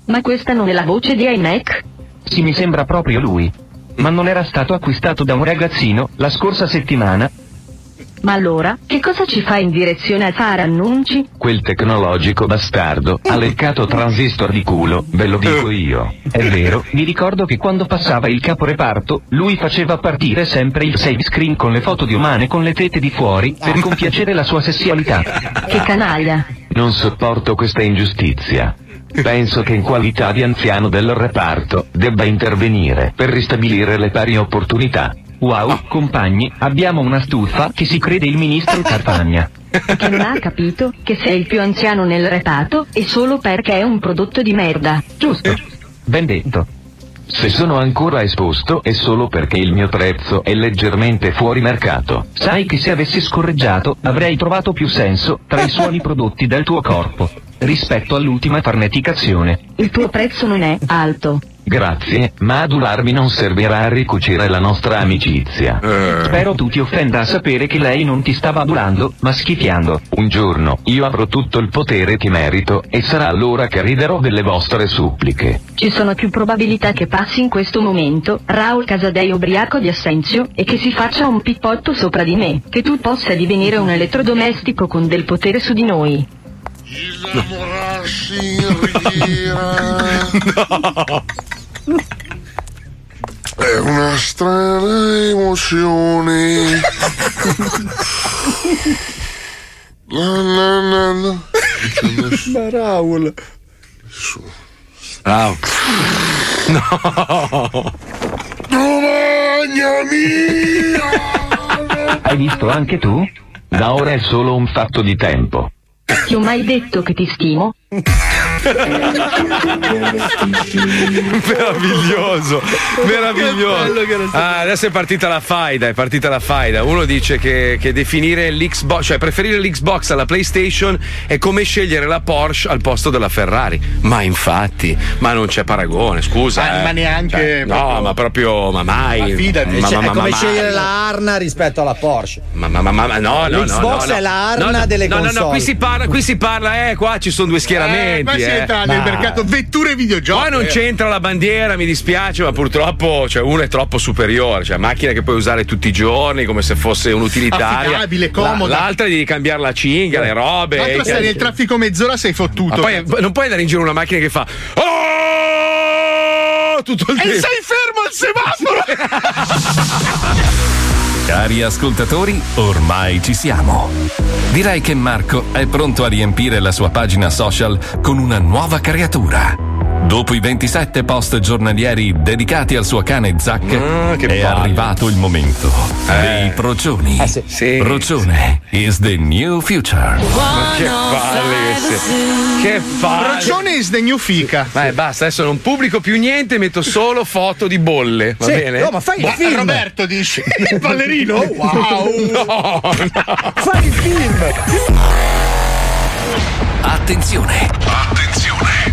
[SPEAKER 27] ma questa non è la voce di iMac?
[SPEAKER 20] Sì, mi sembra proprio lui. Ma non era stato acquistato da un ragazzino la scorsa settimana?
[SPEAKER 27] Ma allora, che cosa ci fa in direzione a fare annunci?
[SPEAKER 20] Quel tecnologico bastardo
[SPEAKER 15] Eh.
[SPEAKER 20] ha leccato transistor di culo, ve lo dico io. È vero, mi ricordo che quando passava il caporeparto, lui faceva partire sempre il save screen con le foto di umane con le tete di fuori per compiacere la sua sessualità.
[SPEAKER 27] Che canaglia.
[SPEAKER 20] Non sopporto questa ingiustizia. Penso che in qualità di anziano del reparto debba intervenire per ristabilire le pari opportunità. Wow, compagni, abbiamo una stufa che si crede il ministro Cartagna.
[SPEAKER 27] Che non ha capito che sei il più anziano nel reparto è solo perché è un prodotto di merda.
[SPEAKER 20] Giusto. Ben detto. Se sono ancora esposto è solo perché il mio prezzo è leggermente fuori mercato. Sai che se avessi scorreggiato avrei trovato più senso tra i suoni prodotti dal tuo corpo rispetto all'ultima farneticazione.
[SPEAKER 27] Il tuo prezzo non è alto.
[SPEAKER 20] Grazie, ma adularmi non servirà a ricucire la nostra amicizia. Spero tu ti offenda a sapere che lei non ti stava adulando, ma schifiando. Un giorno io avrò tutto il potere che merito e sarà allora che riderò delle vostre suppliche.
[SPEAKER 27] Ci sono più probabilità che passi in questo momento Raul Casadei ubriaco di assenzio e che si faccia un pippotto sopra di me, che tu possa divenire un elettrodomestico con del potere su di noi.
[SPEAKER 28] Innamorarsi in riviera è una strana emozione. La, la, la, la.
[SPEAKER 2] Ma Raul.
[SPEAKER 1] Bravo. No.
[SPEAKER 28] Domagna mia!
[SPEAKER 20] Hai visto anche tu? Da ora è solo un fatto di tempo.
[SPEAKER 27] Ti ho mai detto che ti stimo?
[SPEAKER 1] meraviglioso, meraviglioso. Ah, adesso è partita la faida, è partita la faida. Uno dice che, che definire l'Xbox, cioè preferire l'Xbox alla PlayStation è come scegliere la Porsche al posto della Ferrari. Ma infatti, ma non c'è paragone, scusa.
[SPEAKER 3] Ma-
[SPEAKER 1] eh.
[SPEAKER 3] ma neanche
[SPEAKER 1] Cioè, no,
[SPEAKER 3] proprio-
[SPEAKER 1] ma proprio, ma mai.
[SPEAKER 3] Ma fidati,
[SPEAKER 1] ma,
[SPEAKER 8] Cioè, è
[SPEAKER 1] ma-
[SPEAKER 8] come
[SPEAKER 1] ma-
[SPEAKER 8] scegliere la Arna rispetto alla Porsche.
[SPEAKER 1] ma, ma, ma, ma, ma- no, no, no,
[SPEAKER 8] L'Xbox
[SPEAKER 1] no, no.
[SPEAKER 8] è la
[SPEAKER 1] No,
[SPEAKER 8] arna
[SPEAKER 1] no,
[SPEAKER 8] delle
[SPEAKER 1] no, No, no,
[SPEAKER 8] console.
[SPEAKER 1] qui si parla, qui si parla, eh, qua ci sono due schieramenti.
[SPEAKER 3] Eh, qua si
[SPEAKER 1] eh.
[SPEAKER 3] entra nel
[SPEAKER 1] Ma-
[SPEAKER 3] mercato vetture e videogiochi. eh.
[SPEAKER 1] Qua non c'entra la bandiera, mi dispiace, ma purtroppo cioè, uno è troppo superiore. Cioè, macchina che puoi usare tutti i giorni come se fosse un'utilitaria.
[SPEAKER 3] Affidabile, comoda.
[SPEAKER 1] La- l'altra devi cambiare la cinghia, le robe.
[SPEAKER 3] L'altro
[SPEAKER 1] eh,
[SPEAKER 3] stai nel traffico mezz'ora sei
[SPEAKER 1] ma
[SPEAKER 3] fottuto.
[SPEAKER 1] poi non puoi andare in giro una macchina che fa. "Oh!" Tutto il
[SPEAKER 3] E
[SPEAKER 1] tempo.
[SPEAKER 3] sei fermo al semaforo!
[SPEAKER 5] Cari ascoltatori, ormai ci siamo. Direi che Marco è pronto a riempire la sua pagina social con una nuova creatura. Dopo i 27 post giornalieri dedicati al suo cane Zack,
[SPEAKER 1] Ah, che
[SPEAKER 5] è
[SPEAKER 1] palle. Eh. Ah,
[SPEAKER 5] arrivato il momento dei procioni. Procione is the new future.
[SPEAKER 1] Ma che palle che sei. Che palle.
[SPEAKER 3] Procione is the new fica.
[SPEAKER 1] Vabbè, basta, adesso non pubblico più niente, metto solo foto di bolle, va
[SPEAKER 3] Sì,
[SPEAKER 1] bene? Boh,
[SPEAKER 3] no, ma fai il film. Roberto
[SPEAKER 1] dice
[SPEAKER 3] Il ballerino? Wow.
[SPEAKER 1] No, no.
[SPEAKER 3] Fai il film!
[SPEAKER 5] Attenzione! Attenzione!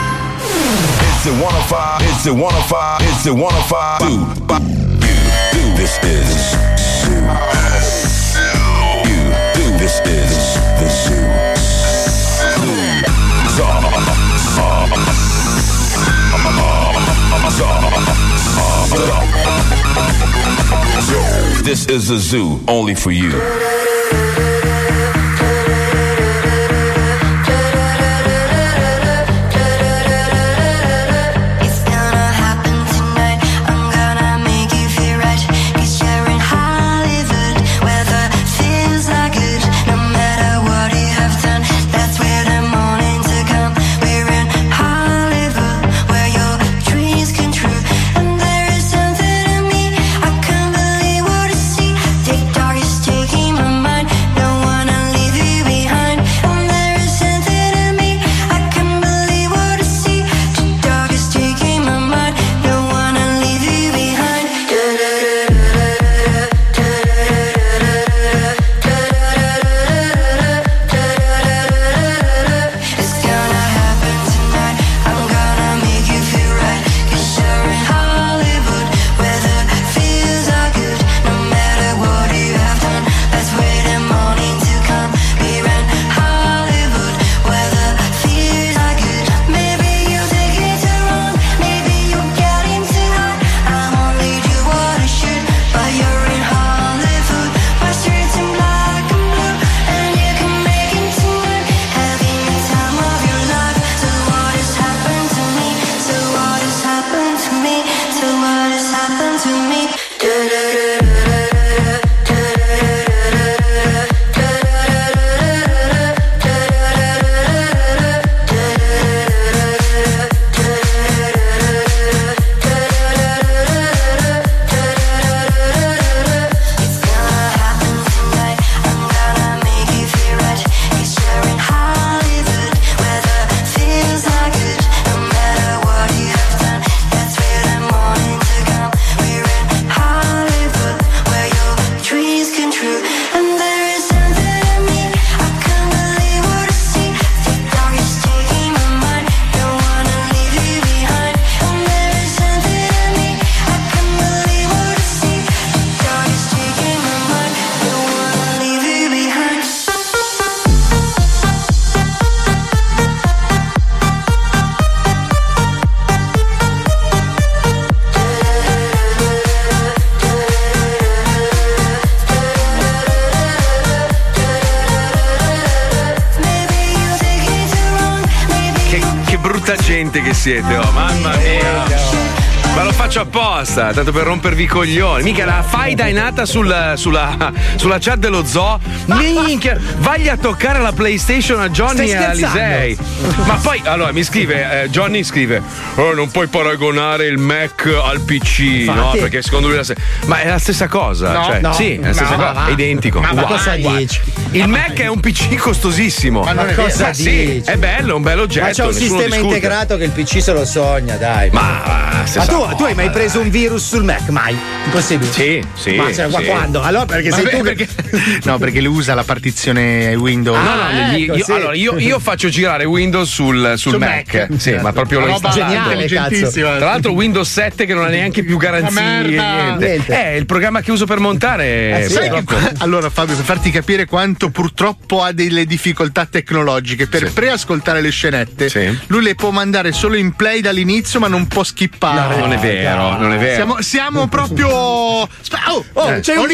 [SPEAKER 29] It's the 105, it's the 105, it's the 105. Dude, bu- dude, dude, this is zoo. Dude, dude, this is the zoo. Zoo. Zoo. Zoo. This is a zoo only for you.
[SPEAKER 11] It's gonna happen tonight. I'm gonna make you feel right. Cause you're in Hollywood, where the feels are good. No matter what you have done, that's where the morning to come. We're in Hollywood, where your dreams come true. And there is something in me I can't believe what I see. TikTok is taking my mind. Don't wanna leave you behind. And there is something in me I can't believe what I see. TikTok is taking my mind. Don't wanna leave you behind. It's gonna happen tonight. I'm gonna make you feel right. Cause you're in Hollywood, where the feels are good. No matter what you have done, let's wait a morning to come. We're in Hollywood, where the feels are good. Maybe you take it too wrong, maybe you get into high. I'm only do what I should, but you're in Hollywood, my streets in black and blue, and you can make it tonight. Having the time of your life. So what has happened to me? So what has happened to me? So what has happened to me?
[SPEAKER 1] Che, che brutta gente che siete, oh, mamma mia. Ma lo faccio apposta, tanto per rompervi i coglioni. Mica la faida è nata sul- sulla, sulla chat dello zoo. Minchia, vai a toccare la PlayStation a Johnny
[SPEAKER 21] Stai
[SPEAKER 1] e a
[SPEAKER 21] scherzando?
[SPEAKER 1] Alisei. Ma poi, allora, mi scrive, eh, Johnny scrive, "Oh, non puoi paragonare il Mac al PC, no?
[SPEAKER 3] Infatti.
[SPEAKER 1] Perché secondo lui è la stessa... Ma è la stessa cosa.
[SPEAKER 3] No,
[SPEAKER 1] cioè,
[SPEAKER 3] no.
[SPEAKER 1] sì, è la stessa
[SPEAKER 3] No,
[SPEAKER 1] cosa,
[SPEAKER 3] va.
[SPEAKER 1] è identico.
[SPEAKER 3] Ma
[SPEAKER 1] uguale,
[SPEAKER 3] cosa
[SPEAKER 1] uguale.
[SPEAKER 3] dici?
[SPEAKER 1] Il Mac è un PC costosissimo.
[SPEAKER 8] Ma non è vero.
[SPEAKER 1] Ma sì,
[SPEAKER 8] dici?
[SPEAKER 1] è bello, un bello oggetto.
[SPEAKER 8] Ma c'è un
[SPEAKER 1] nessuno
[SPEAKER 8] sistema
[SPEAKER 1] discute.
[SPEAKER 8] integrato che il PC se lo sogna, dai.
[SPEAKER 1] Ma,
[SPEAKER 8] Ma tu tu, tu hai mai preso un virus sul Mac? Mai. Impossibile.
[SPEAKER 1] Sì, sì.
[SPEAKER 8] Ma se-
[SPEAKER 3] sì.
[SPEAKER 8] quando? Allora perché sei
[SPEAKER 3] Vabbè,
[SPEAKER 8] tu che-
[SPEAKER 3] No, perché lui usa la partizione Windows.
[SPEAKER 1] No, no, gli- io, allora, io, io faccio girare Windows sul, ecco, sul
[SPEAKER 3] Sul
[SPEAKER 1] Mac.
[SPEAKER 3] Mac.
[SPEAKER 1] Sì, ma proprio lo
[SPEAKER 3] Roba
[SPEAKER 1] installo.
[SPEAKER 3] geniale, Intelligentissima. cazzo.
[SPEAKER 1] Tra l'altro Windows 7 che non ha neanche più garanzie.
[SPEAKER 3] Una merda.
[SPEAKER 1] niente.
[SPEAKER 3] Niente.
[SPEAKER 1] Eh, il programma che uso per montare.
[SPEAKER 3] Eh, sai che-
[SPEAKER 1] purtroppo-
[SPEAKER 3] allora Fabio, per farti capire quanto purtroppo ha delle difficoltà tecnologiche, per preascoltare le scenette, lui le può mandare solo in play dall'inizio ma non può skippare.
[SPEAKER 1] No, non è vero, non è vero.
[SPEAKER 3] Siamo, siamo proprio... Aspe- Oh,
[SPEAKER 1] Oh, c'è un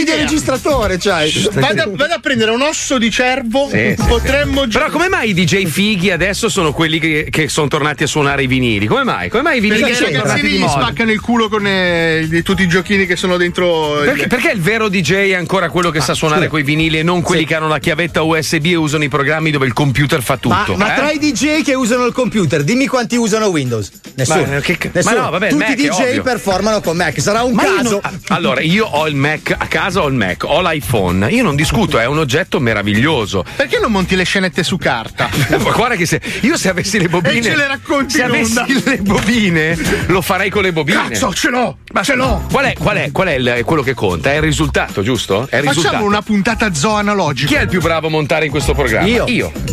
[SPEAKER 3] videoregistratore, c'hai. Vado, vado a prendere un osso di cervo,
[SPEAKER 1] Sì, sì,
[SPEAKER 3] potremmo...
[SPEAKER 1] sì. Però come mai i DJ fighi adesso sono quelli che, che sono tornati a suonare i vinili? Come mai? Come mai i vinili
[SPEAKER 3] Perché
[SPEAKER 1] sono
[SPEAKER 3] i
[SPEAKER 1] tornati
[SPEAKER 3] ragazzini
[SPEAKER 1] di
[SPEAKER 3] gli
[SPEAKER 1] moda?
[SPEAKER 3] spaccano il culo con eh, di tutti i giochini che sono dentro. il-
[SPEAKER 1] Perché, perché il vero DJ è ancora quello che sa suonare
[SPEAKER 3] scusa.
[SPEAKER 1] coi vinili e non quelli che hanno la chiavetta USB e usano i programmi dove il computer fa tutto?
[SPEAKER 8] Ma, ma
[SPEAKER 1] eh?
[SPEAKER 8] tra i DJ che usano il computer, dimmi quanti usano Windows. Nessuno.
[SPEAKER 1] Ma, eh, che ca-
[SPEAKER 8] Nessuno.
[SPEAKER 1] ma no, vabbè, il
[SPEAKER 8] Tutti
[SPEAKER 1] Mac
[SPEAKER 8] i
[SPEAKER 1] è
[SPEAKER 8] DJ
[SPEAKER 1] ovvio.
[SPEAKER 8] performano con Mac. Sarà un
[SPEAKER 1] io
[SPEAKER 8] caso.
[SPEAKER 1] non- Ah, allora, io ho il Mac a casa, ho il Mac, ho l'iPhone. Io non discuto, è un oggetto meraviglioso.
[SPEAKER 3] Perché non monti le scenette su carta?
[SPEAKER 1] Ma Guarda che se io se avessi le bobine
[SPEAKER 3] E ce le racconti
[SPEAKER 1] se
[SPEAKER 3] in
[SPEAKER 1] avessi
[SPEAKER 3] onda.
[SPEAKER 1] le bobine lo farei con le bobine.
[SPEAKER 3] Cazzo, ce l'ho! ce l'ho!
[SPEAKER 1] Qual è, qual è, qual è il- quello che conta? È il risultato, giusto? È il risultato.
[SPEAKER 3] Facciamo una puntata zoo analogica.
[SPEAKER 1] Chi è il più bravo a montare in questo programma?
[SPEAKER 3] Io.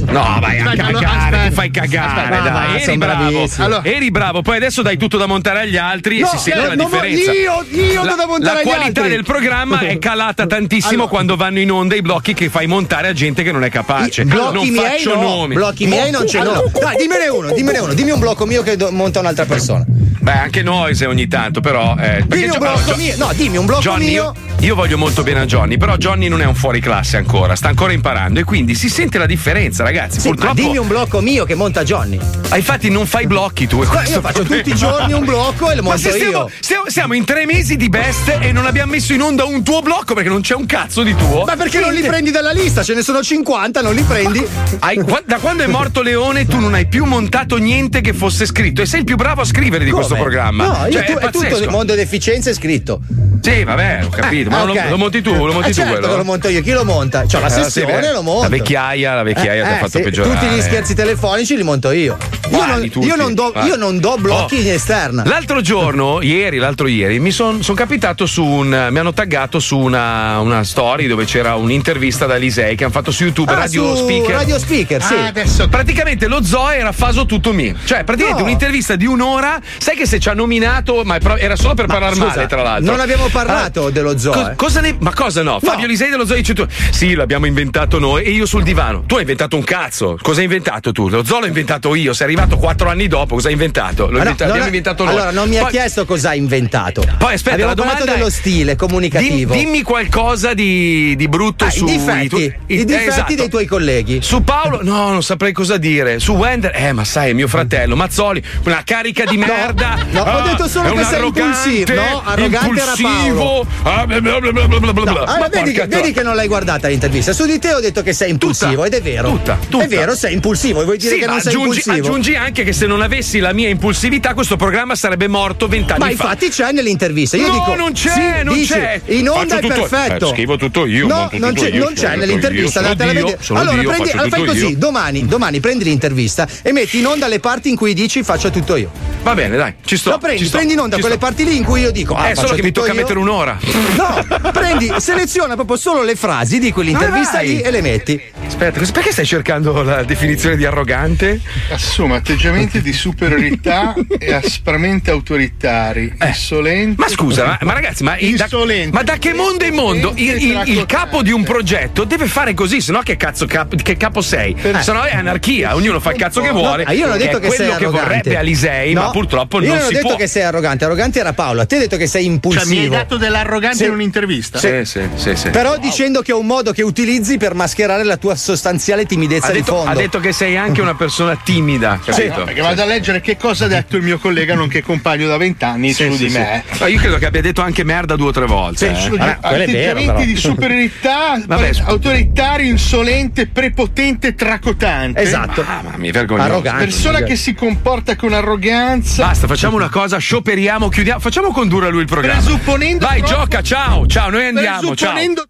[SPEAKER 1] No, vai a
[SPEAKER 3] Aspetta, allora,
[SPEAKER 1] cagare,
[SPEAKER 3] aspetta.
[SPEAKER 1] ti fai cagare,
[SPEAKER 8] Ah,
[SPEAKER 3] Aspetta,
[SPEAKER 1] dai.
[SPEAKER 3] ma va,
[SPEAKER 1] eri
[SPEAKER 3] sono
[SPEAKER 1] bravo.
[SPEAKER 3] bravissimi. Allora-
[SPEAKER 1] Eri bravo, poi adesso dai tutto da montare agli altri
[SPEAKER 3] No,
[SPEAKER 1] e si sente
[SPEAKER 3] eh,
[SPEAKER 1] la
[SPEAKER 3] no,
[SPEAKER 1] differenza.
[SPEAKER 3] io- io
[SPEAKER 1] la,
[SPEAKER 3] do da montare
[SPEAKER 1] La
[SPEAKER 3] agli
[SPEAKER 1] qualità
[SPEAKER 3] altri.
[SPEAKER 1] del programma è calata tantissimo
[SPEAKER 3] Allora-
[SPEAKER 1] quando vanno in onda i blocchi che fai montare a gente che non è capace.
[SPEAKER 8] I- blocchi
[SPEAKER 1] non
[SPEAKER 8] miei
[SPEAKER 1] faccio
[SPEAKER 8] no,
[SPEAKER 1] nomi.
[SPEAKER 8] Blocchi miei non ce
[SPEAKER 1] Allora-
[SPEAKER 8] l'ho. Dai, dimmene uno, dimmene uno. Dimmi un blocco mio che do- monta un'altra persona.
[SPEAKER 1] Beh, anche Noise ogni tanto, però. Eh, perché
[SPEAKER 8] Dimmi un
[SPEAKER 1] Gio-
[SPEAKER 8] blocco
[SPEAKER 1] Gio-
[SPEAKER 8] mio. No, dimmi un blocco
[SPEAKER 1] Johnny,
[SPEAKER 8] mio.
[SPEAKER 1] Io, io voglio molto bene a Johnny, però Johnny non è un fuori classe ancora, sta ancora imparando e quindi si sente la differenza, ragazzi.
[SPEAKER 8] Sì, ma
[SPEAKER 1] Purtroppo.
[SPEAKER 8] dimmi un blocco mio che monta Johnny.
[SPEAKER 1] Ah, infatti non fai blocchi tu. è
[SPEAKER 8] Qua-
[SPEAKER 1] questo
[SPEAKER 8] io faccio
[SPEAKER 1] il problema.
[SPEAKER 8] tutti i giorni un blocco e lo
[SPEAKER 1] Ma
[SPEAKER 8] monto
[SPEAKER 1] se stiamo,
[SPEAKER 8] io.
[SPEAKER 1] stiamo- siamo in tre mesi di best e non abbiamo messo in onda un tuo blocco perché non c'è un cazzo di tuo.
[SPEAKER 8] Ma perché non li
[SPEAKER 1] Niente.
[SPEAKER 8] prendi dalla lista? Ce ne sono 50, non li prendi.
[SPEAKER 1] Hai- qua- da quando è morto Leone tu non hai più montato niente che fosse scritto e sei il più bravo a scrivere di
[SPEAKER 8] Come?
[SPEAKER 1] questo programma.
[SPEAKER 8] No, io
[SPEAKER 1] Cioè,
[SPEAKER 8] tu-
[SPEAKER 1] è
[SPEAKER 8] è tutto il
[SPEAKER 1] pazzesco.
[SPEAKER 8] mondo deficienza è scritto.
[SPEAKER 1] Sì, vabbè, ho capito. Ma
[SPEAKER 8] Ah,
[SPEAKER 1] lo-
[SPEAKER 8] ok.
[SPEAKER 1] lo monti tu, lo monti
[SPEAKER 8] Eh,
[SPEAKER 1] tu
[SPEAKER 8] certo
[SPEAKER 1] quello?
[SPEAKER 8] che lo monto io, chi lo monta? Cioè, la
[SPEAKER 1] Eh, sì,
[SPEAKER 8] sessione
[SPEAKER 1] beh,
[SPEAKER 8] lo monto. Eh,
[SPEAKER 1] la vecchiaia- la vecchiaia ti ha fatto peggiorare.
[SPEAKER 8] Tutti gli scherzi telefonici li monto io. Io non,
[SPEAKER 1] Quali tutti?
[SPEAKER 8] io non do,
[SPEAKER 1] Ah.
[SPEAKER 8] io non do blocchi
[SPEAKER 1] Oh.
[SPEAKER 8] in esterna.
[SPEAKER 1] L'altro giorno, ieri, l'altro ieri, mi sono capitato su un. Mi hanno taggato su una, una story dove c'era un'intervista da Lisei che hanno fatto su YouTube
[SPEAKER 8] Ah,
[SPEAKER 1] Radio
[SPEAKER 8] su
[SPEAKER 1] Speaker.
[SPEAKER 8] Radio Speaker, sì.
[SPEAKER 1] Ah, adesso. Praticamente lo zoo era faso tutto mio. Cioè, praticamente
[SPEAKER 8] No.
[SPEAKER 1] un'intervista di un'ora. Sai che se ci ha nominato, ma è pro- era solo per
[SPEAKER 8] Ma,
[SPEAKER 1] parlare
[SPEAKER 8] scusa,
[SPEAKER 1] male, tra l'altro. Ah.
[SPEAKER 8] non abbiamo parlato dello zoo, eh.
[SPEAKER 1] cosa ne- ma cosa no? Fabio Lisei dello zoo dice tu. Sì, l'abbiamo inventato noi. E io sul divano. Tu hai inventato un cazzo. Cosa hai inventato tu? Lo zoo l'ho inventato io. Sei arrivato quattro anni dopo. Cosa hai inventato? L'ho
[SPEAKER 8] Ma Ah, no,
[SPEAKER 1] inventato,
[SPEAKER 8] non
[SPEAKER 1] l'abbiamo
[SPEAKER 8] ha-
[SPEAKER 1] inventato noi.
[SPEAKER 8] allora, non mi ha
[SPEAKER 1] Poi-
[SPEAKER 8] chiesto cosa ha inventato.
[SPEAKER 1] Poi aspetta,
[SPEAKER 8] Abbiamo
[SPEAKER 1] la domanda
[SPEAKER 8] parlato
[SPEAKER 1] è-
[SPEAKER 8] dello stile comunicativo.
[SPEAKER 1] Dim- dimmi qualcosa di, di brutto
[SPEAKER 8] Ah, i
[SPEAKER 1] su
[SPEAKER 8] difetti,
[SPEAKER 1] tu-
[SPEAKER 8] i
[SPEAKER 1] eh,
[SPEAKER 8] difetti
[SPEAKER 1] esatto.
[SPEAKER 8] dei tuoi colleghi.
[SPEAKER 1] Su Paolo, no, non saprei cosa dire. Su Wender, eh, ma sai, è mio fratello Mazzoli, una carica di merda. Ah,
[SPEAKER 8] no, ho detto solo
[SPEAKER 1] è un
[SPEAKER 8] che sei
[SPEAKER 1] arrogante,
[SPEAKER 8] impulsivo, no? Arrogante era
[SPEAKER 1] impulsivo. Ah, bla bla bla bla bla bla.
[SPEAKER 8] No, allora,
[SPEAKER 1] Ma
[SPEAKER 8] vedi,
[SPEAKER 1] porca
[SPEAKER 8] che, vedi
[SPEAKER 1] tro-
[SPEAKER 8] che non l'hai guardata l'intervista. Su di te ho detto che sei impulsivo ed è vero.
[SPEAKER 1] tutta, tutta.
[SPEAKER 8] È vero, sei impulsivo. e Vuoi dire
[SPEAKER 1] Sì,
[SPEAKER 8] che
[SPEAKER 1] ma
[SPEAKER 8] non sei
[SPEAKER 1] aggiungi,
[SPEAKER 8] impulsivo?
[SPEAKER 1] aggiungi anche che se non avessi la mia impulsività, questo programma sarebbe morto vent'anni
[SPEAKER 8] Ma
[SPEAKER 1] fa.
[SPEAKER 8] infatti c'è nell'intervista. Io
[SPEAKER 1] No,
[SPEAKER 8] dico,
[SPEAKER 1] non c'è,
[SPEAKER 8] sì,
[SPEAKER 1] non
[SPEAKER 8] dici,
[SPEAKER 1] c'è.
[SPEAKER 8] In onda
[SPEAKER 1] Faccio
[SPEAKER 8] è
[SPEAKER 1] tutto-
[SPEAKER 8] perfetto.
[SPEAKER 1] eh, scrivo tutto io,
[SPEAKER 8] No,
[SPEAKER 1] monto
[SPEAKER 8] non
[SPEAKER 1] tutto
[SPEAKER 8] c'è,
[SPEAKER 1] io,
[SPEAKER 8] non c'è
[SPEAKER 1] sono
[SPEAKER 8] nell'intervista.
[SPEAKER 1] tutto io, sono
[SPEAKER 8] andatela a
[SPEAKER 1] Dio,
[SPEAKER 8] vedere.
[SPEAKER 1] sono
[SPEAKER 8] allora,
[SPEAKER 1] Dio,
[SPEAKER 8] prendi,
[SPEAKER 1] faccio
[SPEAKER 8] allora, fai
[SPEAKER 1] tutto
[SPEAKER 8] così.
[SPEAKER 1] io.
[SPEAKER 8] Domani, domani prendi l'intervista e metti in onda le parti in cui dici faccio tutto io.
[SPEAKER 1] Va bene, dai, ci sto.
[SPEAKER 8] Lo prendi,
[SPEAKER 1] ci sto,
[SPEAKER 8] prendi in onda
[SPEAKER 1] ci
[SPEAKER 8] quelle
[SPEAKER 1] sto.
[SPEAKER 8] parti lì in cui io dico. Ah,
[SPEAKER 1] Eh, solo
[SPEAKER 8] faccio
[SPEAKER 1] che mi
[SPEAKER 8] tutto
[SPEAKER 1] tocca
[SPEAKER 8] io.
[SPEAKER 1] mettere un'ora.
[SPEAKER 8] No, prendi, seleziona proprio solo le frasi di quell'intervista
[SPEAKER 1] Dai.
[SPEAKER 8] lì e le metti.
[SPEAKER 1] Aspetta, cos- perché stai cercando la definizione di arrogante?
[SPEAKER 3] Assuma atteggiamenti di superiorità e aspramente autoritari, insolenti.
[SPEAKER 1] Eh. Ma scusa, ma, ma ragazzi, ma, i- da, ma da che mondo in mondo il, il- il capo di un progetto deve fare così, sennò che cazzo cap- che capo sei?
[SPEAKER 8] Eh.
[SPEAKER 1] Sennò è anarchia, ognuno fa il cazzo che vuole.
[SPEAKER 8] No, eh, io non ho detto
[SPEAKER 1] è
[SPEAKER 8] che sei
[SPEAKER 1] quello che
[SPEAKER 8] arrogante.
[SPEAKER 1] vorrebbe Alisei,
[SPEAKER 8] No,
[SPEAKER 1] ma purtroppo
[SPEAKER 8] io
[SPEAKER 1] non
[SPEAKER 8] ho
[SPEAKER 1] si
[SPEAKER 8] detto
[SPEAKER 1] può.
[SPEAKER 8] che sei arrogante. Arrogante era Paolo. A te hai detto che sei impulsivo.
[SPEAKER 3] Cioè, mi hai dato dell'arrogante
[SPEAKER 8] Sì.
[SPEAKER 3] in un'intervista?
[SPEAKER 8] Sì.
[SPEAKER 1] sì, sì, sì.
[SPEAKER 8] Però dicendo che è un modo che utilizzi per mascherare la tua sostanziale timidezza
[SPEAKER 1] ha
[SPEAKER 8] di
[SPEAKER 1] detto,
[SPEAKER 8] fondo.
[SPEAKER 1] ha detto che sei anche una persona timida,
[SPEAKER 3] Sì,
[SPEAKER 1] capito?
[SPEAKER 3] perché vado a leggere che cosa ha detto il mio collega, nonché compagno da vent'anni
[SPEAKER 1] Sì,
[SPEAKER 3] su
[SPEAKER 1] sì,
[SPEAKER 3] di
[SPEAKER 1] sì.
[SPEAKER 3] me. eh.
[SPEAKER 1] Ma io credo che abbia detto anche merda due o tre
[SPEAKER 3] Cioè,
[SPEAKER 1] volte. eh.
[SPEAKER 3] Sono
[SPEAKER 1] Ah, quello è vero,
[SPEAKER 3] atteggiamenti
[SPEAKER 1] però.
[SPEAKER 3] di superiorità,
[SPEAKER 1] Vabbè, scusa.
[SPEAKER 3] autoritario, insolente, prepotente, tracotante.
[SPEAKER 8] Esatto.
[SPEAKER 1] Mamma mia, vergognoso.
[SPEAKER 3] Persona che si comporta con arroganza.
[SPEAKER 1] Basta, facciamo una cosa, scioperiamo, chiudiamo, facciamo condurre a lui il programma.
[SPEAKER 3] Presupponendo
[SPEAKER 1] Vai,
[SPEAKER 3] troppo-
[SPEAKER 1] gioca, ciao, ciao, noi andiamo, ciao.
[SPEAKER 3] Presupponendo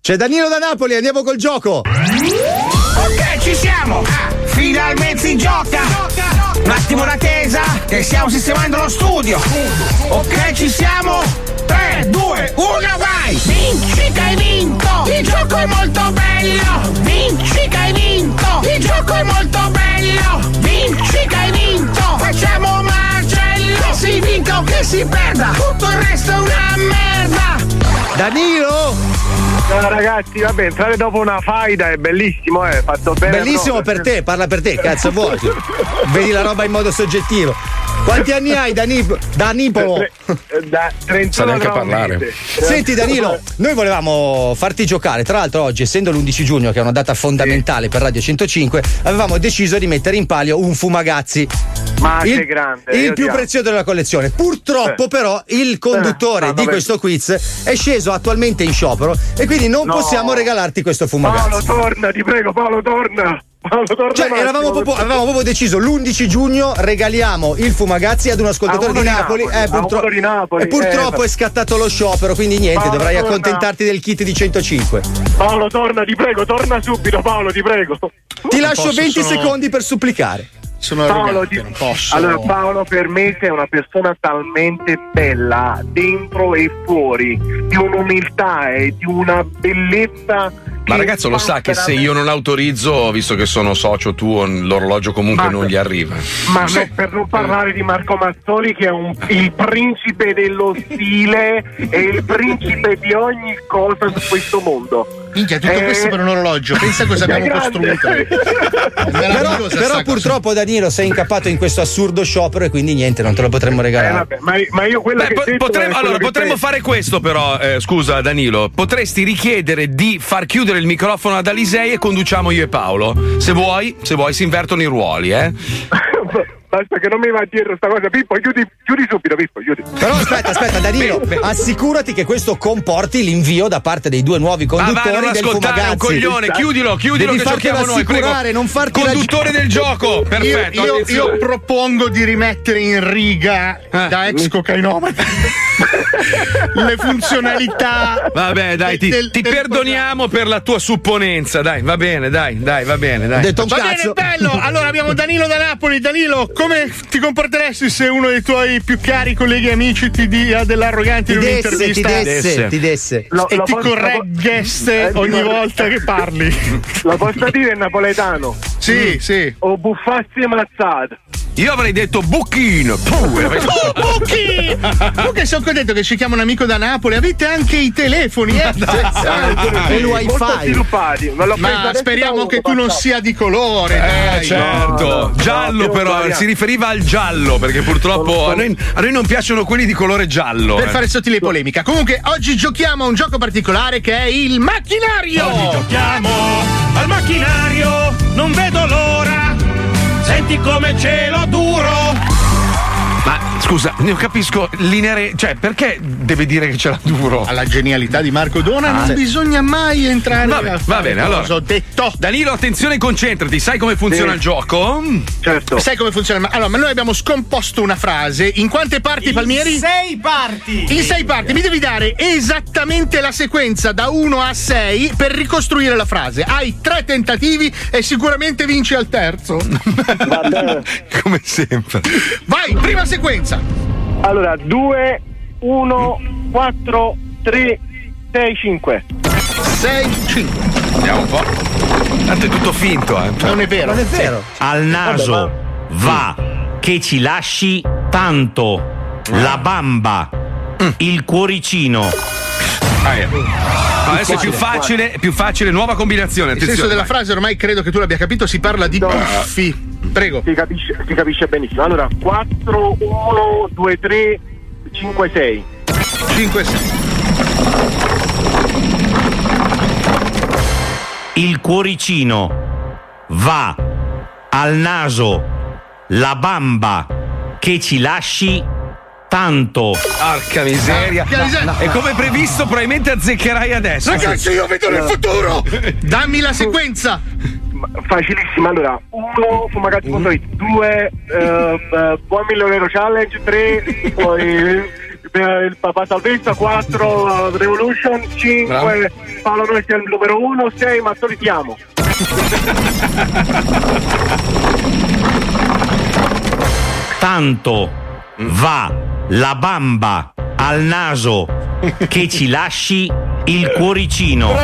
[SPEAKER 8] C'è Danilo da Napoli, andiamo col gioco.
[SPEAKER 16] Ok, ci siamo! Finalmente si gioca!
[SPEAKER 17] Un attimo d'attesa, che stiamo sistemando lo studio. Ok, ci siamo. 3, 2, 1, vai! Vinci che hai vinto! Il gioco è molto bello! Vinci che hai vinto! Il gioco è molto bello! Vinci che hai vinto! Facciamo un macello! Che si vinca o che si perda! Tutto il resto è una merda!
[SPEAKER 2] Danilo!
[SPEAKER 4] No ragazzi, vabbè, entrare dopo una faida è bellissimo, eh, fatto bene.
[SPEAKER 8] Bellissimo per te, parla per te, cazzo vuoi. Vedi la roba in modo soggettivo. Quanti anni hai, Danip- Danipolo?
[SPEAKER 4] Da 31
[SPEAKER 8] Sa neanche
[SPEAKER 4] gradi.
[SPEAKER 8] parlare. Senti Danilo, noi volevamo farti giocare, tra l'altro oggi essendo l'11 giugno che è una data fondamentale per Radio 105, avevamo deciso di mettere in palio un fumagazzi.
[SPEAKER 4] Ma
[SPEAKER 8] il,
[SPEAKER 4] che Ah, grande,
[SPEAKER 8] Il
[SPEAKER 4] io ti
[SPEAKER 8] più
[SPEAKER 4] amo.
[SPEAKER 8] prezioso della collezione. Purtroppo
[SPEAKER 4] Eh.
[SPEAKER 8] però il
[SPEAKER 4] Eh,
[SPEAKER 8] conduttore
[SPEAKER 4] ah,
[SPEAKER 8] di
[SPEAKER 4] vabbè.
[SPEAKER 8] questo quiz è sceso attualmente in sciopero e quindi non
[SPEAKER 4] No.
[SPEAKER 8] possiamo regalarti questo fumagazzi.
[SPEAKER 4] Paolo torna, ti prego, Paolo torna. Paolo torna.
[SPEAKER 8] Cioè,
[SPEAKER 4] un
[SPEAKER 8] eravamo
[SPEAKER 4] attimo,
[SPEAKER 8] proprio,
[SPEAKER 4] per-
[SPEAKER 8] avevamo proprio deciso l'11 giugno regaliamo il Fumagazzi ad un ascoltatore
[SPEAKER 4] A uno
[SPEAKER 8] di
[SPEAKER 4] di
[SPEAKER 8] Napoli.
[SPEAKER 4] Napoli,
[SPEAKER 8] eh,
[SPEAKER 4] a
[SPEAKER 8] purtro-
[SPEAKER 4] uno di Napoli,
[SPEAKER 8] e purtroppo
[SPEAKER 4] eh.
[SPEAKER 8] è scattato lo sciopero, quindi niente,
[SPEAKER 4] Paolo,
[SPEAKER 8] dovrai
[SPEAKER 4] torna.
[SPEAKER 8] accontentarti del kit di 105.
[SPEAKER 4] Paolo torna, ti prego, torna subito, Paolo, ti prego.
[SPEAKER 8] Ti lascio 20 secondi per supplicare.
[SPEAKER 4] Sono
[SPEAKER 8] arrogante,
[SPEAKER 4] non posso. Allora, Paolo per me sei una persona talmente bella, dentro e fuori, di un'umiltà e di una bellezza.
[SPEAKER 1] Ma ragazzo lo sa che se io non autorizzo, visto che sono socio tuo, l'orologio comunque non gli arriva.
[SPEAKER 4] Ma no, per non parlare di Marco Mazzoli, che è un- il principe dello stile e il principe di ogni cosa su questo mondo.
[SPEAKER 3] Minchia, tutto
[SPEAKER 4] Eh,
[SPEAKER 3] questo per un orologio. Pensa cosa
[SPEAKER 4] è
[SPEAKER 3] abbiamo
[SPEAKER 4] grande.
[SPEAKER 3] costruito.
[SPEAKER 8] Però,
[SPEAKER 4] meravigliosa
[SPEAKER 8] però
[SPEAKER 4] sta cosa.
[SPEAKER 8] purtroppo Danilo sei incappato in questo assurdo sciopero e quindi niente, non te lo potremmo regalare.
[SPEAKER 4] Eh, ma, ma io quella
[SPEAKER 8] Beh,
[SPEAKER 4] che
[SPEAKER 8] po-
[SPEAKER 4] sento è
[SPEAKER 1] Potremmo,
[SPEAKER 4] quello
[SPEAKER 1] allora,
[SPEAKER 4] che
[SPEAKER 1] potremmo
[SPEAKER 4] penso.
[SPEAKER 1] fare questo, però, eh, scusa Danilo. Potresti richiedere di far chiudere il microfono ad Alisei e conduciamo io e Paolo. Se vuoi, se vuoi, si invertono i ruoli, eh.
[SPEAKER 4] Basta che non mi va dietro sta cosa, Pippo, chiudi, chiudi subito, Pippo, chiudi.
[SPEAKER 8] Però aspetta, aspetta, Danilo, assicurati che questo comporti l'invio da parte dei due nuovi conduttori
[SPEAKER 1] non
[SPEAKER 8] del
[SPEAKER 1] ascoltare,
[SPEAKER 8] Fumagazzi.
[SPEAKER 1] un coglione,
[SPEAKER 4] Esatto.
[SPEAKER 1] chiudilo, chiudilo
[SPEAKER 8] Devi
[SPEAKER 1] che
[SPEAKER 8] fartelo
[SPEAKER 1] cerchiamo noi, prego.
[SPEAKER 8] assicurare, non farti
[SPEAKER 1] Conduttore del gioco,
[SPEAKER 3] Io-
[SPEAKER 1] perfetto,
[SPEAKER 3] Io,
[SPEAKER 1] attenzione.
[SPEAKER 3] io propongo di rimettere in riga
[SPEAKER 1] Eh.
[SPEAKER 3] da ex cocainomane le funzionalità.
[SPEAKER 1] Vabbè, Eh, dai, ti,
[SPEAKER 3] del-
[SPEAKER 1] ti
[SPEAKER 3] del-
[SPEAKER 1] perdoniamo per la tua supponenza. Dai, va bene, dai, dai, va bene, dai.
[SPEAKER 3] Va bene, bello. Allora abbiamo Danilo da Napoli. Danilo, come ti comporteresti se uno dei tuoi più cari colleghi e amici ti dia dell'arrogante in
[SPEAKER 8] Ti desse,
[SPEAKER 3] un'intervista?
[SPEAKER 8] ti desse, ti desse.
[SPEAKER 3] E
[SPEAKER 4] Lo- lo
[SPEAKER 3] ti
[SPEAKER 4] posso-
[SPEAKER 3] correggeste
[SPEAKER 4] Eh, ti
[SPEAKER 3] ogni
[SPEAKER 4] corre-
[SPEAKER 3] volta che parli.
[SPEAKER 4] Lo posso dire in napoletano? Mm.
[SPEAKER 3] Sì, sì.
[SPEAKER 4] O buffassi e mazzate.
[SPEAKER 1] Io avrei detto buchino. Pure.
[SPEAKER 3] Oh, Bucchi! Bucchi, sono contento che ci chiama un amico da Napoli. Avete anche i telefoni, eh?
[SPEAKER 4] Ah,
[SPEAKER 3] E il
[SPEAKER 4] molto
[SPEAKER 3] wifi.
[SPEAKER 4] sviluppati. Me l'ho preso
[SPEAKER 3] Ma
[SPEAKER 4] adesso da
[SPEAKER 3] speriamo
[SPEAKER 4] uno,
[SPEAKER 3] che tu non
[SPEAKER 4] basta.
[SPEAKER 3] sia di colore.
[SPEAKER 1] Eh,
[SPEAKER 3] dai.
[SPEAKER 1] certo, giallo però, si riferiva al giallo perché purtroppo a noi, a noi non piacciono quelli di colore giallo.
[SPEAKER 3] Per
[SPEAKER 1] eh.
[SPEAKER 3] fare sottile polemica. Comunque, oggi giochiamo a un gioco particolare che è il macchinario.
[SPEAKER 16] Oggi giochiamo al macchinario, non vedo l'ora. Senti come cielo duro.
[SPEAKER 1] Ma scusa, non capisco l'inere. Cioè, perché deve dire che ce l'ha duro?
[SPEAKER 3] Alla genialità di Marco Dona non bisogna mai entrare.
[SPEAKER 1] Vabbè,
[SPEAKER 3] a
[SPEAKER 1] Ah, va
[SPEAKER 3] fare
[SPEAKER 1] bene,
[SPEAKER 3] cosa.
[SPEAKER 1] allora. Danilo, attenzione, concentrati. Sai come funziona
[SPEAKER 3] Sì.
[SPEAKER 1] il gioco?
[SPEAKER 4] Certo.
[SPEAKER 3] Sai come funziona? Ma- Allora, ma noi abbiamo scomposto una frase. In quante parti, Palmieri? In
[SPEAKER 6] sei parti.
[SPEAKER 3] In sei parti. Mi devi dare esattamente la sequenza da 1 a 6 per ricostruire la frase. Hai tre tentativi e sicuramente vinci al terzo.
[SPEAKER 1] Come sempre.
[SPEAKER 3] Vai, prima sequenza.
[SPEAKER 4] Allora, 2, 1, 4, 3, 6, 5.
[SPEAKER 3] 6, 5.
[SPEAKER 1] Andiamo un po'. Tanto è tutto finto, eh.
[SPEAKER 3] Non è vero. Non è
[SPEAKER 8] vero.
[SPEAKER 13] Al naso va che ci lasci tanto la bamba,
[SPEAKER 1] Mm.
[SPEAKER 13] il cuoricino.
[SPEAKER 1] No, Ah, adesso è più facile, più facile, nuova combinazione.
[SPEAKER 3] Il senso
[SPEAKER 1] Attenzione.
[SPEAKER 3] della frase ormai credo che tu l'abbia capito, si parla di puffi. Prego.
[SPEAKER 4] Si capisce, si capisce benissimo. Allora, 4, 1, 2, 3, 5, 6.
[SPEAKER 3] 5, 6.
[SPEAKER 13] Il cuoricino va al naso la bamba che ci lasci tanto.
[SPEAKER 1] Arca miseria.
[SPEAKER 13] Arca miseria.
[SPEAKER 1] E come previsto, probabilmente azzeccherai adesso.
[SPEAKER 3] Ragazzi, io vedo nel futuro! Dammi la sequenza!
[SPEAKER 4] Facilissima, allora 1 fumagazzi.it, 2 ehm, buon milione euro challenge, 3 poi eh, il papà salvezza, 4 revolution, 5 Paolo noi siamo il numero 1, 6 ma solitiamo.
[SPEAKER 13] tanto va la bamba al naso che ci lasci il cuoricino.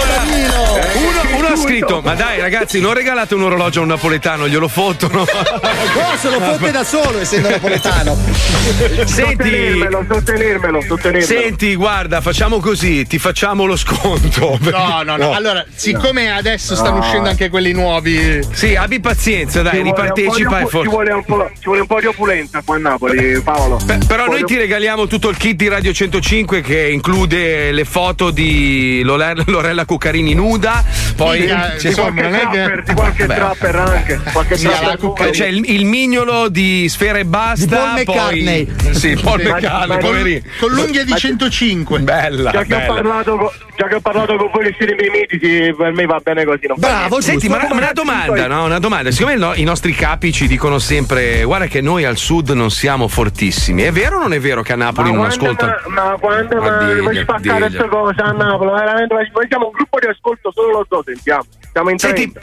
[SPEAKER 1] Uno, uno ha scritto, ma dai ragazzi, non regalate un orologio a un napoletano, glielo fottono.
[SPEAKER 8] No, se lo fotte da solo essendo napoletano.
[SPEAKER 1] Senti,
[SPEAKER 4] Sottenermelo, sottenermelo, sottenermelo.
[SPEAKER 1] senti, guarda, facciamo così, ti facciamo lo sconto.
[SPEAKER 3] No, no, no. Allora, siccome adesso stanno
[SPEAKER 1] No.
[SPEAKER 3] uscendo anche quelli nuovi.
[SPEAKER 1] Sì, abbi pazienza, dai,
[SPEAKER 3] Ci vuole un po' di
[SPEAKER 1] ripartecipa e
[SPEAKER 3] opu-
[SPEAKER 1] for-
[SPEAKER 3] ci
[SPEAKER 4] Vuole un po'- Ci vuole un po' di opulenza qua a Napoli, Paolo.
[SPEAKER 1] Beh, Però noi ti regaliamo tutto il kit di Radio 105 che include le foto di Lore- Lorella Cuccarini nuda, poi
[SPEAKER 4] Minchia,
[SPEAKER 1] ci
[SPEAKER 4] di
[SPEAKER 1] sono-
[SPEAKER 4] qualche trapper, di qualche
[SPEAKER 1] Vabbè.
[SPEAKER 4] trapper anche. Qualche
[SPEAKER 1] Sì,
[SPEAKER 4] trapper
[SPEAKER 1] alla Cuccarini. c'è il, il mignolo di Sfera e Basta, poi
[SPEAKER 3] Di Paul McCartney.
[SPEAKER 1] Sì, Paul
[SPEAKER 3] Sì. Ma-
[SPEAKER 1] McCartney,
[SPEAKER 3] ma-
[SPEAKER 1] poverino.
[SPEAKER 3] con l'unghia di 105.
[SPEAKER 1] Bella,
[SPEAKER 4] Già che, ho parlato con, già che ho parlato con voi che siete i miei mitici, per me va bene così. non fa niente.
[SPEAKER 1] Senti, ma ma una domanda, no? Una domanda. Siccome no- i nostri capi ci dicono sempre: guarda che noi al sud non siamo fortissimi. È vero o non è vero che a Napoli non
[SPEAKER 4] Quando,
[SPEAKER 1] ascoltano?
[SPEAKER 4] ma, ma quando
[SPEAKER 1] Ma
[SPEAKER 4] ma,
[SPEAKER 1] digli,
[SPEAKER 4] voi ci fate
[SPEAKER 1] digli.
[SPEAKER 4] queste cose a Napoli, veramente, ma- noi siamo un gruppo di ascolto, solo lo so, sentiamo. Siamo in
[SPEAKER 1] Senti,
[SPEAKER 4] 30.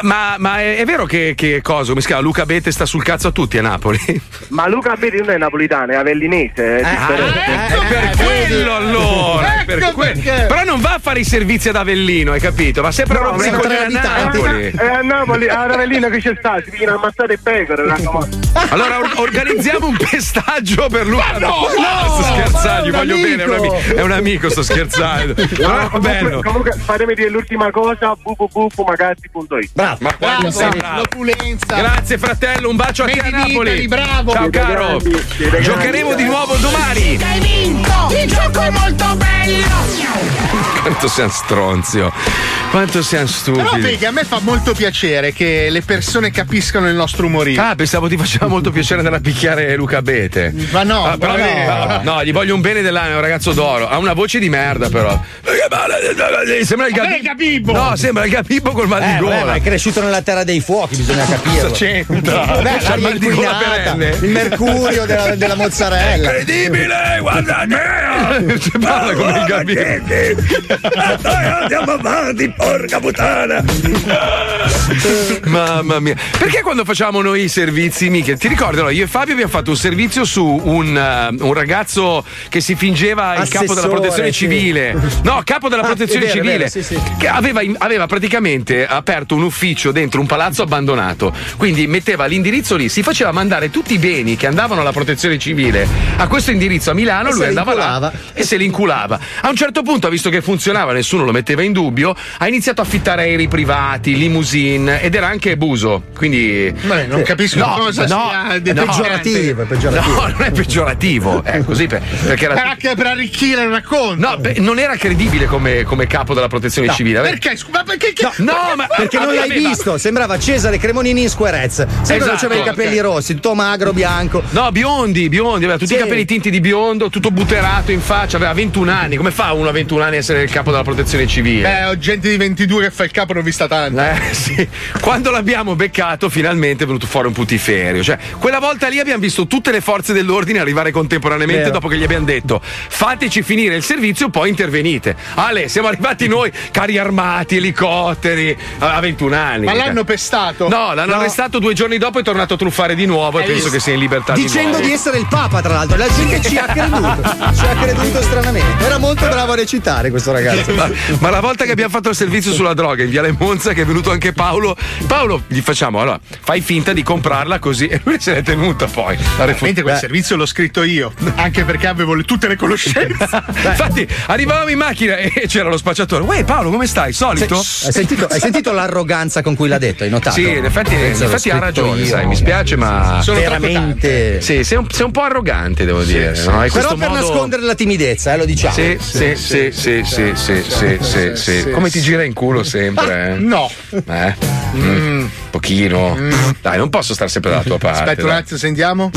[SPEAKER 1] ma- ma, ma è, è vero che, che cosa? Come si chiama? Luca Bete sta sul cazzo a tutti a Napoli?
[SPEAKER 4] Ma Luca Bedi non è napolitano, è avellinese. È
[SPEAKER 1] Ah,
[SPEAKER 4] differente.
[SPEAKER 1] per quello allora! per que- Però non va a fare i servizi ad Avellino, hai capito? Va sempre a rompere a Napoli.
[SPEAKER 4] È a Napoli, a Ravellino che c'è sta, si viene ammazzate e pecore, raccomando.
[SPEAKER 1] Allora or- organizziamo un pestaggio per Luca.
[SPEAKER 4] Ma no,
[SPEAKER 1] no, sto
[SPEAKER 4] no,
[SPEAKER 1] scherzando, gli
[SPEAKER 4] ma è un
[SPEAKER 1] voglio bene, è un,
[SPEAKER 4] amico.
[SPEAKER 1] ami- è un amico, sto scherzando.
[SPEAKER 4] No,
[SPEAKER 1] Però è
[SPEAKER 4] comunque,
[SPEAKER 1] Ah, bello.
[SPEAKER 4] comunque fatemi dire l'ultima cosa www.magazzi.it
[SPEAKER 8] Bravo,
[SPEAKER 1] Ma quanto
[SPEAKER 4] Bravo,
[SPEAKER 1] sei bravo.
[SPEAKER 3] l'opulenza.
[SPEAKER 1] Grazie fratello, un bacio a te a
[SPEAKER 3] Made in
[SPEAKER 1] Napoli.
[SPEAKER 3] Italy, bravo.
[SPEAKER 1] Ciao
[SPEAKER 3] Siete
[SPEAKER 1] caro.
[SPEAKER 3] grandi, siete
[SPEAKER 1] Giocheremo
[SPEAKER 3] grandi.
[SPEAKER 1] di nuovo domani.
[SPEAKER 17] Che hai vinto! Il gioco è molto bello!
[SPEAKER 1] Quanto siamo stronzio. Quanto siamo
[SPEAKER 3] Però
[SPEAKER 1] stupidi.
[SPEAKER 3] vedi, a me fa molto piacere che le persone capiscano il nostro umorino.
[SPEAKER 1] Ah, pensavo ti faceva molto piacere andare a picchiare Luca Bete.
[SPEAKER 3] Ma no,
[SPEAKER 1] Ah, però
[SPEAKER 3] ma no.
[SPEAKER 1] vedi, no, no, gli voglio un bene dell'anno, è un ragazzo d'oro. Ha una voce di merda, però. Eh, Sembra il
[SPEAKER 3] Ma è
[SPEAKER 1] Gabibbo. No, sembra il Gabibbo col mal di
[SPEAKER 8] Eh, beh,
[SPEAKER 1] gola.
[SPEAKER 8] ma è cresciuto nella terra dei fuochi, bisogna capirlo.
[SPEAKER 1] Cosa c'entra?
[SPEAKER 8] Beh,
[SPEAKER 1] C'ha il
[SPEAKER 8] Eh, l'aria
[SPEAKER 1] mal di gola
[SPEAKER 8] inquinata,
[SPEAKER 1] perenne.
[SPEAKER 8] il mercurio della, della mozzarella.
[SPEAKER 1] È incredibile, guarda me! Si parla come il Gabibbo.
[SPEAKER 16] Andiamo avanti, porca puttana!
[SPEAKER 1] Mamma mia, perché quando facciamo noi i servizi, mica ti ricordi? Allora, io e Fabio abbiamo fatto un servizio su un, eh, un ragazzo che si fingeva il capo della
[SPEAKER 12] Assessore,
[SPEAKER 1] protezione
[SPEAKER 12] sì.
[SPEAKER 1] civile. No, capo della
[SPEAKER 12] Ah,
[SPEAKER 1] protezione
[SPEAKER 12] è vero, è
[SPEAKER 1] civile.
[SPEAKER 12] vero, sì, sì.
[SPEAKER 1] Che aveva, aveva praticamente aperto un ufficio dentro un palazzo abbandonato. Quindi metteva l'indirizzo lì, si faceva mandare tutti i beni che andavano alla protezione civile a questo indirizzo a Milano,
[SPEAKER 8] E
[SPEAKER 1] lui
[SPEAKER 8] se li
[SPEAKER 1] andava là
[SPEAKER 8] inculava.
[SPEAKER 1] e se li inculava. A un certo punto ha visto che funzionava, nessuno lo metteva in dubbio, ha iniziato a affittare aerei privati, limousine ed era anche buso. Quindi
[SPEAKER 3] Beh, non capisco cosa sia de- peggiorativo, è peggiorativo.
[SPEAKER 1] No, non è peggiorativo, è così per- perché era
[SPEAKER 3] Era anche per arricchire il racconto.
[SPEAKER 1] No, beh, non era credibile come, come capo della protezione
[SPEAKER 8] No,
[SPEAKER 1] civile. Aveva-
[SPEAKER 3] Perché? Scusa, ma perché? che-
[SPEAKER 1] No,
[SPEAKER 3] perché-
[SPEAKER 1] Ah, ma-
[SPEAKER 8] Perché non l'hai
[SPEAKER 1] Aveva-
[SPEAKER 8] visto, sembrava Cesare Cremonini in squarezza. Sai cosa
[SPEAKER 1] Esatto.
[SPEAKER 8] c'aveva i capelli
[SPEAKER 1] Ok.
[SPEAKER 8] rossi, tutto magro, bianco.
[SPEAKER 1] No, biondi, biondi, aveva tutti
[SPEAKER 8] Sì.
[SPEAKER 1] i capelli tinti di biondo, tutto butterato in faccia, aveva 21 anni. Come fa uno a 21 anni a essere il capo della protezione civile?
[SPEAKER 3] Beh, ho gente di 22 che fa il capo, ne ho vista tanta.
[SPEAKER 1] Eh, sì. Quando l'abbiamo beccato, finalmente è venuto fuori un putiferio. Cioè, quella volta lì abbiamo visto tutte le forze dell'ordine arrivare contemporaneamente
[SPEAKER 12] Vero.
[SPEAKER 1] dopo che gli abbiamo detto fateci finire il servizio, poi intervenite. Ale, siamo arrivati noi, carri armati, elicotteri, a 21 anni. Cioè,
[SPEAKER 3] Ma l'hanno pestato?
[SPEAKER 1] No, l'hanno arrestato due giorni dopo e è tornato a truffare di nuovo e
[SPEAKER 8] Ecco. Hai
[SPEAKER 1] penso
[SPEAKER 8] visto?
[SPEAKER 1] che sia in libertà
[SPEAKER 8] Dicendo
[SPEAKER 1] di,
[SPEAKER 8] di
[SPEAKER 1] nuovo.
[SPEAKER 8] essere il Papa, tra l'altro, la gente ci ha
[SPEAKER 3] Ah,
[SPEAKER 8] creduto,
[SPEAKER 1] Ah,
[SPEAKER 8] ci ha creduto stranamente. Era molto bravo a recitare questo ragazzo.
[SPEAKER 1] Ma, ma la volta che abbiamo fatto il servizio sulla droga in Viale Monza, che è venuto anche Paolo, Paolo, gli facciamo allora, fai finta di comprarla così e lui se l'è tenuta poi. La Eh.
[SPEAKER 3] Veramente quel
[SPEAKER 1] Beh.
[SPEAKER 3] servizio l'ho scritto io, anche perché avevo le- tutte le conoscenze.
[SPEAKER 1] Infatti, arrivavamo in macchina e c'era lo spacciatore. Uè, Paolo, come stai? Solito?
[SPEAKER 8] Se- hai, sentito, hai sentito l'arroganza con cui l'ha detto? Hai notato?
[SPEAKER 1] Sì, in effetti, in
[SPEAKER 8] Penso l'ho
[SPEAKER 1] effetti ha
[SPEAKER 8] scritto
[SPEAKER 1] ragione,
[SPEAKER 8] io.
[SPEAKER 1] sai, mi spiace, ma.
[SPEAKER 8] Sono
[SPEAKER 1] veramente. Sì, sei un, sei un po' arrogante, devo dire. no? Hai
[SPEAKER 8] Però
[SPEAKER 1] questo
[SPEAKER 8] per
[SPEAKER 1] modo-
[SPEAKER 8] nascondere la timidezza, eh, lo diciamo.
[SPEAKER 1] Sì, sì, sì, sì, sì, sì, sì, sì, sì. Come ti gira in culo sempre? eh?
[SPEAKER 3] No. Mm.
[SPEAKER 1] Eh? Mm, Pochino. Dai, non posso stare sempre dalla tua parte.
[SPEAKER 3] Aspetta un
[SPEAKER 1] dai.
[SPEAKER 3] attimo, sentiamo.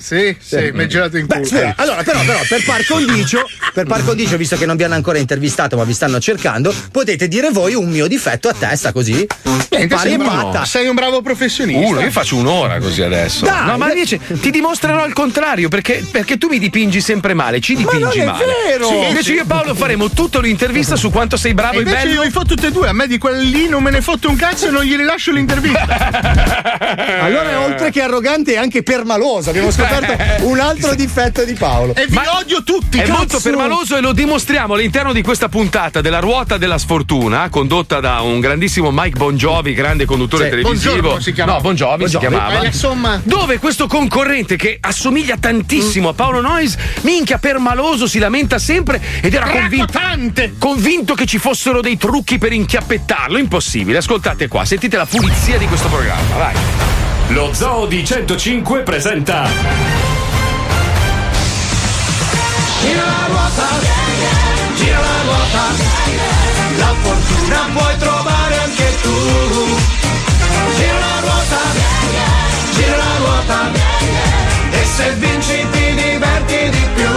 [SPEAKER 3] Sì, sì, mi è girato in culo.
[SPEAKER 1] cioè,
[SPEAKER 8] Aspetta, allora, però, però, per par condicio, per par condicio, visto che non vi hanno ancora intervistato, ma vi stanno cercando, potete dire voi un mio difetto a testa, così.
[SPEAKER 3] Niente,
[SPEAKER 1] Pari
[SPEAKER 3] sei,
[SPEAKER 1] e
[SPEAKER 3] un bravo-
[SPEAKER 1] patta.
[SPEAKER 3] sei un bravo professionista.
[SPEAKER 1] Uno, Uh, io faccio un'ora così adesso.
[SPEAKER 3] Dai,
[SPEAKER 1] no, ma invece ti dimostrerò il contrario perché, perché tu mi dipingi sempre male, ci dipingi
[SPEAKER 3] non è
[SPEAKER 1] male.
[SPEAKER 3] vero!
[SPEAKER 1] Sì,
[SPEAKER 3] Sì,
[SPEAKER 1] invece
[SPEAKER 3] sì.
[SPEAKER 1] io e Paolo faremo tutta un'intervista su quanto sei
[SPEAKER 3] E
[SPEAKER 1] bravo e,
[SPEAKER 3] invece io
[SPEAKER 1] bello.
[SPEAKER 3] vi fotto tutte e due, a me di quelli lì non me ne fotte un cazzo e non gli rilascio l'intervista.
[SPEAKER 2] Allora, oltre che arrogante, è anche permaloso. Abbiamo scoperto un altro difetto di Paolo.
[SPEAKER 3] E vi odio tutti,
[SPEAKER 1] È
[SPEAKER 3] cazzo!
[SPEAKER 1] molto permaloso e lo dimostriamo all'interno di questa puntata della Ruota della Sfortuna, condotta da un grandissimo Mike Bongiovi, grande conduttore
[SPEAKER 3] Sì, Bongiorno
[SPEAKER 1] televisivo.
[SPEAKER 3] si chiamava.
[SPEAKER 1] No, Bongiovi si
[SPEAKER 3] Bongiovi.
[SPEAKER 1] chiamava.
[SPEAKER 3] È la somma-
[SPEAKER 1] Dove questo concorrente che assomiglia tantissimo a Paolo Noyes, minchia permaloso, si lamenta sempre ed era convinto, convinto che ci fossero dei trucchi per inchiappettarlo. Impossibile. Ascoltate qua, sentite la pulizia di questo programma. Vai.
[SPEAKER 21] Lo Zoo di 105 presenta.
[SPEAKER 16] Gira la ruota, gira la ruota, la fortuna puoi trovare anche tu. Gira la ruota, gira la ruota, e se vinci ti diverti di più.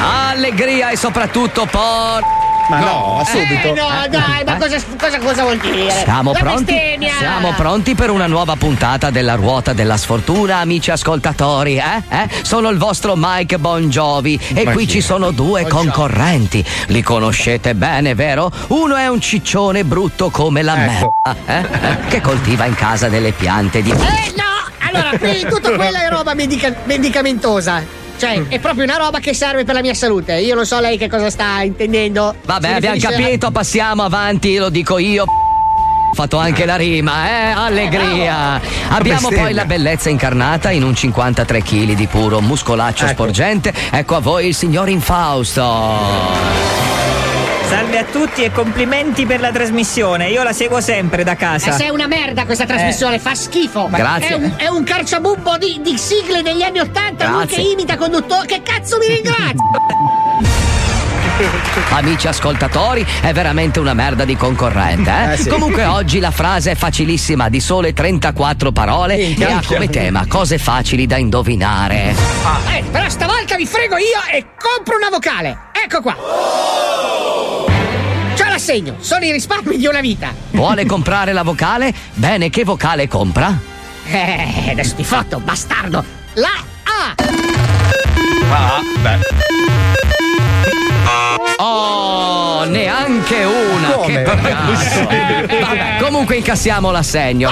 [SPEAKER 12] Allegria e soprattutto por... Ma no,
[SPEAKER 10] Eh, no, dai, ma cosa, cosa, cosa vuol dire?
[SPEAKER 12] Siamo
[SPEAKER 10] La
[SPEAKER 12] pronti?
[SPEAKER 10] bestemmia!
[SPEAKER 12] Siamo pronti per una nuova puntata della Ruota della Sfortuna, amici ascoltatori, eh? Eh? Sono il vostro Mike Bongiovi e
[SPEAKER 22] Ma
[SPEAKER 12] qui
[SPEAKER 22] chi
[SPEAKER 12] ci
[SPEAKER 22] è?
[SPEAKER 12] sono due concorrenti. Li conoscete bene, vero? Uno è un ciccione brutto come la merda, eh? Eh? Che coltiva in casa delle piante di...
[SPEAKER 10] Eh, no! Allora, qui tutto quella è roba medica- medicamentosa. Cioè, è proprio una roba che serve per la mia salute. Io non so lei che cosa sta intendendo.
[SPEAKER 12] Vabbè,
[SPEAKER 10] Si
[SPEAKER 12] abbiamo
[SPEAKER 10] riferisce-
[SPEAKER 12] capito, passiamo avanti, lo dico io. Ho fatto anche la rima, eh? Allegria! Abbiamo
[SPEAKER 22] Eh, bestemmia.
[SPEAKER 12] poi la bellezza incarnata in un 53 kg di puro muscolaccio sporgente. Ecco a voi il signor Infausto.
[SPEAKER 30] Salve a tutti e complimenti per la trasmissione. Io la seguo sempre da
[SPEAKER 10] Eh,
[SPEAKER 30] casa.
[SPEAKER 10] sei una merda questa trasmissione, fa schifo.
[SPEAKER 30] Ma- Grazie.
[SPEAKER 10] È un, è un carciabubbo di, di sigle degli anni Ottanta, lui che
[SPEAKER 12] Grazie.
[SPEAKER 10] imita conduttore. Che cazzo mi ringrazio?
[SPEAKER 12] Amici ascoltatori, è veramente una merda di concorrente. Eh?
[SPEAKER 22] Eh, sì.
[SPEAKER 12] Comunque oggi la frase è facilissima, di sole 34 parole e ha come tema cose facili da indovinare.
[SPEAKER 10] Eh, però stavolta vi frego io e compro una vocale. Ecco qua. Ce la segno, sono i risparmi di una vita.
[SPEAKER 12] Vuole comprare la vocale? Bene, che vocale compra?
[SPEAKER 10] Eh, adesso ti fotto, bastardo. La A.
[SPEAKER 12] Ah, beh. Oh, neanche una! Che peccato! Eh, Vabbè, comunque incassiamo l'assegno.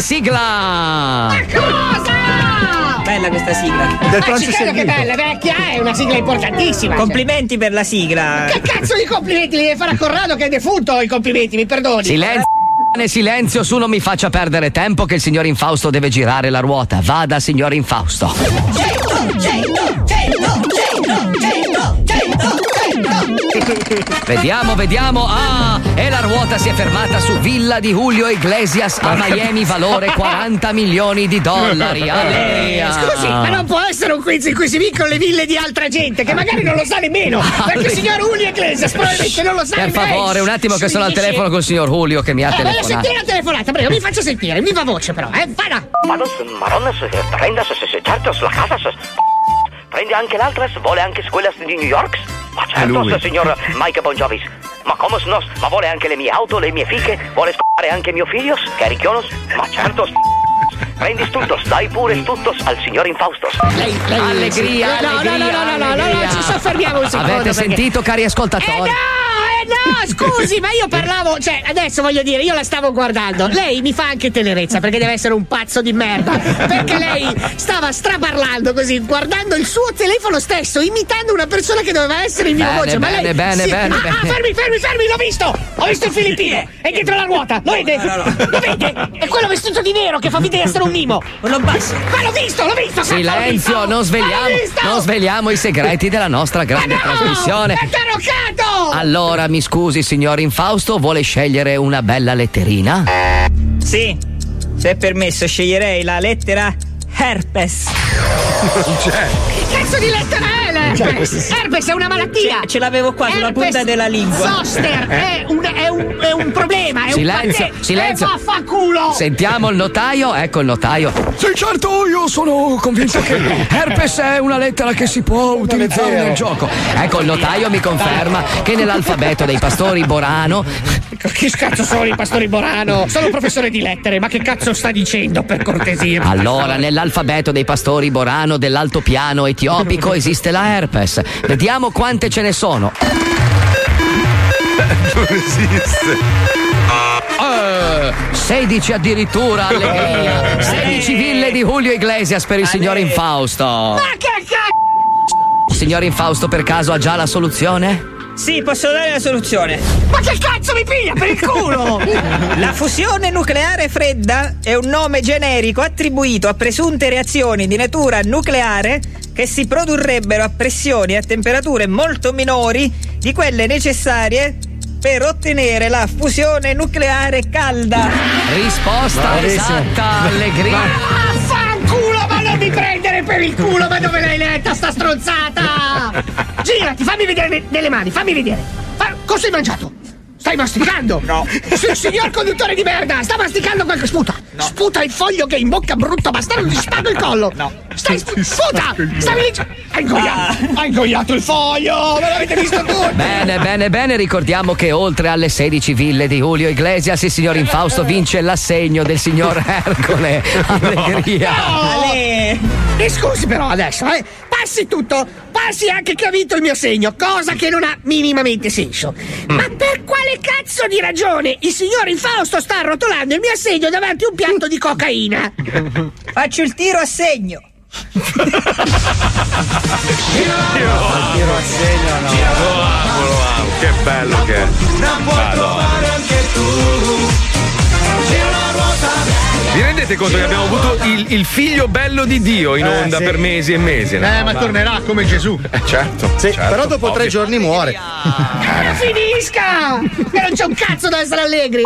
[SPEAKER 12] Sigla!
[SPEAKER 30] Bella questa sigla.
[SPEAKER 10] Del Ah, ci credo che bella, vecchia, eh, è una sigla importantissima.
[SPEAKER 30] Complimenti per la sigla.
[SPEAKER 10] Che cazzo di complimenti li deve fare a Corrado che è defunto i complimenti, mi perdoni.
[SPEAKER 12] Silenzio! cane, Silenzio, su non mi faccia perdere tempo che il signor Infausto deve girare la ruota. Vada, signor Infausto. Vediamo, vediamo. Ah, e la ruota si è fermata su Villa di Julio Iglesias a Miami, valore 40 milioni di dollari. Ah. Alea.
[SPEAKER 10] Eh, Scusi, ma non può essere un quiz in cui si vincono le ville di altra gente che magari non lo sa nemmeno. Perché il signor Julio Iglesias probabilmente non lo sa
[SPEAKER 12] Ah, Per
[SPEAKER 10] nemmeno.
[SPEAKER 12] favore, un attimo che sono al telefono col signor Julio che mi ha
[SPEAKER 10] Eh, voglio
[SPEAKER 12] telefonato.
[SPEAKER 10] sentire la telefonata, prego, mi faccia sentire, viva voce però, eh, vada.
[SPEAKER 22] certo, Prende anche l'altra, vuole anche quella di New York? Ma
[SPEAKER 1] Ah,
[SPEAKER 22] certo,
[SPEAKER 1] lui.
[SPEAKER 22] signor Mike Bongiovis. Ma come nos? Ma vuole anche le mie auto, le mie fiche? Vuole scopare anche mio figlio? Carichionos? Ma certo, prendi tutto, dai pure tutto al signor Infaustos.
[SPEAKER 10] lei-
[SPEAKER 12] Allegria,
[SPEAKER 10] No, no, no, no, no, no, no, no,
[SPEAKER 22] allegria.
[SPEAKER 10] ci soffermiamo un secondo.
[SPEAKER 12] Avete
[SPEAKER 10] perché-
[SPEAKER 12] sentito, cari ascoltatori?
[SPEAKER 10] Eh no, scusi, ma io parlavo, cioè, adesso voglio dire, io la stavo guardando. Lei mi fa anche tenerezza perché deve essere un pazzo di merda. Perché lei stava straparlando così, guardando il suo telefono stesso, imitando una persona che doveva essere in mio
[SPEAKER 12] Bene,
[SPEAKER 10] voce. ma
[SPEAKER 12] bene,
[SPEAKER 10] lei.
[SPEAKER 12] bene,
[SPEAKER 10] sì-
[SPEAKER 12] bene,
[SPEAKER 10] ah,
[SPEAKER 12] bene.
[SPEAKER 10] ah, fermi, fermi, fermi, l'ho visto! Ho visto il Filippino! È dietro la ruota, lo vede? Lo vede? È quello vestito di nero che fa finta di essere un mimo!
[SPEAKER 30] Lo basso!
[SPEAKER 10] Ma l'ho visto, l'ho visto! cazzo, l'ho
[SPEAKER 12] Silenzio,
[SPEAKER 10] visto!
[SPEAKER 12] non svegliamo,
[SPEAKER 10] Ma l'ho visto!
[SPEAKER 12] non svegliamo i segreti della nostra grande trasmissione.
[SPEAKER 10] È taroccato!
[SPEAKER 12] Allora, mi scusi, signor Infausto, vuole scegliere una bella letterina?
[SPEAKER 30] Sì, se è permesso, sceglierei la lettera herpes.
[SPEAKER 10] Che cazzo di lettera è
[SPEAKER 30] Cioè,
[SPEAKER 10] l'herpes? Herpes è una malattia!
[SPEAKER 30] Ce l'avevo qua sulla
[SPEAKER 10] Herpes
[SPEAKER 30] punta della lingua. Eh.
[SPEAKER 10] Zoster è un, è un un, è un problema, è
[SPEAKER 12] Silenzio,
[SPEAKER 10] un pazzesco.
[SPEAKER 12] silenzio.
[SPEAKER 10] Eh, vaffanculo!
[SPEAKER 12] Sentiamo il notaio, ecco il notaio.
[SPEAKER 15] Sì, certo, io sono convinto che herpes è una lettera che si può utilizzare nel gioco.
[SPEAKER 12] Ecco, il notaio mi conferma che nell'alfabeto dei pastori Borano.
[SPEAKER 10] Che cazzo sono i pastori Borano? Sono un professore di lettere, ma che cazzo sta dicendo per cortesia?
[SPEAKER 12] Allora, nell'alfabeto dei pastori Borano dell'altopiano etiopico esiste la herpes. Vediamo quante ce ne sono.
[SPEAKER 1] Non esiste.
[SPEAKER 12] Eh, 16 addirittura,
[SPEAKER 30] Eh.
[SPEAKER 12] allegria. 16 ville di Julio Iglesias per il signor Infausto.
[SPEAKER 30] Ma che cazzo?
[SPEAKER 12] Il signor Infausto per caso ha già la soluzione?
[SPEAKER 30] Sì, posso dare la soluzione.
[SPEAKER 10] Ma che cazzo mi piglia per il culo?
[SPEAKER 30] La fusione nucleare fredda è un nome generico attribuito a presunte reazioni di natura nucleare che si produrrebbero a pressioni e a temperature molto minori di quelle necessarie per ottenere la fusione nucleare calda.
[SPEAKER 12] Risposta
[SPEAKER 30] Bravissimo.
[SPEAKER 12] esatta, allegria.
[SPEAKER 10] Vaffanculo, ma non mi prendere per il culo, ma dove l'hai letta sta stronzata? Girati, fammi vedere ne- nelle mani, fammi vedere. Fa- cosa hai mangiato? Stai masticando? No. signor conduttore di merda, sta masticando quel che sputa. Sputa il foglio che è in bocca brutto bastardo, ti spago il collo. No. Stai sp- sputa! Stavi lì. Hai ingoiato, hai ingoiato il foglio, ma l'avete visto tutti.
[SPEAKER 12] Bene, bene, bene, ricordiamo che oltre alle 16 ville di Julio Iglesias, il signor Infausto vince l'assegno del signor Ercole. Allegria.
[SPEAKER 10] Ale! E Eh, scusi però adesso, eh! Passi tutto! Passi anche che ha vinto il mio segno, cosa che non ha minimamente senso. Ma per quale cazzo di ragione il signor Infausto sta arrotolando il mio assegno davanti a un piatto di cocaina?
[SPEAKER 30] Faccio il tiro a segno.
[SPEAKER 16] tiro a segno no.
[SPEAKER 1] Lo amo, lo amo, ah, che bello che è.
[SPEAKER 16] La puoi
[SPEAKER 1] Madonna.
[SPEAKER 16] trovare anche tu. Gira la ruota.
[SPEAKER 1] Vi rendete conto che abbiamo avuto il, il figlio bello di Dio in
[SPEAKER 3] Eh,
[SPEAKER 1] onda
[SPEAKER 3] sì.
[SPEAKER 1] per mesi e mesi?
[SPEAKER 3] Eh,
[SPEAKER 1] no?
[SPEAKER 3] ma tornerà come Gesù.
[SPEAKER 1] Certo.
[SPEAKER 3] Sì,
[SPEAKER 1] certo,
[SPEAKER 3] però dopo tre
[SPEAKER 1] ovvio.
[SPEAKER 3] giorni muore.
[SPEAKER 10] Ma la finisca! Che non c'è un cazzo da essere allegri!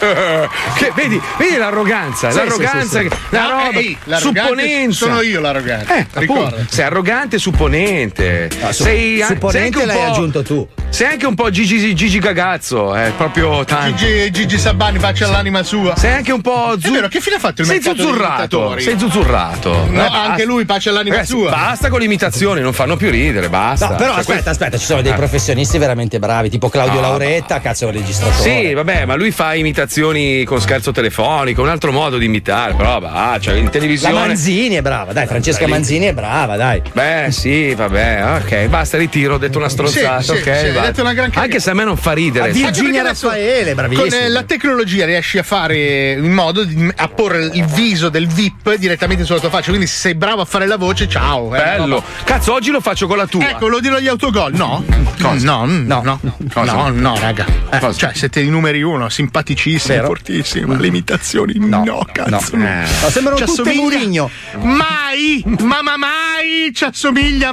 [SPEAKER 1] Eh, che- vedi, vedi l'arroganza,
[SPEAKER 3] Sì,
[SPEAKER 1] l'arroganza,
[SPEAKER 3] sì, sì, sì.
[SPEAKER 1] la
[SPEAKER 3] No,
[SPEAKER 1] roba,
[SPEAKER 3] ehi, l'arrogante
[SPEAKER 1] supponenza.
[SPEAKER 3] sono io l'arrogante,
[SPEAKER 1] Eh, appunto,
[SPEAKER 3] ricorda. Ah,
[SPEAKER 1] sei arrogante e supponente.
[SPEAKER 3] su-
[SPEAKER 1] sei,
[SPEAKER 3] supponente
[SPEAKER 1] sei anche un
[SPEAKER 3] l'hai
[SPEAKER 1] po'-
[SPEAKER 3] aggiunto
[SPEAKER 8] tu.
[SPEAKER 1] Sei anche un po' Gigi, Gigi Cagazzo, eh, proprio tanto.
[SPEAKER 3] Gigi, Gigi Sabbani faccia l'anima sua.
[SPEAKER 1] Sei anche un po'
[SPEAKER 3] È vero, che fine ha fatto il
[SPEAKER 1] Sei
[SPEAKER 3] mercato degli
[SPEAKER 1] zuzzurrato,
[SPEAKER 3] imitatori?
[SPEAKER 1] sei zuzzurrato.
[SPEAKER 3] No,
[SPEAKER 1] Eh, basta-
[SPEAKER 3] anche lui pace all'anima
[SPEAKER 1] Ragazzi,
[SPEAKER 3] sua.
[SPEAKER 1] Basta con le imitazioni, non fanno più ridere, basta.
[SPEAKER 8] No, però
[SPEAKER 1] Cioè,
[SPEAKER 8] aspetta,
[SPEAKER 1] questo-
[SPEAKER 8] aspetta, ci sono dei
[SPEAKER 1] Eh.
[SPEAKER 8] professionisti veramente bravi, tipo Claudio
[SPEAKER 1] Ah,
[SPEAKER 8] Lauretta, cazzo è un registratore.
[SPEAKER 1] Sì, vabbè, ma lui fa imitazioni con scherzo telefonico, un altro modo di imitare, però va, cioè in
[SPEAKER 8] La
[SPEAKER 1] televisione.
[SPEAKER 8] Manzini è brava, dai, Francesca
[SPEAKER 1] Dai, lì.
[SPEAKER 8] Manzini è brava, dai.
[SPEAKER 1] Beh, sì, vabbè, ok, basta, ritiro, ho detto una stronzata,
[SPEAKER 3] Sì,
[SPEAKER 1] ok.
[SPEAKER 3] sì, sì, hai
[SPEAKER 1] va.
[SPEAKER 3] detto una gran cagata.
[SPEAKER 1] Anche se a me non fa ridere.
[SPEAKER 3] Anche perché adesso Con eh, la tecnologia riesci a fare in modo di a porre il viso del VIP direttamente sulla tua faccia. Quindi se sei bravo a fare la voce, ciao. eh,
[SPEAKER 1] Bello.
[SPEAKER 3] roba.
[SPEAKER 1] Cazzo, oggi lo faccio con la tua.
[SPEAKER 3] Ecco, lo dirò gli autogol. No, no, no, no,
[SPEAKER 1] Cosa?
[SPEAKER 3] no, no, raga. Eh, cioè, siete i numeri uno, simpaticissimi,
[SPEAKER 8] Vero.
[SPEAKER 3] fortissimi, ma le imitazioni no, cazzo.
[SPEAKER 8] no.
[SPEAKER 3] No.
[SPEAKER 8] Eh. Ma sembrano
[SPEAKER 3] Ci
[SPEAKER 8] tutte
[SPEAKER 3] assomiglia
[SPEAKER 8] Mourinho.
[SPEAKER 3] Mai, ma, ma mai ci assomiglia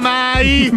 [SPEAKER 3] mai,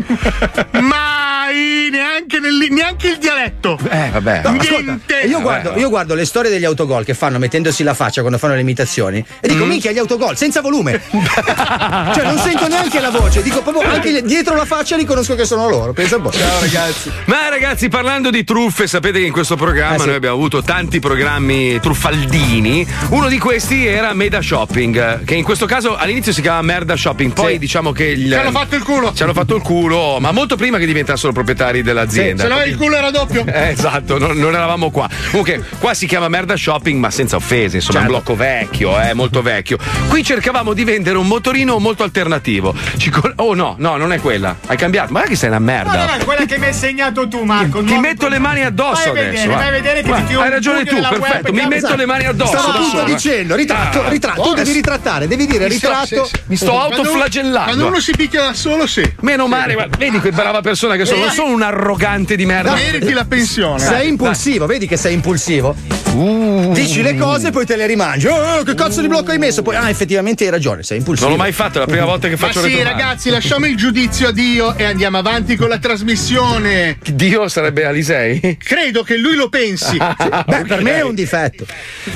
[SPEAKER 3] mai, neanche, nel- neanche il dialetto.
[SPEAKER 1] Eh, vabbè.
[SPEAKER 8] No,
[SPEAKER 3] Niente.
[SPEAKER 8] ascolta, io, guardo, io guardo le storie degli autogol che fanno mettendosi la faccia quando fanno le imitazioni e
[SPEAKER 1] Mm.
[SPEAKER 8] dico minchia gli autogol senza volume. cioè non sento neanche la voce, dico proprio anche le- dietro la faccia riconosco che sono loro. Pensa un po'. Ciao ragazzi.
[SPEAKER 1] Ma ragazzi, parlando di truffe, sapete che in questo programma
[SPEAKER 3] Eh
[SPEAKER 1] noi abbiamo avuto tanti programmi truffaldini. Uno di questi era Meda Shopping, che in questo caso all'inizio si chiamava Merda Shopping, poi diciamo che il-
[SPEAKER 3] Ci hanno fatto il culo.
[SPEAKER 1] Ci hanno fatto il culo, ma molto prima che diventassero proprietari dell'azienda.
[SPEAKER 3] Se no il culo era doppio.
[SPEAKER 1] Eh, esatto, non, non eravamo qua. Comunque, qua si chiama merda shopping, ma senza offese, insomma,
[SPEAKER 3] Certo.
[SPEAKER 1] è un blocco vecchio, eh, molto vecchio. Qui cercavamo di vendere un motorino molto alternativo. Ci col- oh no, no, non è quella. Hai cambiato, ma è che sei una
[SPEAKER 6] No, no,
[SPEAKER 1] merda.
[SPEAKER 6] no, quella che mi hai segnato tu, Marco.
[SPEAKER 1] Ti metto le mani addosso
[SPEAKER 6] vai a
[SPEAKER 1] adesso.
[SPEAKER 6] Vedere, vai
[SPEAKER 1] va.
[SPEAKER 6] a vedere che
[SPEAKER 1] Vai,
[SPEAKER 6] ti tiro
[SPEAKER 1] Hai
[SPEAKER 6] un
[SPEAKER 1] ragione
[SPEAKER 6] pugno
[SPEAKER 1] tu,
[SPEAKER 6] nella
[SPEAKER 1] perfetto.
[SPEAKER 6] web,
[SPEAKER 1] Mi
[SPEAKER 6] cazzo.
[SPEAKER 1] metto le mani addosso.
[SPEAKER 6] Stavo
[SPEAKER 1] da
[SPEAKER 6] appunto
[SPEAKER 1] sola.
[SPEAKER 8] dicendo, ritratto,
[SPEAKER 1] Ah,
[SPEAKER 8] ritratto, tu
[SPEAKER 1] buona-
[SPEAKER 8] devi ritrattare, devi dire
[SPEAKER 1] Mi sto-
[SPEAKER 8] ritratto.
[SPEAKER 1] sì, sì. Mi sto autoflagellando.
[SPEAKER 3] Quando uno si picchia da solo, sì.
[SPEAKER 1] Meno male, ma vedi che brava persona che
[SPEAKER 3] Eh,
[SPEAKER 1] sono, non sono un arrogante di merda.
[SPEAKER 3] Meriti la pensione.
[SPEAKER 8] eh, Sei impulsivo, vedi che sei impulsivo?
[SPEAKER 1] Uh.
[SPEAKER 8] Dici le cose e poi te le rimangi. Oh, che cazzo di blocco hai messo? Poi, ah, effettivamente hai ragione, sei impulsivo.
[SPEAKER 1] Non l'ho mai fatto, è la prima volta che faccio
[SPEAKER 3] Ma sì,
[SPEAKER 1] retromano.
[SPEAKER 3] ragazzi, lasciamo il giudizio a Dio e andiamo avanti con la trasmissione.
[SPEAKER 1] Dio sarebbe Alisei?
[SPEAKER 3] Credo che lui lo pensi.
[SPEAKER 1] Ah.
[SPEAKER 8] Beh, per me è
[SPEAKER 1] Eh,
[SPEAKER 8] un difetto.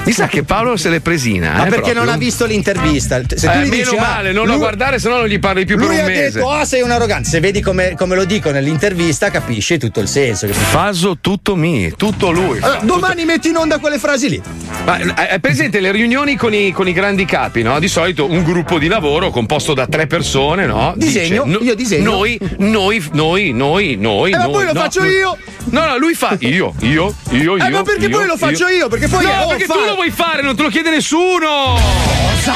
[SPEAKER 1] Mi sa che Paolo se l'è presina.
[SPEAKER 8] Ma
[SPEAKER 1] eh,
[SPEAKER 8] perché
[SPEAKER 1] proprio.
[SPEAKER 8] non ha visto l'intervista? Se tu
[SPEAKER 1] Eh,
[SPEAKER 8] gli
[SPEAKER 1] meno
[SPEAKER 8] dici, ah,
[SPEAKER 1] male, non lo
[SPEAKER 8] lui-
[SPEAKER 1] guardare, se no non gli parli più per
[SPEAKER 8] Lui
[SPEAKER 1] un
[SPEAKER 8] ha "Ah,
[SPEAKER 1] mese.
[SPEAKER 8] detto, ah, sei un arrogante. Se vedi come, come lo dico nell'intervista, capisce tutto il senso.
[SPEAKER 1] Faso tutto mi, tutto lui.
[SPEAKER 8] Allora, domani metti in onda quelle frasi lì.
[SPEAKER 1] Ma eh, è presente le riunioni con i, con i grandi capi, no? Di solito un gruppo di lavoro composto da tre persone, no?
[SPEAKER 8] Disegno,
[SPEAKER 1] Dice,
[SPEAKER 8] io disegno.
[SPEAKER 1] Noi, noi, noi, noi, noi.
[SPEAKER 8] Eh, ma
[SPEAKER 1] noi,
[SPEAKER 8] poi lo
[SPEAKER 1] no,
[SPEAKER 8] faccio
[SPEAKER 1] no.
[SPEAKER 8] io.
[SPEAKER 1] No, no, lui fa io, io, io, io.
[SPEAKER 8] Eh, ma perché
[SPEAKER 1] io,
[SPEAKER 8] poi lo faccio io? Perché poi
[SPEAKER 1] No,
[SPEAKER 8] è- oh,
[SPEAKER 1] perché
[SPEAKER 8] fa-
[SPEAKER 1] tu lo vuoi fare, non te lo chiede nessuno. Cosa?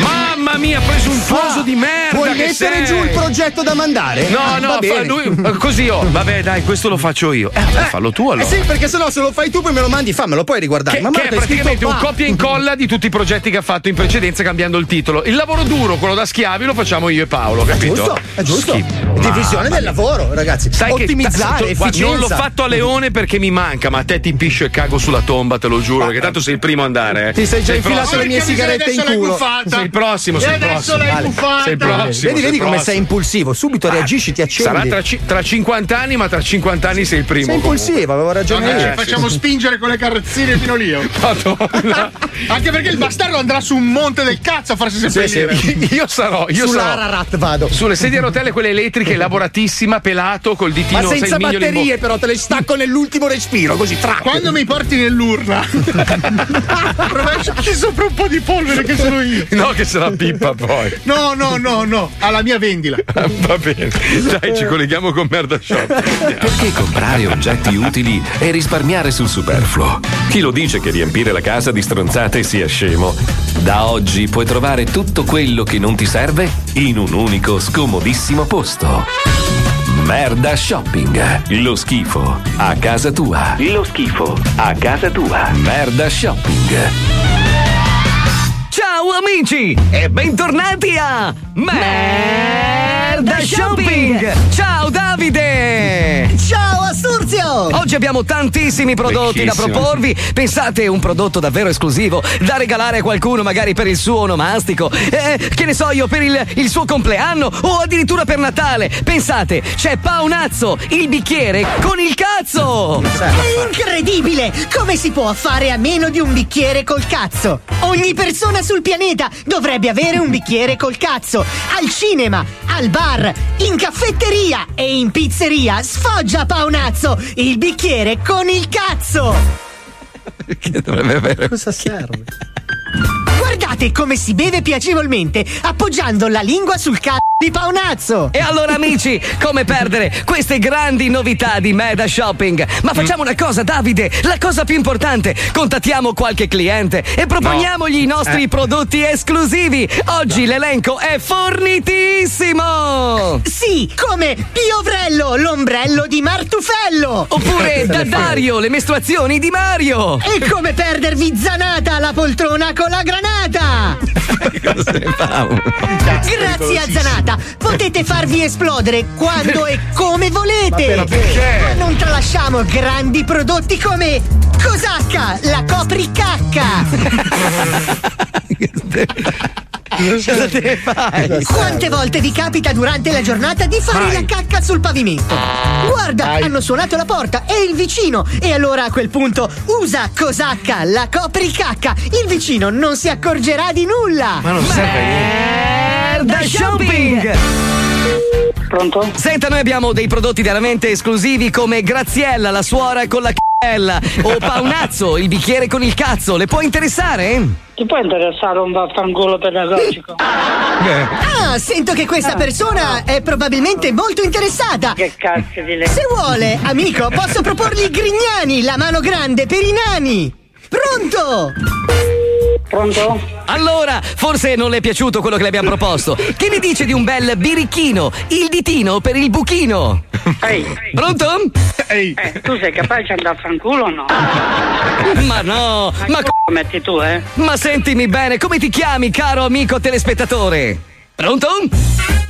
[SPEAKER 1] Mamma mia, presuntuoso di merda.
[SPEAKER 8] Puoi
[SPEAKER 1] che
[SPEAKER 8] mettere
[SPEAKER 1] sei.
[SPEAKER 8] giù il progetto da mandare? Ah,
[SPEAKER 1] No, no,
[SPEAKER 8] Va
[SPEAKER 1] fa
[SPEAKER 8] bene.
[SPEAKER 1] lui, eh, così io. Vabbè, dai, questo lo faccio io. Eh, vabbè, fallo tu allora.
[SPEAKER 8] Eh sì, perché sennò se lo fai tu poi me lo mandi, fammelo poi riguardare.
[SPEAKER 1] Che,
[SPEAKER 8] ma
[SPEAKER 1] che
[SPEAKER 8] Marta,
[SPEAKER 1] è
[SPEAKER 8] è scritto
[SPEAKER 1] praticamente un
[SPEAKER 8] qua.
[SPEAKER 1] copia e incolla di tutti i progetti che ha fatto in precedenza cambiando il titolo. Il lavoro duro, quello da schiavi, lo facciamo io e Paolo, capito?
[SPEAKER 8] Giusto, è giusto.
[SPEAKER 1] Schifo.
[SPEAKER 8] È divisione
[SPEAKER 1] Mamma
[SPEAKER 8] del
[SPEAKER 1] mia.
[SPEAKER 8] lavoro, ragazzi.
[SPEAKER 1] Sai che-
[SPEAKER 8] Ottimizzare,
[SPEAKER 1] guarda,
[SPEAKER 8] efficienza.
[SPEAKER 1] Non l'ho fatto a Leone perché mi manca, ma a te ti piscio e cago sulla tomba, te lo giuro, perché tanto sei il primo a andare. eh.
[SPEAKER 8] Ti sei già
[SPEAKER 1] il
[SPEAKER 8] infilato
[SPEAKER 1] prossimo.
[SPEAKER 8] le mie Porca miseria, sigarette adesso in l'hai culo. buffata.
[SPEAKER 1] Sei il prossimo,
[SPEAKER 8] E
[SPEAKER 1] sei il
[SPEAKER 8] adesso
[SPEAKER 1] prossimo.
[SPEAKER 8] l'hai
[SPEAKER 1] Vale.
[SPEAKER 8] buffata.
[SPEAKER 1] Sei il prossimo.
[SPEAKER 8] Vedi, vedi
[SPEAKER 1] il
[SPEAKER 8] come
[SPEAKER 1] prossimo. Eh,
[SPEAKER 8] sei impulsivo, subito reagisci, ti accendi.
[SPEAKER 1] Sarà tra, ci- tra 50 anni, ma tra 50 anni sei il primo.
[SPEAKER 8] Sei impulsivo, avevo ragione
[SPEAKER 1] Vabbè,
[SPEAKER 8] io.
[SPEAKER 1] ci facciamo
[SPEAKER 3] spingere con le carrozzine fino lì. oh.
[SPEAKER 1] Madonna.
[SPEAKER 3] Anche perché il bastardo andrà su un monte del cazzo a farsi
[SPEAKER 1] Sì,
[SPEAKER 3] seppellire.
[SPEAKER 1] sì. Io sarò, io sarò.
[SPEAKER 8] Sull'Ararat vado.
[SPEAKER 1] Sulle sedie a rotelle, quelle elettriche, lavoratissima, pelato, col ditino.
[SPEAKER 3] Ma
[SPEAKER 1] sai, il
[SPEAKER 3] senza
[SPEAKER 1] mignolo in
[SPEAKER 3] batterie,
[SPEAKER 1] bocca.
[SPEAKER 8] però te le stacco nell'ultimo respiro, così tra.
[SPEAKER 3] Quando mi porti nell'urna, rovesciaci sopra un po' di polvere che sono io.
[SPEAKER 1] No, che se la pippa poi.
[SPEAKER 3] No, no, no, no, alla mia vendila.
[SPEAKER 1] Va bene. Dai, ci colleghiamo con Merda Shop.
[SPEAKER 5] Perché comprare oggetti utili e risparmiare sul superfluo? Chi lo dice che riempire la casa di stronzate sia scemo? Da oggi puoi trovare tutto quello che non ti serve in un unico scomodissimo posto. Merda Shopping. Lo schifo a casa tua. Lo schifo a casa tua. Merda Shopping.
[SPEAKER 11] Ciao amici e bentornati a Merda Shopping! Ciao Davide!
[SPEAKER 7] Ciao Asturzio!
[SPEAKER 12] Oggi abbiamo tantissimi prodotti
[SPEAKER 7] Bellissimo.
[SPEAKER 12] da proporvi. Pensate un prodotto davvero esclusivo da regalare a qualcuno, magari per il suo onomastico, eh, che ne so io, per il, il suo compleanno o addirittura per Natale. Pensate, c'è Paonazzo, il bicchiere con il cazzo!
[SPEAKER 7] È incredibile! Come si può fare a meno di un bicchiere col cazzo? Ogni persona sul pianeta dovrebbe avere un bicchiere col cazzo! Al cinema, al bar, in caffetteria e in pizzeria! Sfoggia Paonazzo! Il bicchiere con il cazzo!
[SPEAKER 12] Che dovrebbe avere.
[SPEAKER 7] Cosa serve? Guardate come si beve piacevolmente appoggiando la lingua sul cazzo di Paonazzo!
[SPEAKER 12] E allora amici, come perdere queste grandi novità di Meda Shopping?
[SPEAKER 7] Mm.
[SPEAKER 12] Ma facciamo una cosa Davide, la cosa più importante, contattiamo qualche cliente e proponiamogli i nostri
[SPEAKER 7] Eh.
[SPEAKER 12] prodotti esclusivi. Oggi l'elenco è fornitissimo!
[SPEAKER 7] Sì, come Piovrello, l'ombrello di Martufello!
[SPEAKER 12] Oppure da Dario, le mestruazioni di Mario!
[SPEAKER 7] E come perdervi Zanata la poltrona con la granata! Grazie a Zanata potete farvi esplodere quando e come volete!
[SPEAKER 11] Ma perché?
[SPEAKER 7] Ma non tralasciamo grandi prodotti come Cosacca, la copricacca!
[SPEAKER 11] Cosa te fai?
[SPEAKER 7] Quante volte vi capita durante la giornata di fare la cacca sul pavimento? Guarda, hanno suonato la porta, è il vicino. E allora a quel punto usa cosacca, la copricacca. Il vicino non si accorgerà di nulla. Ma non serve
[SPEAKER 12] Merda Shopping! Pronto? Senta, noi abbiamo dei prodotti veramente esclusivi come Graziella, la suora con la c***ella o Paunazzo, il bicchiere con il cazzo. Le può interessare?
[SPEAKER 22] Ti può interessare un vaffanculo pedagogico?
[SPEAKER 7] Ah, sento che questa persona è probabilmente molto interessata. Che
[SPEAKER 22] cazzo di lei?
[SPEAKER 7] Se vuole, amico, posso proporgli Grignani, la mano grande per i nani. Pronto?
[SPEAKER 22] Pronto?
[SPEAKER 12] Allora, forse non le è piaciuto quello che le abbiamo proposto. Che ne dice di un bel birichino, il ditino per il buchino? Pronto?
[SPEAKER 22] Eh, tu sei capace di andare a fanculo o no?
[SPEAKER 12] Ma no, ma
[SPEAKER 22] c***o metti tu, eh?
[SPEAKER 12] Ma sentimi bene, come ti chiami, caro amico telespettatore? Pronto?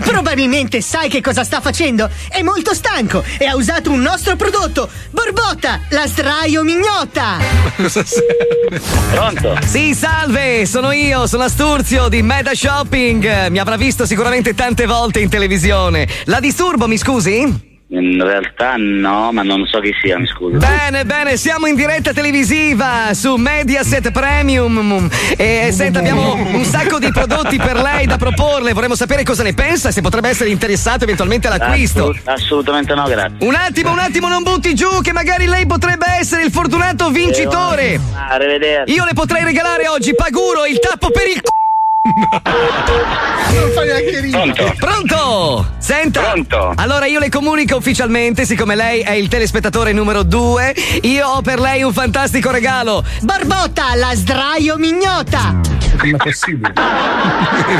[SPEAKER 7] Probabilmente sai che cosa sta facendo. È molto stanco e ha usato un nostro prodotto, Borbotta, la sdraio mignotta.
[SPEAKER 12] Cosa serve?
[SPEAKER 22] Pronto?
[SPEAKER 12] Sì, salve, sono io, sono Asturzio di Meda Shopping. Mi avrà visto sicuramente tante volte in televisione. La disturbo, mi scusi?
[SPEAKER 31] In realtà no, ma non so chi sia, mi scuso.
[SPEAKER 12] Bene, bene, siamo in diretta televisiva su Mediaset Premium. E senta, abbiamo un sacco di prodotti per lei da proporle. Vorremmo sapere cosa ne pensa, se potrebbe essere interessato eventualmente all'acquisto.
[SPEAKER 31] Assolut- assolutamente no, grazie.
[SPEAKER 12] Un attimo, un attimo, non butti giù, che magari lei potrebbe essere il fortunato vincitore.
[SPEAKER 31] Ah,
[SPEAKER 4] Certo.
[SPEAKER 31] arrivederci.
[SPEAKER 12] Io le potrei regalare oggi, paguro, il tappo per il
[SPEAKER 3] Non fa neanche ridere.
[SPEAKER 12] Pronto? Senta. Pronto. Allora io le comunico ufficialmente, siccome lei è il telespettatore numero 2, io ho per lei un fantastico regalo.
[SPEAKER 7] Barbotta, la sdraio mignotta!
[SPEAKER 12] Com'è possibile?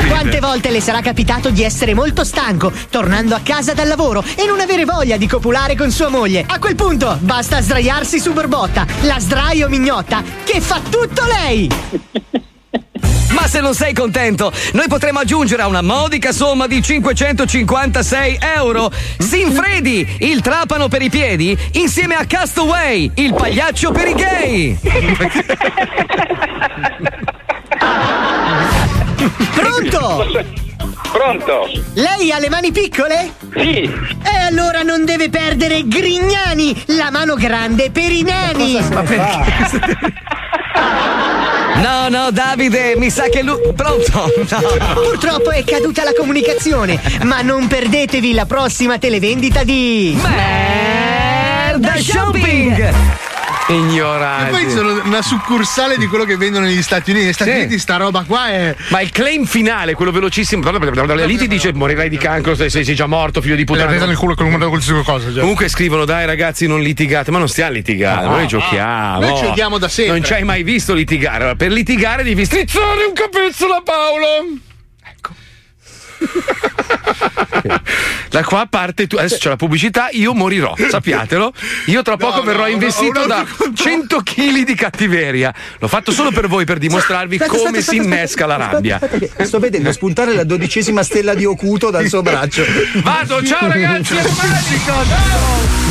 [SPEAKER 7] Quante volte le sarà capitato di essere molto stanco, tornando a casa dal lavoro e non avere voglia di copulare con sua moglie? A quel punto basta sdraiarsi su Barbotta, la sdraio mignotta, che fa tutto lei!
[SPEAKER 12] Ma se non sei contento, noi potremo aggiungere a una modica somma di 556 euro Sinfredi, il trapano per i piedi, insieme a Castaway, il pagliaccio per i gay.
[SPEAKER 7] Pronto?
[SPEAKER 32] Pronto?
[SPEAKER 7] Lei ha le mani piccole?
[SPEAKER 32] Sì.
[SPEAKER 7] E allora non deve perdere Grignani, la mano grande per i nani! Ma
[SPEAKER 12] No, no, Davide, mi sa che lui. Pronto? No.
[SPEAKER 7] Purtroppo è caduta la comunicazione, ma non perdetevi la prossima televendita di.
[SPEAKER 12] Merda Shopping!
[SPEAKER 3] E
[SPEAKER 1] Ignorante.
[SPEAKER 3] poi sono una succursale di quello che vendono negli Stati Uniti. Negli Stati
[SPEAKER 1] Sì.
[SPEAKER 3] Uniti sta roba qua è.
[SPEAKER 1] Ma il claim finale, quello velocissimo, lì ti dice morirai di cancro se sei sei già morto, figlio di
[SPEAKER 3] L'ha presa nel
[SPEAKER 1] puttana.
[SPEAKER 3] culo con un qualsiasi cosa. Già.
[SPEAKER 1] Comunque scrivono, dai ragazzi, non litigate, ma non stiamo litigando,
[SPEAKER 3] No,
[SPEAKER 1] noi
[SPEAKER 3] no.
[SPEAKER 1] giochiamo.
[SPEAKER 3] Ah, Noi giochiamo da sempre.
[SPEAKER 1] Non ci hai mai visto litigare. Allora, per litigare devi strizzare un capezzolo a Paolo.
[SPEAKER 3] Ecco.
[SPEAKER 1] Da qua parte tu. Adesso c'è la pubblicità, io morirò, sappiatelo. Io tra poco
[SPEAKER 3] no,
[SPEAKER 1] verrò
[SPEAKER 3] no,
[SPEAKER 1] investito
[SPEAKER 3] no,
[SPEAKER 1] da
[SPEAKER 3] no,
[SPEAKER 1] 100 kg di cattiveria. L'ho fatto solo per voi, per dimostrarvi
[SPEAKER 8] Aspetta,
[SPEAKER 1] come
[SPEAKER 8] aspetta,
[SPEAKER 1] si
[SPEAKER 8] aspetta,
[SPEAKER 1] innesca la
[SPEAKER 8] aspetta,
[SPEAKER 1] rabbia.
[SPEAKER 8] aspetta che sto vedendo spuntare la dodicesima stella di Ocuto dal suo braccio.
[SPEAKER 1] Vado, ciao ragazzi, a domani!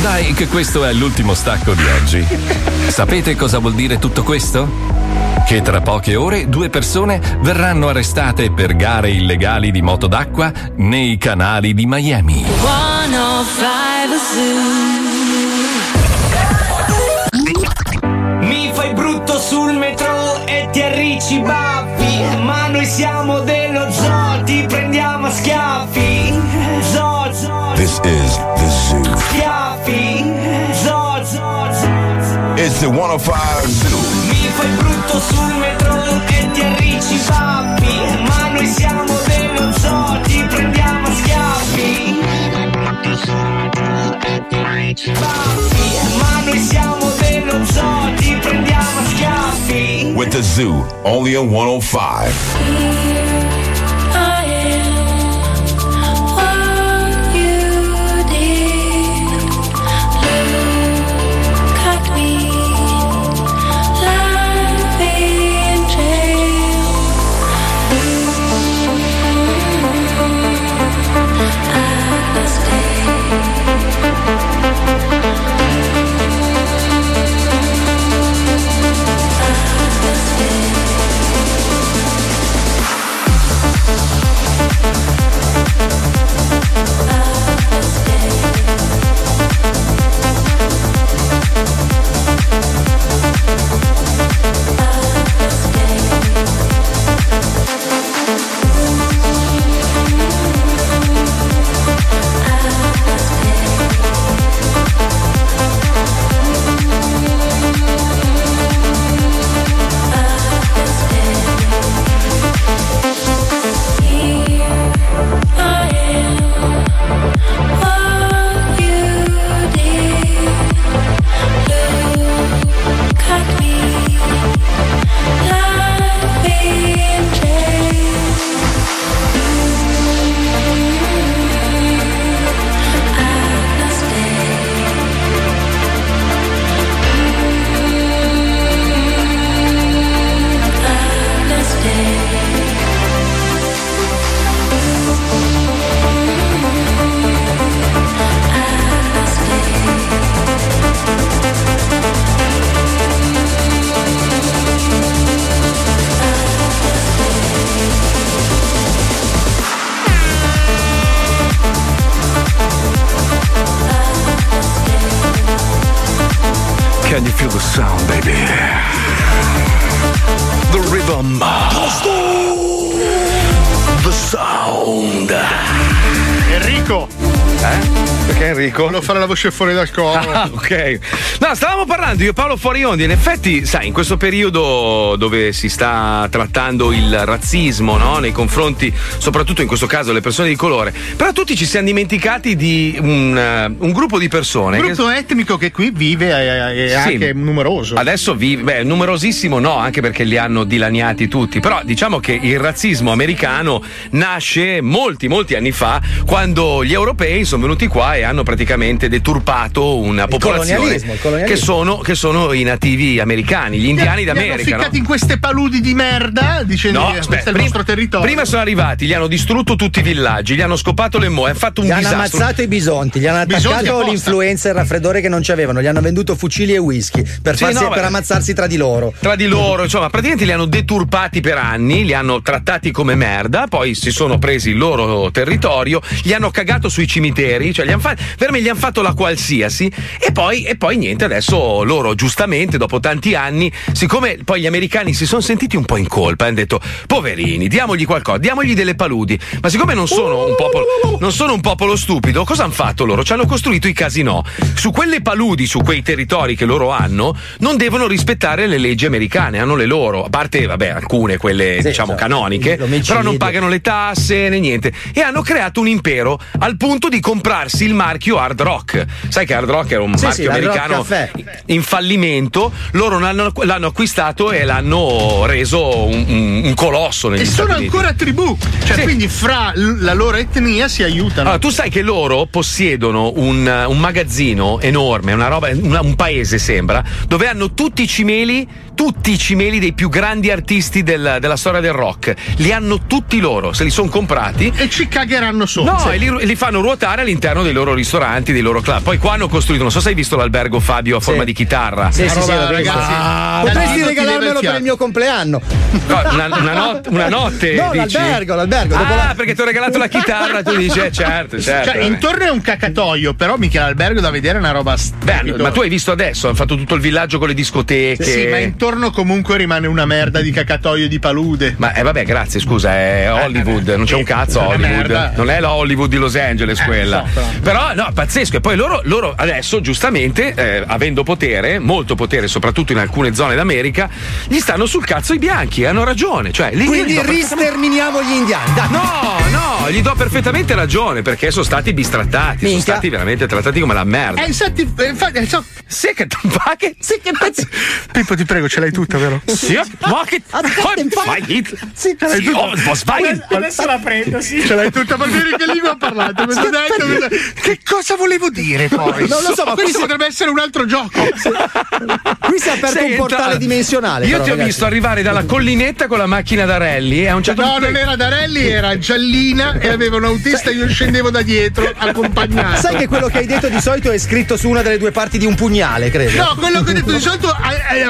[SPEAKER 5] Dai, che questo è l'ultimo stacco di oggi. Sapete cosa vuol dire tutto questo? Che tra poche ore due persone verranno arrestate per gare illegali di moto d'acqua nei canali di Miami.
[SPEAKER 11] 105
[SPEAKER 4] Mi fai brutto sul metro e ti arricci baffi Ma noi siamo dello zoo, ti prendiamo a schiaffi Zoo, zoo,
[SPEAKER 29] This is the zoo.
[SPEAKER 4] schiaffi Zoo, zoo, zoo, zoo.
[SPEAKER 29] It's the 105 Zoo.
[SPEAKER 4] Mi fai brutto sul metro e ti arricci baffi Ma noi siamo dello zoo, ti prendiamo a schiaffi Baffi, ma noi siamo dello zoo, ti prendiamo a schiaffi
[SPEAKER 29] With the zoo, only on 105.
[SPEAKER 11] Stay.
[SPEAKER 7] Feel the sound, baby. The rhythm. The sound.
[SPEAKER 3] Enrico!
[SPEAKER 1] Eh? Perché Enrico?
[SPEAKER 3] Volevo fare la voce fuori dal collo.
[SPEAKER 1] Ah, ok. No, stavamo parlando io e Paolo fuori onda. In effetti, sai, in questo periodo dove si sta trattando il razzismo, no? Nei confronti, soprattutto in questo caso, le persone di colore. Però tutti ci siamo dimenticati di un, eh, un gruppo di persone.
[SPEAKER 3] Un
[SPEAKER 1] che-
[SPEAKER 3] gruppo etnico che qui vive e- e e
[SPEAKER 1] Sì.
[SPEAKER 3] anche numeroso.
[SPEAKER 1] Adesso vi, beh, numerosissimo no, anche perché li hanno dilaniati tutti. Però diciamo che il razzismo americano nasce molti, molti anni fa, quando gli europei sono venuti qua e hanno praticamente deturpato una popolazione
[SPEAKER 3] colonialismo, il colonialismo.
[SPEAKER 1] Che, sono, che sono i nativi americani, gli indiani
[SPEAKER 3] Li hanno
[SPEAKER 1] d'America. no?
[SPEAKER 3] ficcati in queste paludi di merda dicendo
[SPEAKER 1] No,
[SPEAKER 3] che questo
[SPEAKER 1] aspetta,
[SPEAKER 3] è il
[SPEAKER 1] prima-
[SPEAKER 3] nostro territorio.
[SPEAKER 1] Prima sono arrivati, gli hanno distrutto tutti i villaggi, gli hanno scopato le moe, hanno fatto un
[SPEAKER 8] Gli hanno
[SPEAKER 1] disastro.
[SPEAKER 8] ammazzato i bisonti, gli hanno
[SPEAKER 1] Bisonti
[SPEAKER 8] attaccato
[SPEAKER 1] apposta.
[SPEAKER 8] l'influenza e il raffreddore che non c'avevano, gli hanno venduto fucili e whisky per,
[SPEAKER 1] Sì,
[SPEAKER 8] farsi-
[SPEAKER 1] no,
[SPEAKER 8] per
[SPEAKER 1] ma-
[SPEAKER 8] ammazzarsi tra di loro.
[SPEAKER 1] tra di loro, insomma, praticamente li hanno deturpati per anni, li hanno trattati come merda, poi si sono presi il loro territorio, gli hanno cagato sui cimiteri, cioè gli hanno fatto, per me gli hanno fatto la qualsiasi e poi, e poi niente, adesso loro giustamente dopo tanti anni, siccome poi gli americani si sono sentiti un po' in colpa, hanno detto poverini, diamogli qualcosa, diamogli delle paludi, ma siccome non sono un popolo, non sono un popolo stupido, cosa hanno fatto loro? Ci hanno costruito i casinò. Su quelle paludi, su quei territori che loro hanno, non devono rispettare le leggi americane, hanno le loro, a parte, vabbè, alcune, quelle diciamo
[SPEAKER 8] certo.
[SPEAKER 1] canoniche, però non pagano le tasse né niente. E hanno creato un impero al punto di comprarsi il marchio Hard Rock. Sai che Hard Rock era un
[SPEAKER 8] Sì,
[SPEAKER 1] marchio
[SPEAKER 8] sì, Hard Rock
[SPEAKER 1] americano
[SPEAKER 8] Caffè.
[SPEAKER 1] in fallimento, loro l'hanno, l'hanno acquistato e l'hanno reso un, un- un colosso negli
[SPEAKER 3] E
[SPEAKER 1] Stati
[SPEAKER 3] sono
[SPEAKER 1] Uniti.
[SPEAKER 3] ancora tribù. Cioè, quindi fra l- la loro etnia si aiutano.
[SPEAKER 1] Allora, Ah, tu sai che loro possiedono un, un magazzino enorme, una roba, una- un paese sembra, dove hanno tutti i cimeli, tutti i cimeli dei più grandi artisti del- della storia del rock. Li hanno tutti loro, se li sono comprati.
[SPEAKER 3] E ci cagheranno sopra.
[SPEAKER 1] No,
[SPEAKER 3] Sì.
[SPEAKER 1] e li, li fanno ruotare all'interno dei loro ristoranti, dei loro club. Poi qua hanno costruito, non so se hai visto l'albergo Fabio a forma di chitarra.
[SPEAKER 8] Ah, Sì,
[SPEAKER 1] Una
[SPEAKER 8] sì, sì,
[SPEAKER 1] roba,
[SPEAKER 8] l'ho visto.
[SPEAKER 1] ragazzi,
[SPEAKER 8] Ah,
[SPEAKER 1] dal
[SPEAKER 8] Potresti
[SPEAKER 1] vivo ti leva
[SPEAKER 8] regalarmelo
[SPEAKER 1] il
[SPEAKER 8] per
[SPEAKER 1] fiato.
[SPEAKER 8] il mio compleanno.
[SPEAKER 1] No, una, una not- una notte.
[SPEAKER 8] No,
[SPEAKER 1] dici?
[SPEAKER 8] l'albergo, l'albergo,
[SPEAKER 1] Ah,
[SPEAKER 8] dopo la-
[SPEAKER 1] perché ti ho regalato la chitarra, tu dici, eh, certo, certo.
[SPEAKER 3] Cioè,
[SPEAKER 1] vabbè.
[SPEAKER 3] intorno è un cacatoio, però mica l'albergo da vedere è una roba
[SPEAKER 1] Beh, ma tu hai visto adesso, hanno fatto tutto il villaggio con le discoteche.
[SPEAKER 3] Sì, ma intorno comunque rimane una merda di cacatoio di palude. Eh,
[SPEAKER 1] Ma eh, vabbè, grazie, scusa, è Hollywood, non c'è un cazzo a
[SPEAKER 3] una
[SPEAKER 1] Hollywood.
[SPEAKER 3] merda. Eh,
[SPEAKER 1] Non è la Hollywood di Los Angeles quella. Però no, pazzesco. E poi loro, loro adesso, giustamente, eh, avendo potere, molto potere, soprattutto in alcune zone d'America, gli stanno sul cazzo i bianchi, hanno ragione. Cioè, lì gli
[SPEAKER 8] Quindi
[SPEAKER 1] do perfettamente-
[SPEAKER 8] risterminiamo gli indiani. Dai.
[SPEAKER 1] No, no, gli do perfettamente ragione perché sono stati bistrattati, sono stati veramente trattati come la merda.
[SPEAKER 3] Eh, infatti, eh, infatti, eh, so-
[SPEAKER 1] Sì, che Sì, che pezzo.
[SPEAKER 3] Pippo, ti prego, ce l'hai tutta, vero?
[SPEAKER 1] Sì, ma che fai hit?
[SPEAKER 3] Sì, ce l'hai
[SPEAKER 1] Sì,
[SPEAKER 3] tutta.
[SPEAKER 1] oh, Volkswagen.
[SPEAKER 6] Adesso la prendo, sì.
[SPEAKER 3] Ce l'hai tutta, ma vedi che lingua ha parlato? Questo
[SPEAKER 6] Sì,
[SPEAKER 3] detto,
[SPEAKER 6] perché-
[SPEAKER 3] questo- Che cosa volevo dire poi?
[SPEAKER 8] Non lo so, ma qui
[SPEAKER 3] questo
[SPEAKER 8] si-
[SPEAKER 3] potrebbe essere un altro gioco.
[SPEAKER 8] Qui si è aperto
[SPEAKER 1] Sei
[SPEAKER 8] un portale
[SPEAKER 1] entrato.
[SPEAKER 8] dimensionale.
[SPEAKER 1] Io
[SPEAKER 8] però,
[SPEAKER 1] ti ho
[SPEAKER 8] ragazzi.
[SPEAKER 1] visto arrivare dalla collinetta con la macchina da rally e a un certo
[SPEAKER 3] Cioè, No,
[SPEAKER 1] punto.
[SPEAKER 3] non era Darelli, era Giallina e aveva un autista. Io scendevo da dietro, accompagnato.
[SPEAKER 8] Sai che quello che hai detto di solito è scritto su una delle due parti di un pugnale, credo.
[SPEAKER 3] No, quello che ho detto di solito è- è-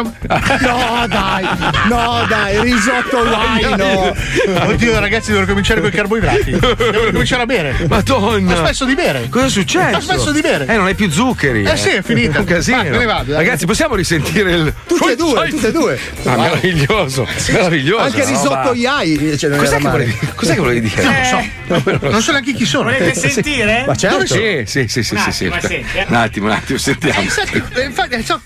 [SPEAKER 8] No, dai, no, dai, risotto online. No.
[SPEAKER 3] Oddio, ragazzi, devo cominciare con i carboidrati. Devo cominciare a bere.
[SPEAKER 1] Madonna.
[SPEAKER 3] Ho smesso di bere.
[SPEAKER 1] Cosa è successo?
[SPEAKER 3] Ho smesso di bere.
[SPEAKER 1] Eh, non hai più zuccheri.
[SPEAKER 3] Eh sì, è finita.
[SPEAKER 1] Un casino.
[SPEAKER 3] Va, me ne vado, dai.
[SPEAKER 1] Ragazzi, possiamo risentire il.
[SPEAKER 8] Tutti e due, tutti e due.
[SPEAKER 1] Ah, meraviglioso, meraviglioso.
[SPEAKER 8] Anche
[SPEAKER 1] no?
[SPEAKER 8] risotto
[SPEAKER 1] Ma-
[SPEAKER 8] agli ai. Cioè, non
[SPEAKER 1] Cos'è
[SPEAKER 8] era
[SPEAKER 1] che,
[SPEAKER 8] male.
[SPEAKER 1] volevi, cos'è che volevi dire?
[SPEAKER 3] Eh, Non lo so. Non so neanche chi sono. eh,
[SPEAKER 1] Volete
[SPEAKER 3] sentire?
[SPEAKER 1] Ma certo. Sì, sì, sì, sì,
[SPEAKER 3] Un
[SPEAKER 1] sì,
[SPEAKER 3] attimo,
[SPEAKER 1] sì.
[SPEAKER 3] senti, eh.
[SPEAKER 1] Un attimo, un attimo, sentiamo.
[SPEAKER 3] Infatti, infatti, so-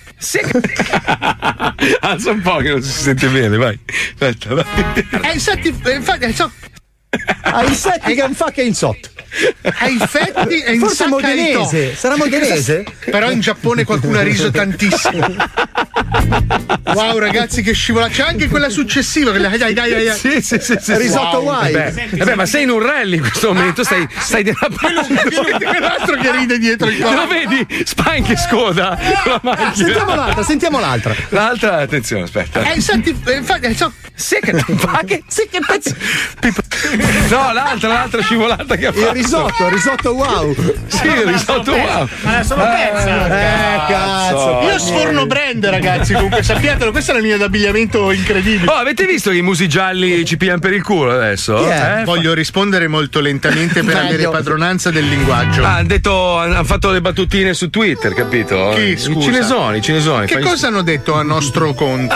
[SPEAKER 1] Alza un po' che non si sente bene, vai. Aspetta, vai.
[SPEAKER 3] Eh, infatti, infatti, so-
[SPEAKER 8] Ai insetti che un fucking sot.
[SPEAKER 3] Ai fetti e in
[SPEAKER 8] Forse
[SPEAKER 3] sacca ai
[SPEAKER 8] modenese.
[SPEAKER 3] to.
[SPEAKER 8] Sarà modenese?
[SPEAKER 3] Però in Giappone qualcuno ha riso tantissimo. Wow, ragazzi, che scivola. C'è anche quella successiva. Quella... Dai, dai, dai, dai.
[SPEAKER 1] Sì, sì, sì, sì.
[SPEAKER 3] Risotto Eh,
[SPEAKER 1] Wow. Eh
[SPEAKER 3] Hawaii.
[SPEAKER 1] Vabbè,
[SPEAKER 3] Senti, Ah,
[SPEAKER 1] vabbè, ma sei in un rally in questo momento, stai, stai derapando.
[SPEAKER 3] L'altro che ride dietro il
[SPEAKER 1] Lo
[SPEAKER 3] collo.
[SPEAKER 1] vedi? Spanche scoda. con la macchina.
[SPEAKER 8] Sentiamo l'altra, sentiamo l'altra.
[SPEAKER 1] L'altra,
[SPEAKER 33] Eh,
[SPEAKER 1] attenzione, aspetta.
[SPEAKER 3] Eh, senti, infatti, so-
[SPEAKER 1] Sì, che non fa che.
[SPEAKER 3] Sì, che pezzo.
[SPEAKER 1] Pippo, No, l'altra, l'altra scivolata che ha fatto.
[SPEAKER 33] Il risotto, il risotto wow.
[SPEAKER 1] Sì,
[SPEAKER 3] Eh,
[SPEAKER 1] il risotto wow.
[SPEAKER 33] Ma la
[SPEAKER 1] Eh,
[SPEAKER 33] solo pezza. Eh, cazzo.
[SPEAKER 3] Io sforno brand, ragazzi. Comunque, sappiatelo, questa è la linea d'abbigliamento incredibile.
[SPEAKER 1] Oh, avete visto che i musi gialli ci pigliano per il culo adesso? Eh?
[SPEAKER 3] Voglio rispondere molto lentamente per
[SPEAKER 1] Meglio.
[SPEAKER 3] avere padronanza del linguaggio.
[SPEAKER 1] Ah, hanno detto, hanno fatto le battutine su Twitter, capito?
[SPEAKER 3] Chi,
[SPEAKER 1] I
[SPEAKER 3] scusa?
[SPEAKER 1] cinesoni, i cinesoni.
[SPEAKER 3] Che
[SPEAKER 1] Fai-
[SPEAKER 3] cosa hanno detto a nostro conto?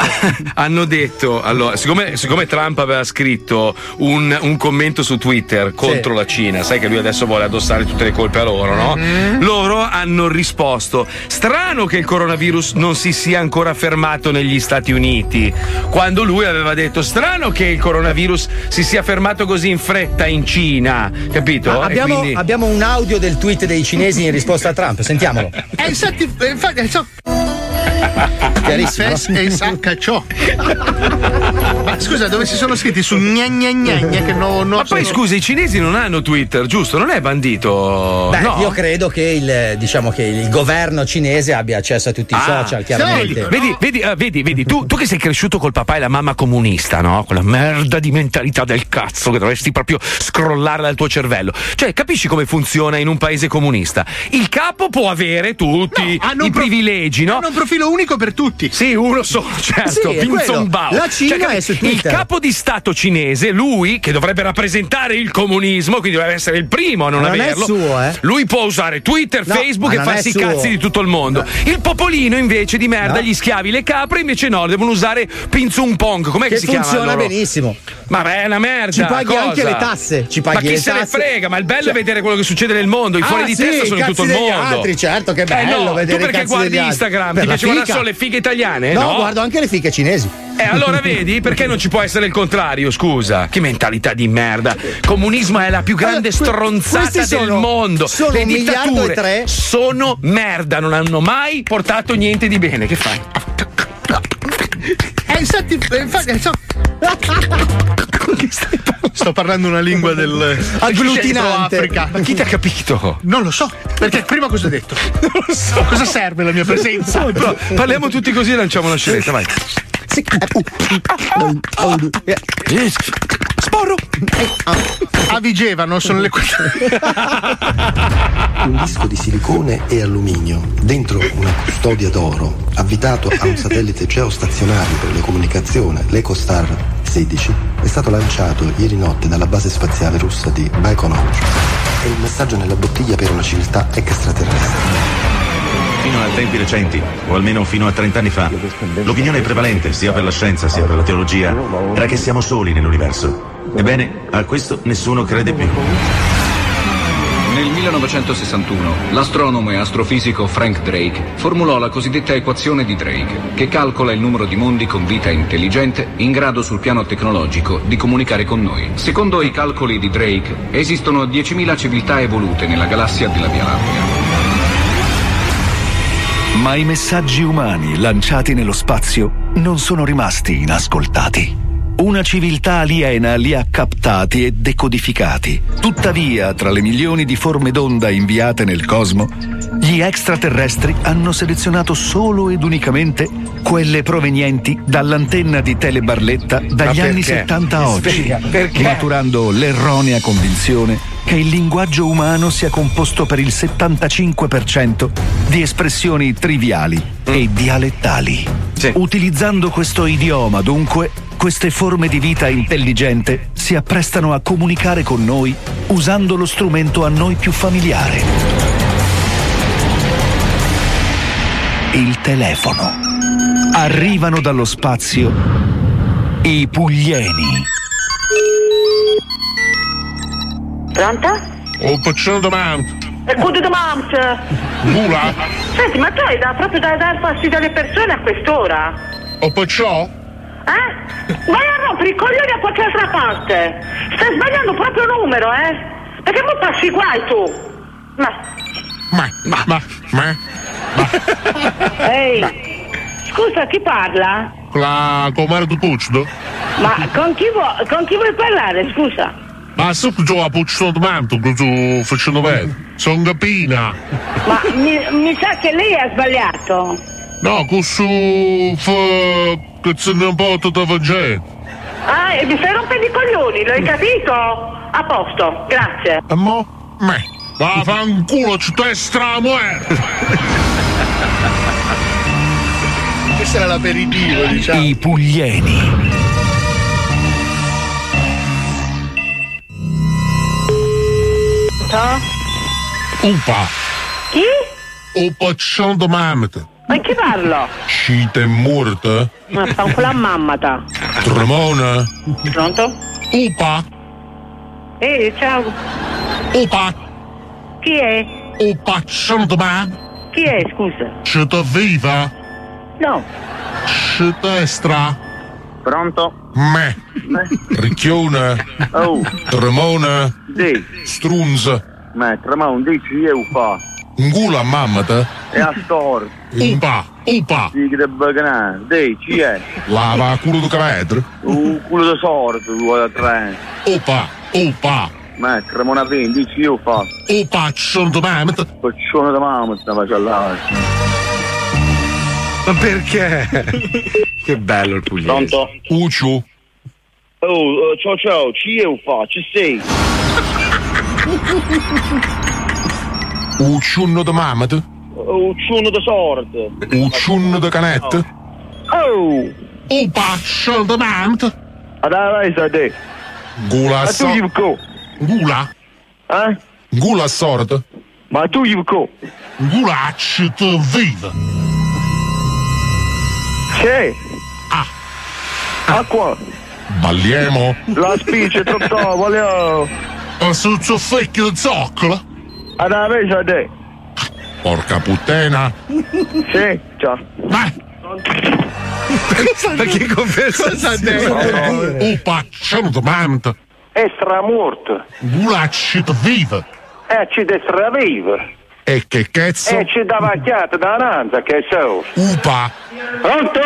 [SPEAKER 1] Hanno detto, allora, siccome, siccome Trump aveva scritto un, un commento su Twitter contro la Cina, sai che lui adesso vuole addossare tutte le colpe a loro, no?
[SPEAKER 8] Mm-hmm.
[SPEAKER 1] Loro hanno risposto: strano che il coronavirus non si sia ancora fermato negli Stati Uniti. Quando lui aveva detto: strano che il coronavirus si sia fermato così in fretta in Cina, capito?
[SPEAKER 8] Ma
[SPEAKER 1] E
[SPEAKER 8] abbiamo,
[SPEAKER 1] quindi-
[SPEAKER 8] abbiamo un audio del tweet dei cinesi in risposta a Trump, sentiamolo.
[SPEAKER 3] Eh, infatti, eh, infatti, eh, so-
[SPEAKER 8] Chiarissimo.
[SPEAKER 3] Fes e sacca ciò. Ma scusa, dove si sono scritti su gna gna gna gna che no, no
[SPEAKER 1] Ma poi
[SPEAKER 3] sono-
[SPEAKER 1] scusi, i cinesi non hanno Twitter, giusto? Non è bandito.
[SPEAKER 8] Beh,
[SPEAKER 1] no.
[SPEAKER 8] io credo che il, diciamo che il governo cinese abbia accesso a tutti i
[SPEAKER 1] Ah,
[SPEAKER 8] social, chiaramente.
[SPEAKER 1] Vedi, vedi, vedi, eh, vedi, vedi, tu, tu che sei cresciuto col papà e la mamma comunista, no? Quella merda di mentalità del cazzo che dovresti proprio scrollare dal tuo cervello. Cioè, capisci come funziona in un paese comunista? Il capo può avere tutti i privilegi, no?
[SPEAKER 3] Hanno un profilo unico per tutti.
[SPEAKER 1] Sì, uno solo, certo,
[SPEAKER 3] Sì, è quello.
[SPEAKER 1] Pinzombao.
[SPEAKER 3] La Cina
[SPEAKER 1] Cioè, capi-
[SPEAKER 3] è su Twitter.
[SPEAKER 1] Il capo di Stato cinese, lui che dovrebbe rappresentare il comunismo, quindi dovrebbe essere il primo a non
[SPEAKER 8] Ma non è
[SPEAKER 1] averlo.
[SPEAKER 8] suo, eh?
[SPEAKER 1] Lui può usare Twitter,
[SPEAKER 8] No,
[SPEAKER 1] Facebook
[SPEAKER 8] ma
[SPEAKER 1] e
[SPEAKER 8] non è
[SPEAKER 1] farsi i
[SPEAKER 8] suo.
[SPEAKER 1] cazzi di tutto il mondo. Il popolino invece di merda, gli schiavi, le capre invece no, devono usare Pinzum Pong. Com'è che,
[SPEAKER 8] che
[SPEAKER 1] si chiama?
[SPEAKER 8] funziona
[SPEAKER 1] loro?
[SPEAKER 8] benissimo.
[SPEAKER 1] Ma beh, è una merda.
[SPEAKER 8] Ci paghi
[SPEAKER 1] cosa?
[SPEAKER 8] anche le tasse. Ci paghi
[SPEAKER 1] ma chi
[SPEAKER 8] le
[SPEAKER 1] se ne
[SPEAKER 8] tasse. Cioè-
[SPEAKER 1] frega? Ma il bello è vedere quello che succede nel mondo. I
[SPEAKER 8] Ah,
[SPEAKER 1] fuori di
[SPEAKER 8] sì,
[SPEAKER 1] testa
[SPEAKER 8] i
[SPEAKER 1] sono in tutto il
[SPEAKER 8] cazzi degli
[SPEAKER 1] mondo.
[SPEAKER 8] altri, certo, che
[SPEAKER 1] eh
[SPEAKER 8] bello
[SPEAKER 1] no,
[SPEAKER 8] vedere i
[SPEAKER 1] Tu perché
[SPEAKER 8] cazzi
[SPEAKER 1] guardi
[SPEAKER 8] degli altri. Per
[SPEAKER 1] Instagram? Ti
[SPEAKER 8] la
[SPEAKER 1] piace guardare
[SPEAKER 8] fica.
[SPEAKER 1] solo le fighe italiane?
[SPEAKER 8] no, guardo anche le fiche cinesi.
[SPEAKER 1] E Eh, allora vedi perché non ci può essere il contrario? Scusa, che mentalità di merda. Comunismo è la più grande stronzata
[SPEAKER 8] questi sono-
[SPEAKER 1] del mondo.
[SPEAKER 8] sono
[SPEAKER 1] Le
[SPEAKER 8] un miliardo
[SPEAKER 1] dittature
[SPEAKER 8] e tre.
[SPEAKER 1] sono merda, non hanno mai portato niente di bene. Che fai?
[SPEAKER 3] Eh, infatti, eh, infatti, eh, so- Sto parlando una lingua del
[SPEAKER 1] Agglutinante.
[SPEAKER 3] Africa.
[SPEAKER 1] Ma chi ti ha capito?
[SPEAKER 3] Non lo so, perché prima cosa ho detto? Non lo so. Cosa serve la mia presenza?
[SPEAKER 1] Però parliamo tutti così e lanciamo una scenetta, vai. Sporro!
[SPEAKER 3] A Vigevano sono le
[SPEAKER 34] Un disco di silicone e alluminio dentro una custodia d'oro avvitato a un satellite geostazionario per le comunicazioni, l'EcoStar 16, è stato lanciato ieri notte dalla base spaziale russa di Baikonur. È il messaggio nella bottiglia per una civiltà extraterrestre.
[SPEAKER 14] Fino a tempi recenti, o almeno fino a 30 anni fa, l'opinione prevalente, sia per la scienza sia per la teologia, era che siamo soli nell'universo. Ebbene, a questo nessuno crede più.
[SPEAKER 5] Nel 1961 l'astronomo e astrofisico Frank Drake formulò la cosiddetta equazione di Drake, che calcola il numero di mondi con vita intelligente in grado sul piano tecnologico di comunicare con noi. Secondo i calcoli di Drake, esistono 10.000 civiltà evolute nella galassia della Via Lattea.
[SPEAKER 2] Ma i messaggi umani lanciati nello spazio non sono rimasti inascoltati. Una civiltà aliena li ha captati e decodificati. Tuttavia, tra le milioni di forme d'onda inviate nel cosmo, gli extraterrestri hanno selezionato solo ed unicamente quelle provenienti dall'antenna di Tele Barletta dagli
[SPEAKER 1] Ma
[SPEAKER 2] anni
[SPEAKER 1] perché?
[SPEAKER 2] 70 a oggi,
[SPEAKER 1] Spiega, perché?
[SPEAKER 2] maturando l'erronea convinzione che il linguaggio umano sia composto per il 75% di espressioni triviali
[SPEAKER 1] Mm.
[SPEAKER 2] e dialettali. Utilizzando questo idioma, dunque, queste forme di vita intelligente si apprestano a comunicare con noi usando lo strumento a noi più familiare. Il telefono. Arrivano dallo spazio i puglieni.
[SPEAKER 4] Pronta?
[SPEAKER 18] Oh, faccio una domanda.
[SPEAKER 4] E cudo di mamma!
[SPEAKER 18] Mula?
[SPEAKER 4] Senti, ma tu hai da, proprio da dar fastidio alle persone a quest'ora?
[SPEAKER 18] Oh, perciò?
[SPEAKER 4] Eh? Vai a rompere i coglioni a qualche altra parte! Stai sbagliando proprio numero, eh? Perché poi passi i guai tu! Ma,
[SPEAKER 18] Ma, ma, ma, ma.
[SPEAKER 4] ehi! Scusa, chi parla?
[SPEAKER 18] La comare di Puccido?
[SPEAKER 4] Ma con chi, vuo- con chi vuoi parlare, scusa?
[SPEAKER 18] Ma se tu a Puccido domanda che tu facendo bene. Sono capina.
[SPEAKER 4] Ma mi, mi sa che lei ha sbagliato.
[SPEAKER 18] No, questo. F... che se ne importa da fangere.
[SPEAKER 29] Ah, e mi sei rompendo i coglioni, l'hai capito? A posto, grazie.
[SPEAKER 18] Mo? Me. Vaffanculo, ci destra la muerta!
[SPEAKER 3] Questa era l'aperitivo, diciamo.
[SPEAKER 2] I Puglieni.
[SPEAKER 18] Upa! Chi? Upa, c'è mamma!
[SPEAKER 29] Ma chi parlo?
[SPEAKER 18] Scita è morta?
[SPEAKER 29] Ma fa un culo a mamma ta.
[SPEAKER 18] Tremona?
[SPEAKER 29] Pronto?
[SPEAKER 18] Upa!
[SPEAKER 29] Ehi, ciao.
[SPEAKER 18] Upa!
[SPEAKER 29] Chi è?
[SPEAKER 18] Upa, c'è mamma!
[SPEAKER 29] Chi è, scusa?
[SPEAKER 18] C'è viva?
[SPEAKER 29] No.
[SPEAKER 18] C'è destra?
[SPEAKER 29] Pronto?
[SPEAKER 18] Me! Ricchione!
[SPEAKER 29] Oh.
[SPEAKER 18] Tremona! Strunz!
[SPEAKER 4] Ma tremon, dici io fa.
[SPEAKER 18] Ngula mamma te!
[SPEAKER 4] E a stor.
[SPEAKER 18] Upa! Upa!
[SPEAKER 4] Sì, che debba ganare. Dici, eh.
[SPEAKER 18] Lava culo di cavetro!
[SPEAKER 4] Un culo di sordo, vuoi da tre.
[SPEAKER 18] Upa! Upa!
[SPEAKER 4] Ma tremon a venti, dici io fa.
[SPEAKER 18] Un paccione di mamma!
[SPEAKER 4] Paccione di mamma, sta facendo là.
[SPEAKER 1] Ma perché? che bello il pugliese.
[SPEAKER 4] Pronto?
[SPEAKER 18] Uccio!
[SPEAKER 4] Oh, eh, ciao ciao, ci io fa, ci sei.
[SPEAKER 18] Ucciunno di mamma te!
[SPEAKER 4] Ucciuno di sordo.
[SPEAKER 18] Ucciunno di canette!
[SPEAKER 4] Oh!
[SPEAKER 18] Un paccione di mamma te!
[SPEAKER 4] Allora, vai, sa te.
[SPEAKER 18] Gula
[SPEAKER 4] Ma tu
[SPEAKER 18] so-
[SPEAKER 4] gli co.
[SPEAKER 18] Gula?
[SPEAKER 4] Eh?
[SPEAKER 18] Gula sorda.
[SPEAKER 4] Ma tu gli co.
[SPEAKER 18] Gula te viva.
[SPEAKER 4] C'è. Ah. Acqua.
[SPEAKER 18] Balliamo.
[SPEAKER 4] La spiccia è troppo, voglio.
[SPEAKER 18] Ma Oh, sul soffecchio di zoccolo?
[SPEAKER 4] Allora, vai, sa te.
[SPEAKER 18] Porca puttana.
[SPEAKER 4] Sì, ciao.
[SPEAKER 1] Perché
[SPEAKER 18] conversazione? eh. Un paccione di mamma.
[SPEAKER 4] È stramorto.
[SPEAKER 18] Gula te viva.
[SPEAKER 4] E Eh, ci destraviva.
[SPEAKER 18] E che cazzo?
[SPEAKER 4] E Eh, ci dava chiata da ranza, che so.
[SPEAKER 18] Upa.
[SPEAKER 4] Pronto?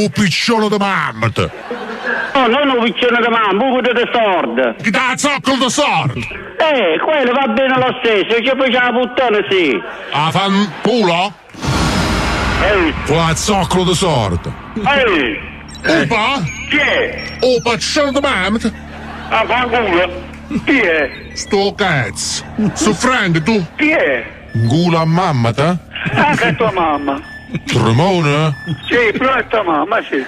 [SPEAKER 18] Un piccione di mamma. te.
[SPEAKER 4] No, Oh, non un vicino di mamma, un di sordo.
[SPEAKER 18] Che da zoccolo di sordo?
[SPEAKER 4] Eh, quello va bene lo stesso, ci poi c'è la puttana, sì.
[SPEAKER 18] A fan culo? Gula zoccolo di sordo.
[SPEAKER 4] Ehi!
[SPEAKER 18] Upa.
[SPEAKER 4] Chi è?
[SPEAKER 18] Un paccione di mamma. te.
[SPEAKER 4] A fanculo. Chi è?
[SPEAKER 18] Sto cazzo. Su Frank tu.
[SPEAKER 4] Chi è?
[SPEAKER 18] Gula a mamma te?
[SPEAKER 4] Ah, che è tua mamma.
[SPEAKER 18] Tremone?
[SPEAKER 4] Sì, però è tua mamma, sì.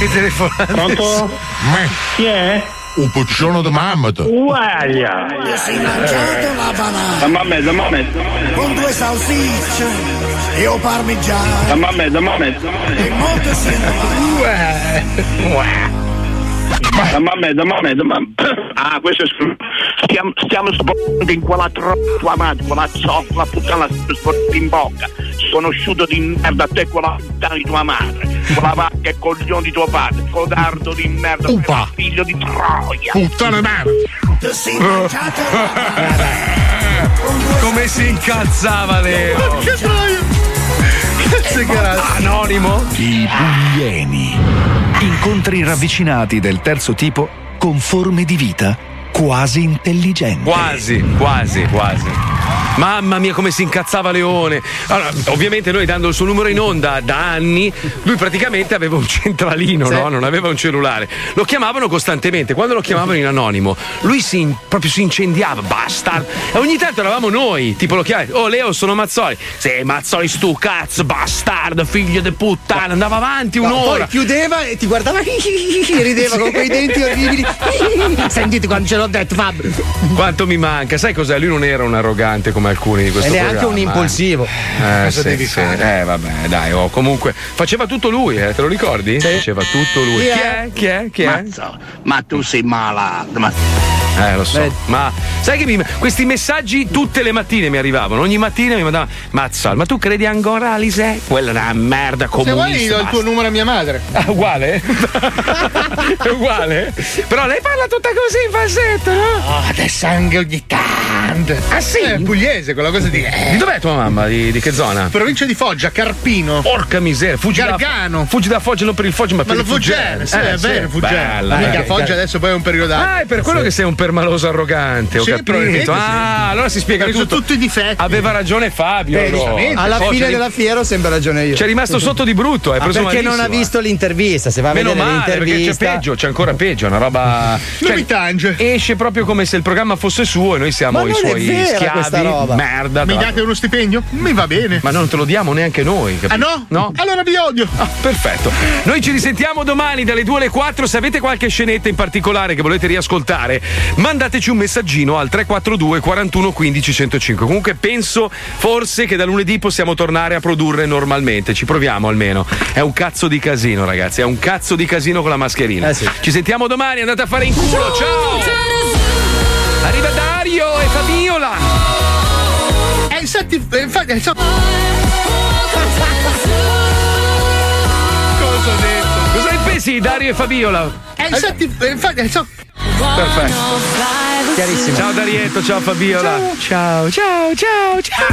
[SPEAKER 1] Che telefonate?
[SPEAKER 4] Pronto?
[SPEAKER 18] Me.
[SPEAKER 4] Chi è?
[SPEAKER 18] Un piccione di mamma te.
[SPEAKER 4] Uguaglia.
[SPEAKER 13] la banana
[SPEAKER 4] Mamma me, mamma me.
[SPEAKER 13] con due salsicce e o parmigiano
[SPEAKER 4] Mamma me, mamma me.
[SPEAKER 13] e molte siano
[SPEAKER 4] Mamma me, mamma me, mamma Ah, questo è scusa. Stiamo, stiamo sbagliando in quella troppa tua madre, quella zoffa puttana sporca in bocca. Sconosciuto di merda, te quella puttana di tua madre. Quella vacca e coglione di tuo padre. Codardo di merda,
[SPEAKER 18] Upa.
[SPEAKER 4] figlio di troia.
[SPEAKER 18] Puttana merda.
[SPEAKER 1] Come si incazzava Leo?
[SPEAKER 18] Che troia!
[SPEAKER 3] Cazzo che era?
[SPEAKER 1] Anonimo?
[SPEAKER 2] I Puglieni. Incontri ravvicinati del terzo tipo con forme di vita quasi intelligenti.
[SPEAKER 1] Quasi, quasi, quasi. Mamma mia, come si incazzava Leone. Allora, ovviamente noi dando il suo numero in onda da anni, lui praticamente aveva un centralino,
[SPEAKER 5] Sì.
[SPEAKER 1] no? Non aveva un cellulare. Lo chiamavano costantemente. Quando lo chiamavano in anonimo, lui si in- proprio si incendiava, bastard. E ogni tanto eravamo noi, tipo lo chiamavano, oh Leo, sono Mazzoli. Sì, Mazzoli, stu cazzo, bastardo, figlio di puttana. Andava avanti
[SPEAKER 10] No,
[SPEAKER 1] un'ora.
[SPEAKER 10] Poi chiudeva e ti guardava e rideva con quei denti orribili. Sentite quando ce l'ho detto, Fabio.
[SPEAKER 1] Quanto mi manca, sai cos'è? Lui non era un arrogante come alcuni di questo
[SPEAKER 10] Ed è
[SPEAKER 1] programma.
[SPEAKER 10] anche un impulsivo.
[SPEAKER 1] Eh,
[SPEAKER 10] Cosa
[SPEAKER 1] sì,
[SPEAKER 10] devi
[SPEAKER 1] sì. Eh, vabbè, dai, oh, comunque faceva tutto lui, eh, te lo ricordi? Faceva tutto lui. Chi
[SPEAKER 4] eh.
[SPEAKER 1] è? Chi è? Chi è?
[SPEAKER 4] Mazzo, ma tu sei malato. Ma...
[SPEAKER 1] Eh, lo so. Ma sai che mi- questi messaggi tutte le mattine mi arrivavano. Ogni mattina mi mandava Mazzal, ma tu credi ancora a Lise? Quella è una merda
[SPEAKER 3] Se
[SPEAKER 1] comunista.
[SPEAKER 3] vuoi gli do il tuo
[SPEAKER 1] basta."
[SPEAKER 3] numero a mia madre.
[SPEAKER 1] Ah, uguale? è uguale? Però lei parla tutta così in falsetto, no?
[SPEAKER 3] Ah, adesso anche ogni tanto. Ah sì? È pugliese quella cosa di. eh,
[SPEAKER 1] Di dov'è tua mamma? Di, di che zona?
[SPEAKER 3] Provincia di Foggia, Carpino.
[SPEAKER 1] Porca miseria, Eh, fuggi da
[SPEAKER 3] Gargano.
[SPEAKER 1] Fuggi da Foggia non per il Foggia, ma,
[SPEAKER 3] Ma
[SPEAKER 1] per
[SPEAKER 3] lo
[SPEAKER 1] il Fuggere.
[SPEAKER 3] Fuggere, sì, è vero, Fuggere.
[SPEAKER 1] Bella,
[SPEAKER 3] Mica
[SPEAKER 1] eh.
[SPEAKER 3] Foggia adesso poi è un periodo
[SPEAKER 1] Ah, è per quello che sei un super maloso arrogante, ho
[SPEAKER 3] Sì, probabilmente sì.
[SPEAKER 1] capito. Ah, allora si spiega
[SPEAKER 3] Ha preso
[SPEAKER 1] tutto.
[SPEAKER 3] tutti i difetti.
[SPEAKER 1] Aveva ragione Fabio.
[SPEAKER 8] Beh,
[SPEAKER 1] allora.
[SPEAKER 8] Alla
[SPEAKER 1] Oh,
[SPEAKER 8] fine
[SPEAKER 1] c'è-
[SPEAKER 8] della fiera ho sempre ragione io.
[SPEAKER 1] C'è rimasto sotto di brutto, eh,
[SPEAKER 8] Ah,
[SPEAKER 1] preso
[SPEAKER 8] perché non
[SPEAKER 1] malissimo,
[SPEAKER 8] ha visto l'intervista. Se va a
[SPEAKER 1] Meno
[SPEAKER 8] vedere
[SPEAKER 1] male, perché c'è
[SPEAKER 8] l'intervista,
[SPEAKER 1] peggio, c'è ancora peggio, una roba. Cioè, Esce proprio come se il programma fosse suo e noi siamo
[SPEAKER 3] Ma
[SPEAKER 1] i
[SPEAKER 3] non è
[SPEAKER 1] suoi
[SPEAKER 3] vera questa
[SPEAKER 1] schiavi.
[SPEAKER 3] roba.
[SPEAKER 1] Merda.
[SPEAKER 3] Mi
[SPEAKER 1] tra-
[SPEAKER 3] date uno stipendio? Mi va bene.
[SPEAKER 1] Ma non te lo diamo neanche noi, capito? Ah,
[SPEAKER 3] Ah no? No. Allora vi odio.
[SPEAKER 1] Perfetto. Noi ci risentiamo domani dalle 2 alle 4. Se avete qualche scenetta in particolare che volete riascoltare, mandateci un messaggino al 342 41 15 105. Comunque penso forse che da lunedì possiamo tornare a produrre normalmente. Ci proviamo almeno. È un cazzo di casino, ragazzi. È un cazzo di casino con la mascherina. Ci sentiamo domani, andate a fare in culo. Ciao! Arriva Dario e Fabiola.
[SPEAKER 3] Eh, infatti, eh, infatti, eh, so- Cosa ho detto?
[SPEAKER 1] Cosa ne pensi di Dario e Fabiola?
[SPEAKER 3] Eh, infatti, eh, infatti, eh, so-
[SPEAKER 1] Perfetto. Ciao Darietto, ciao Fabiola. Ciao, ciao, ciao, ciao.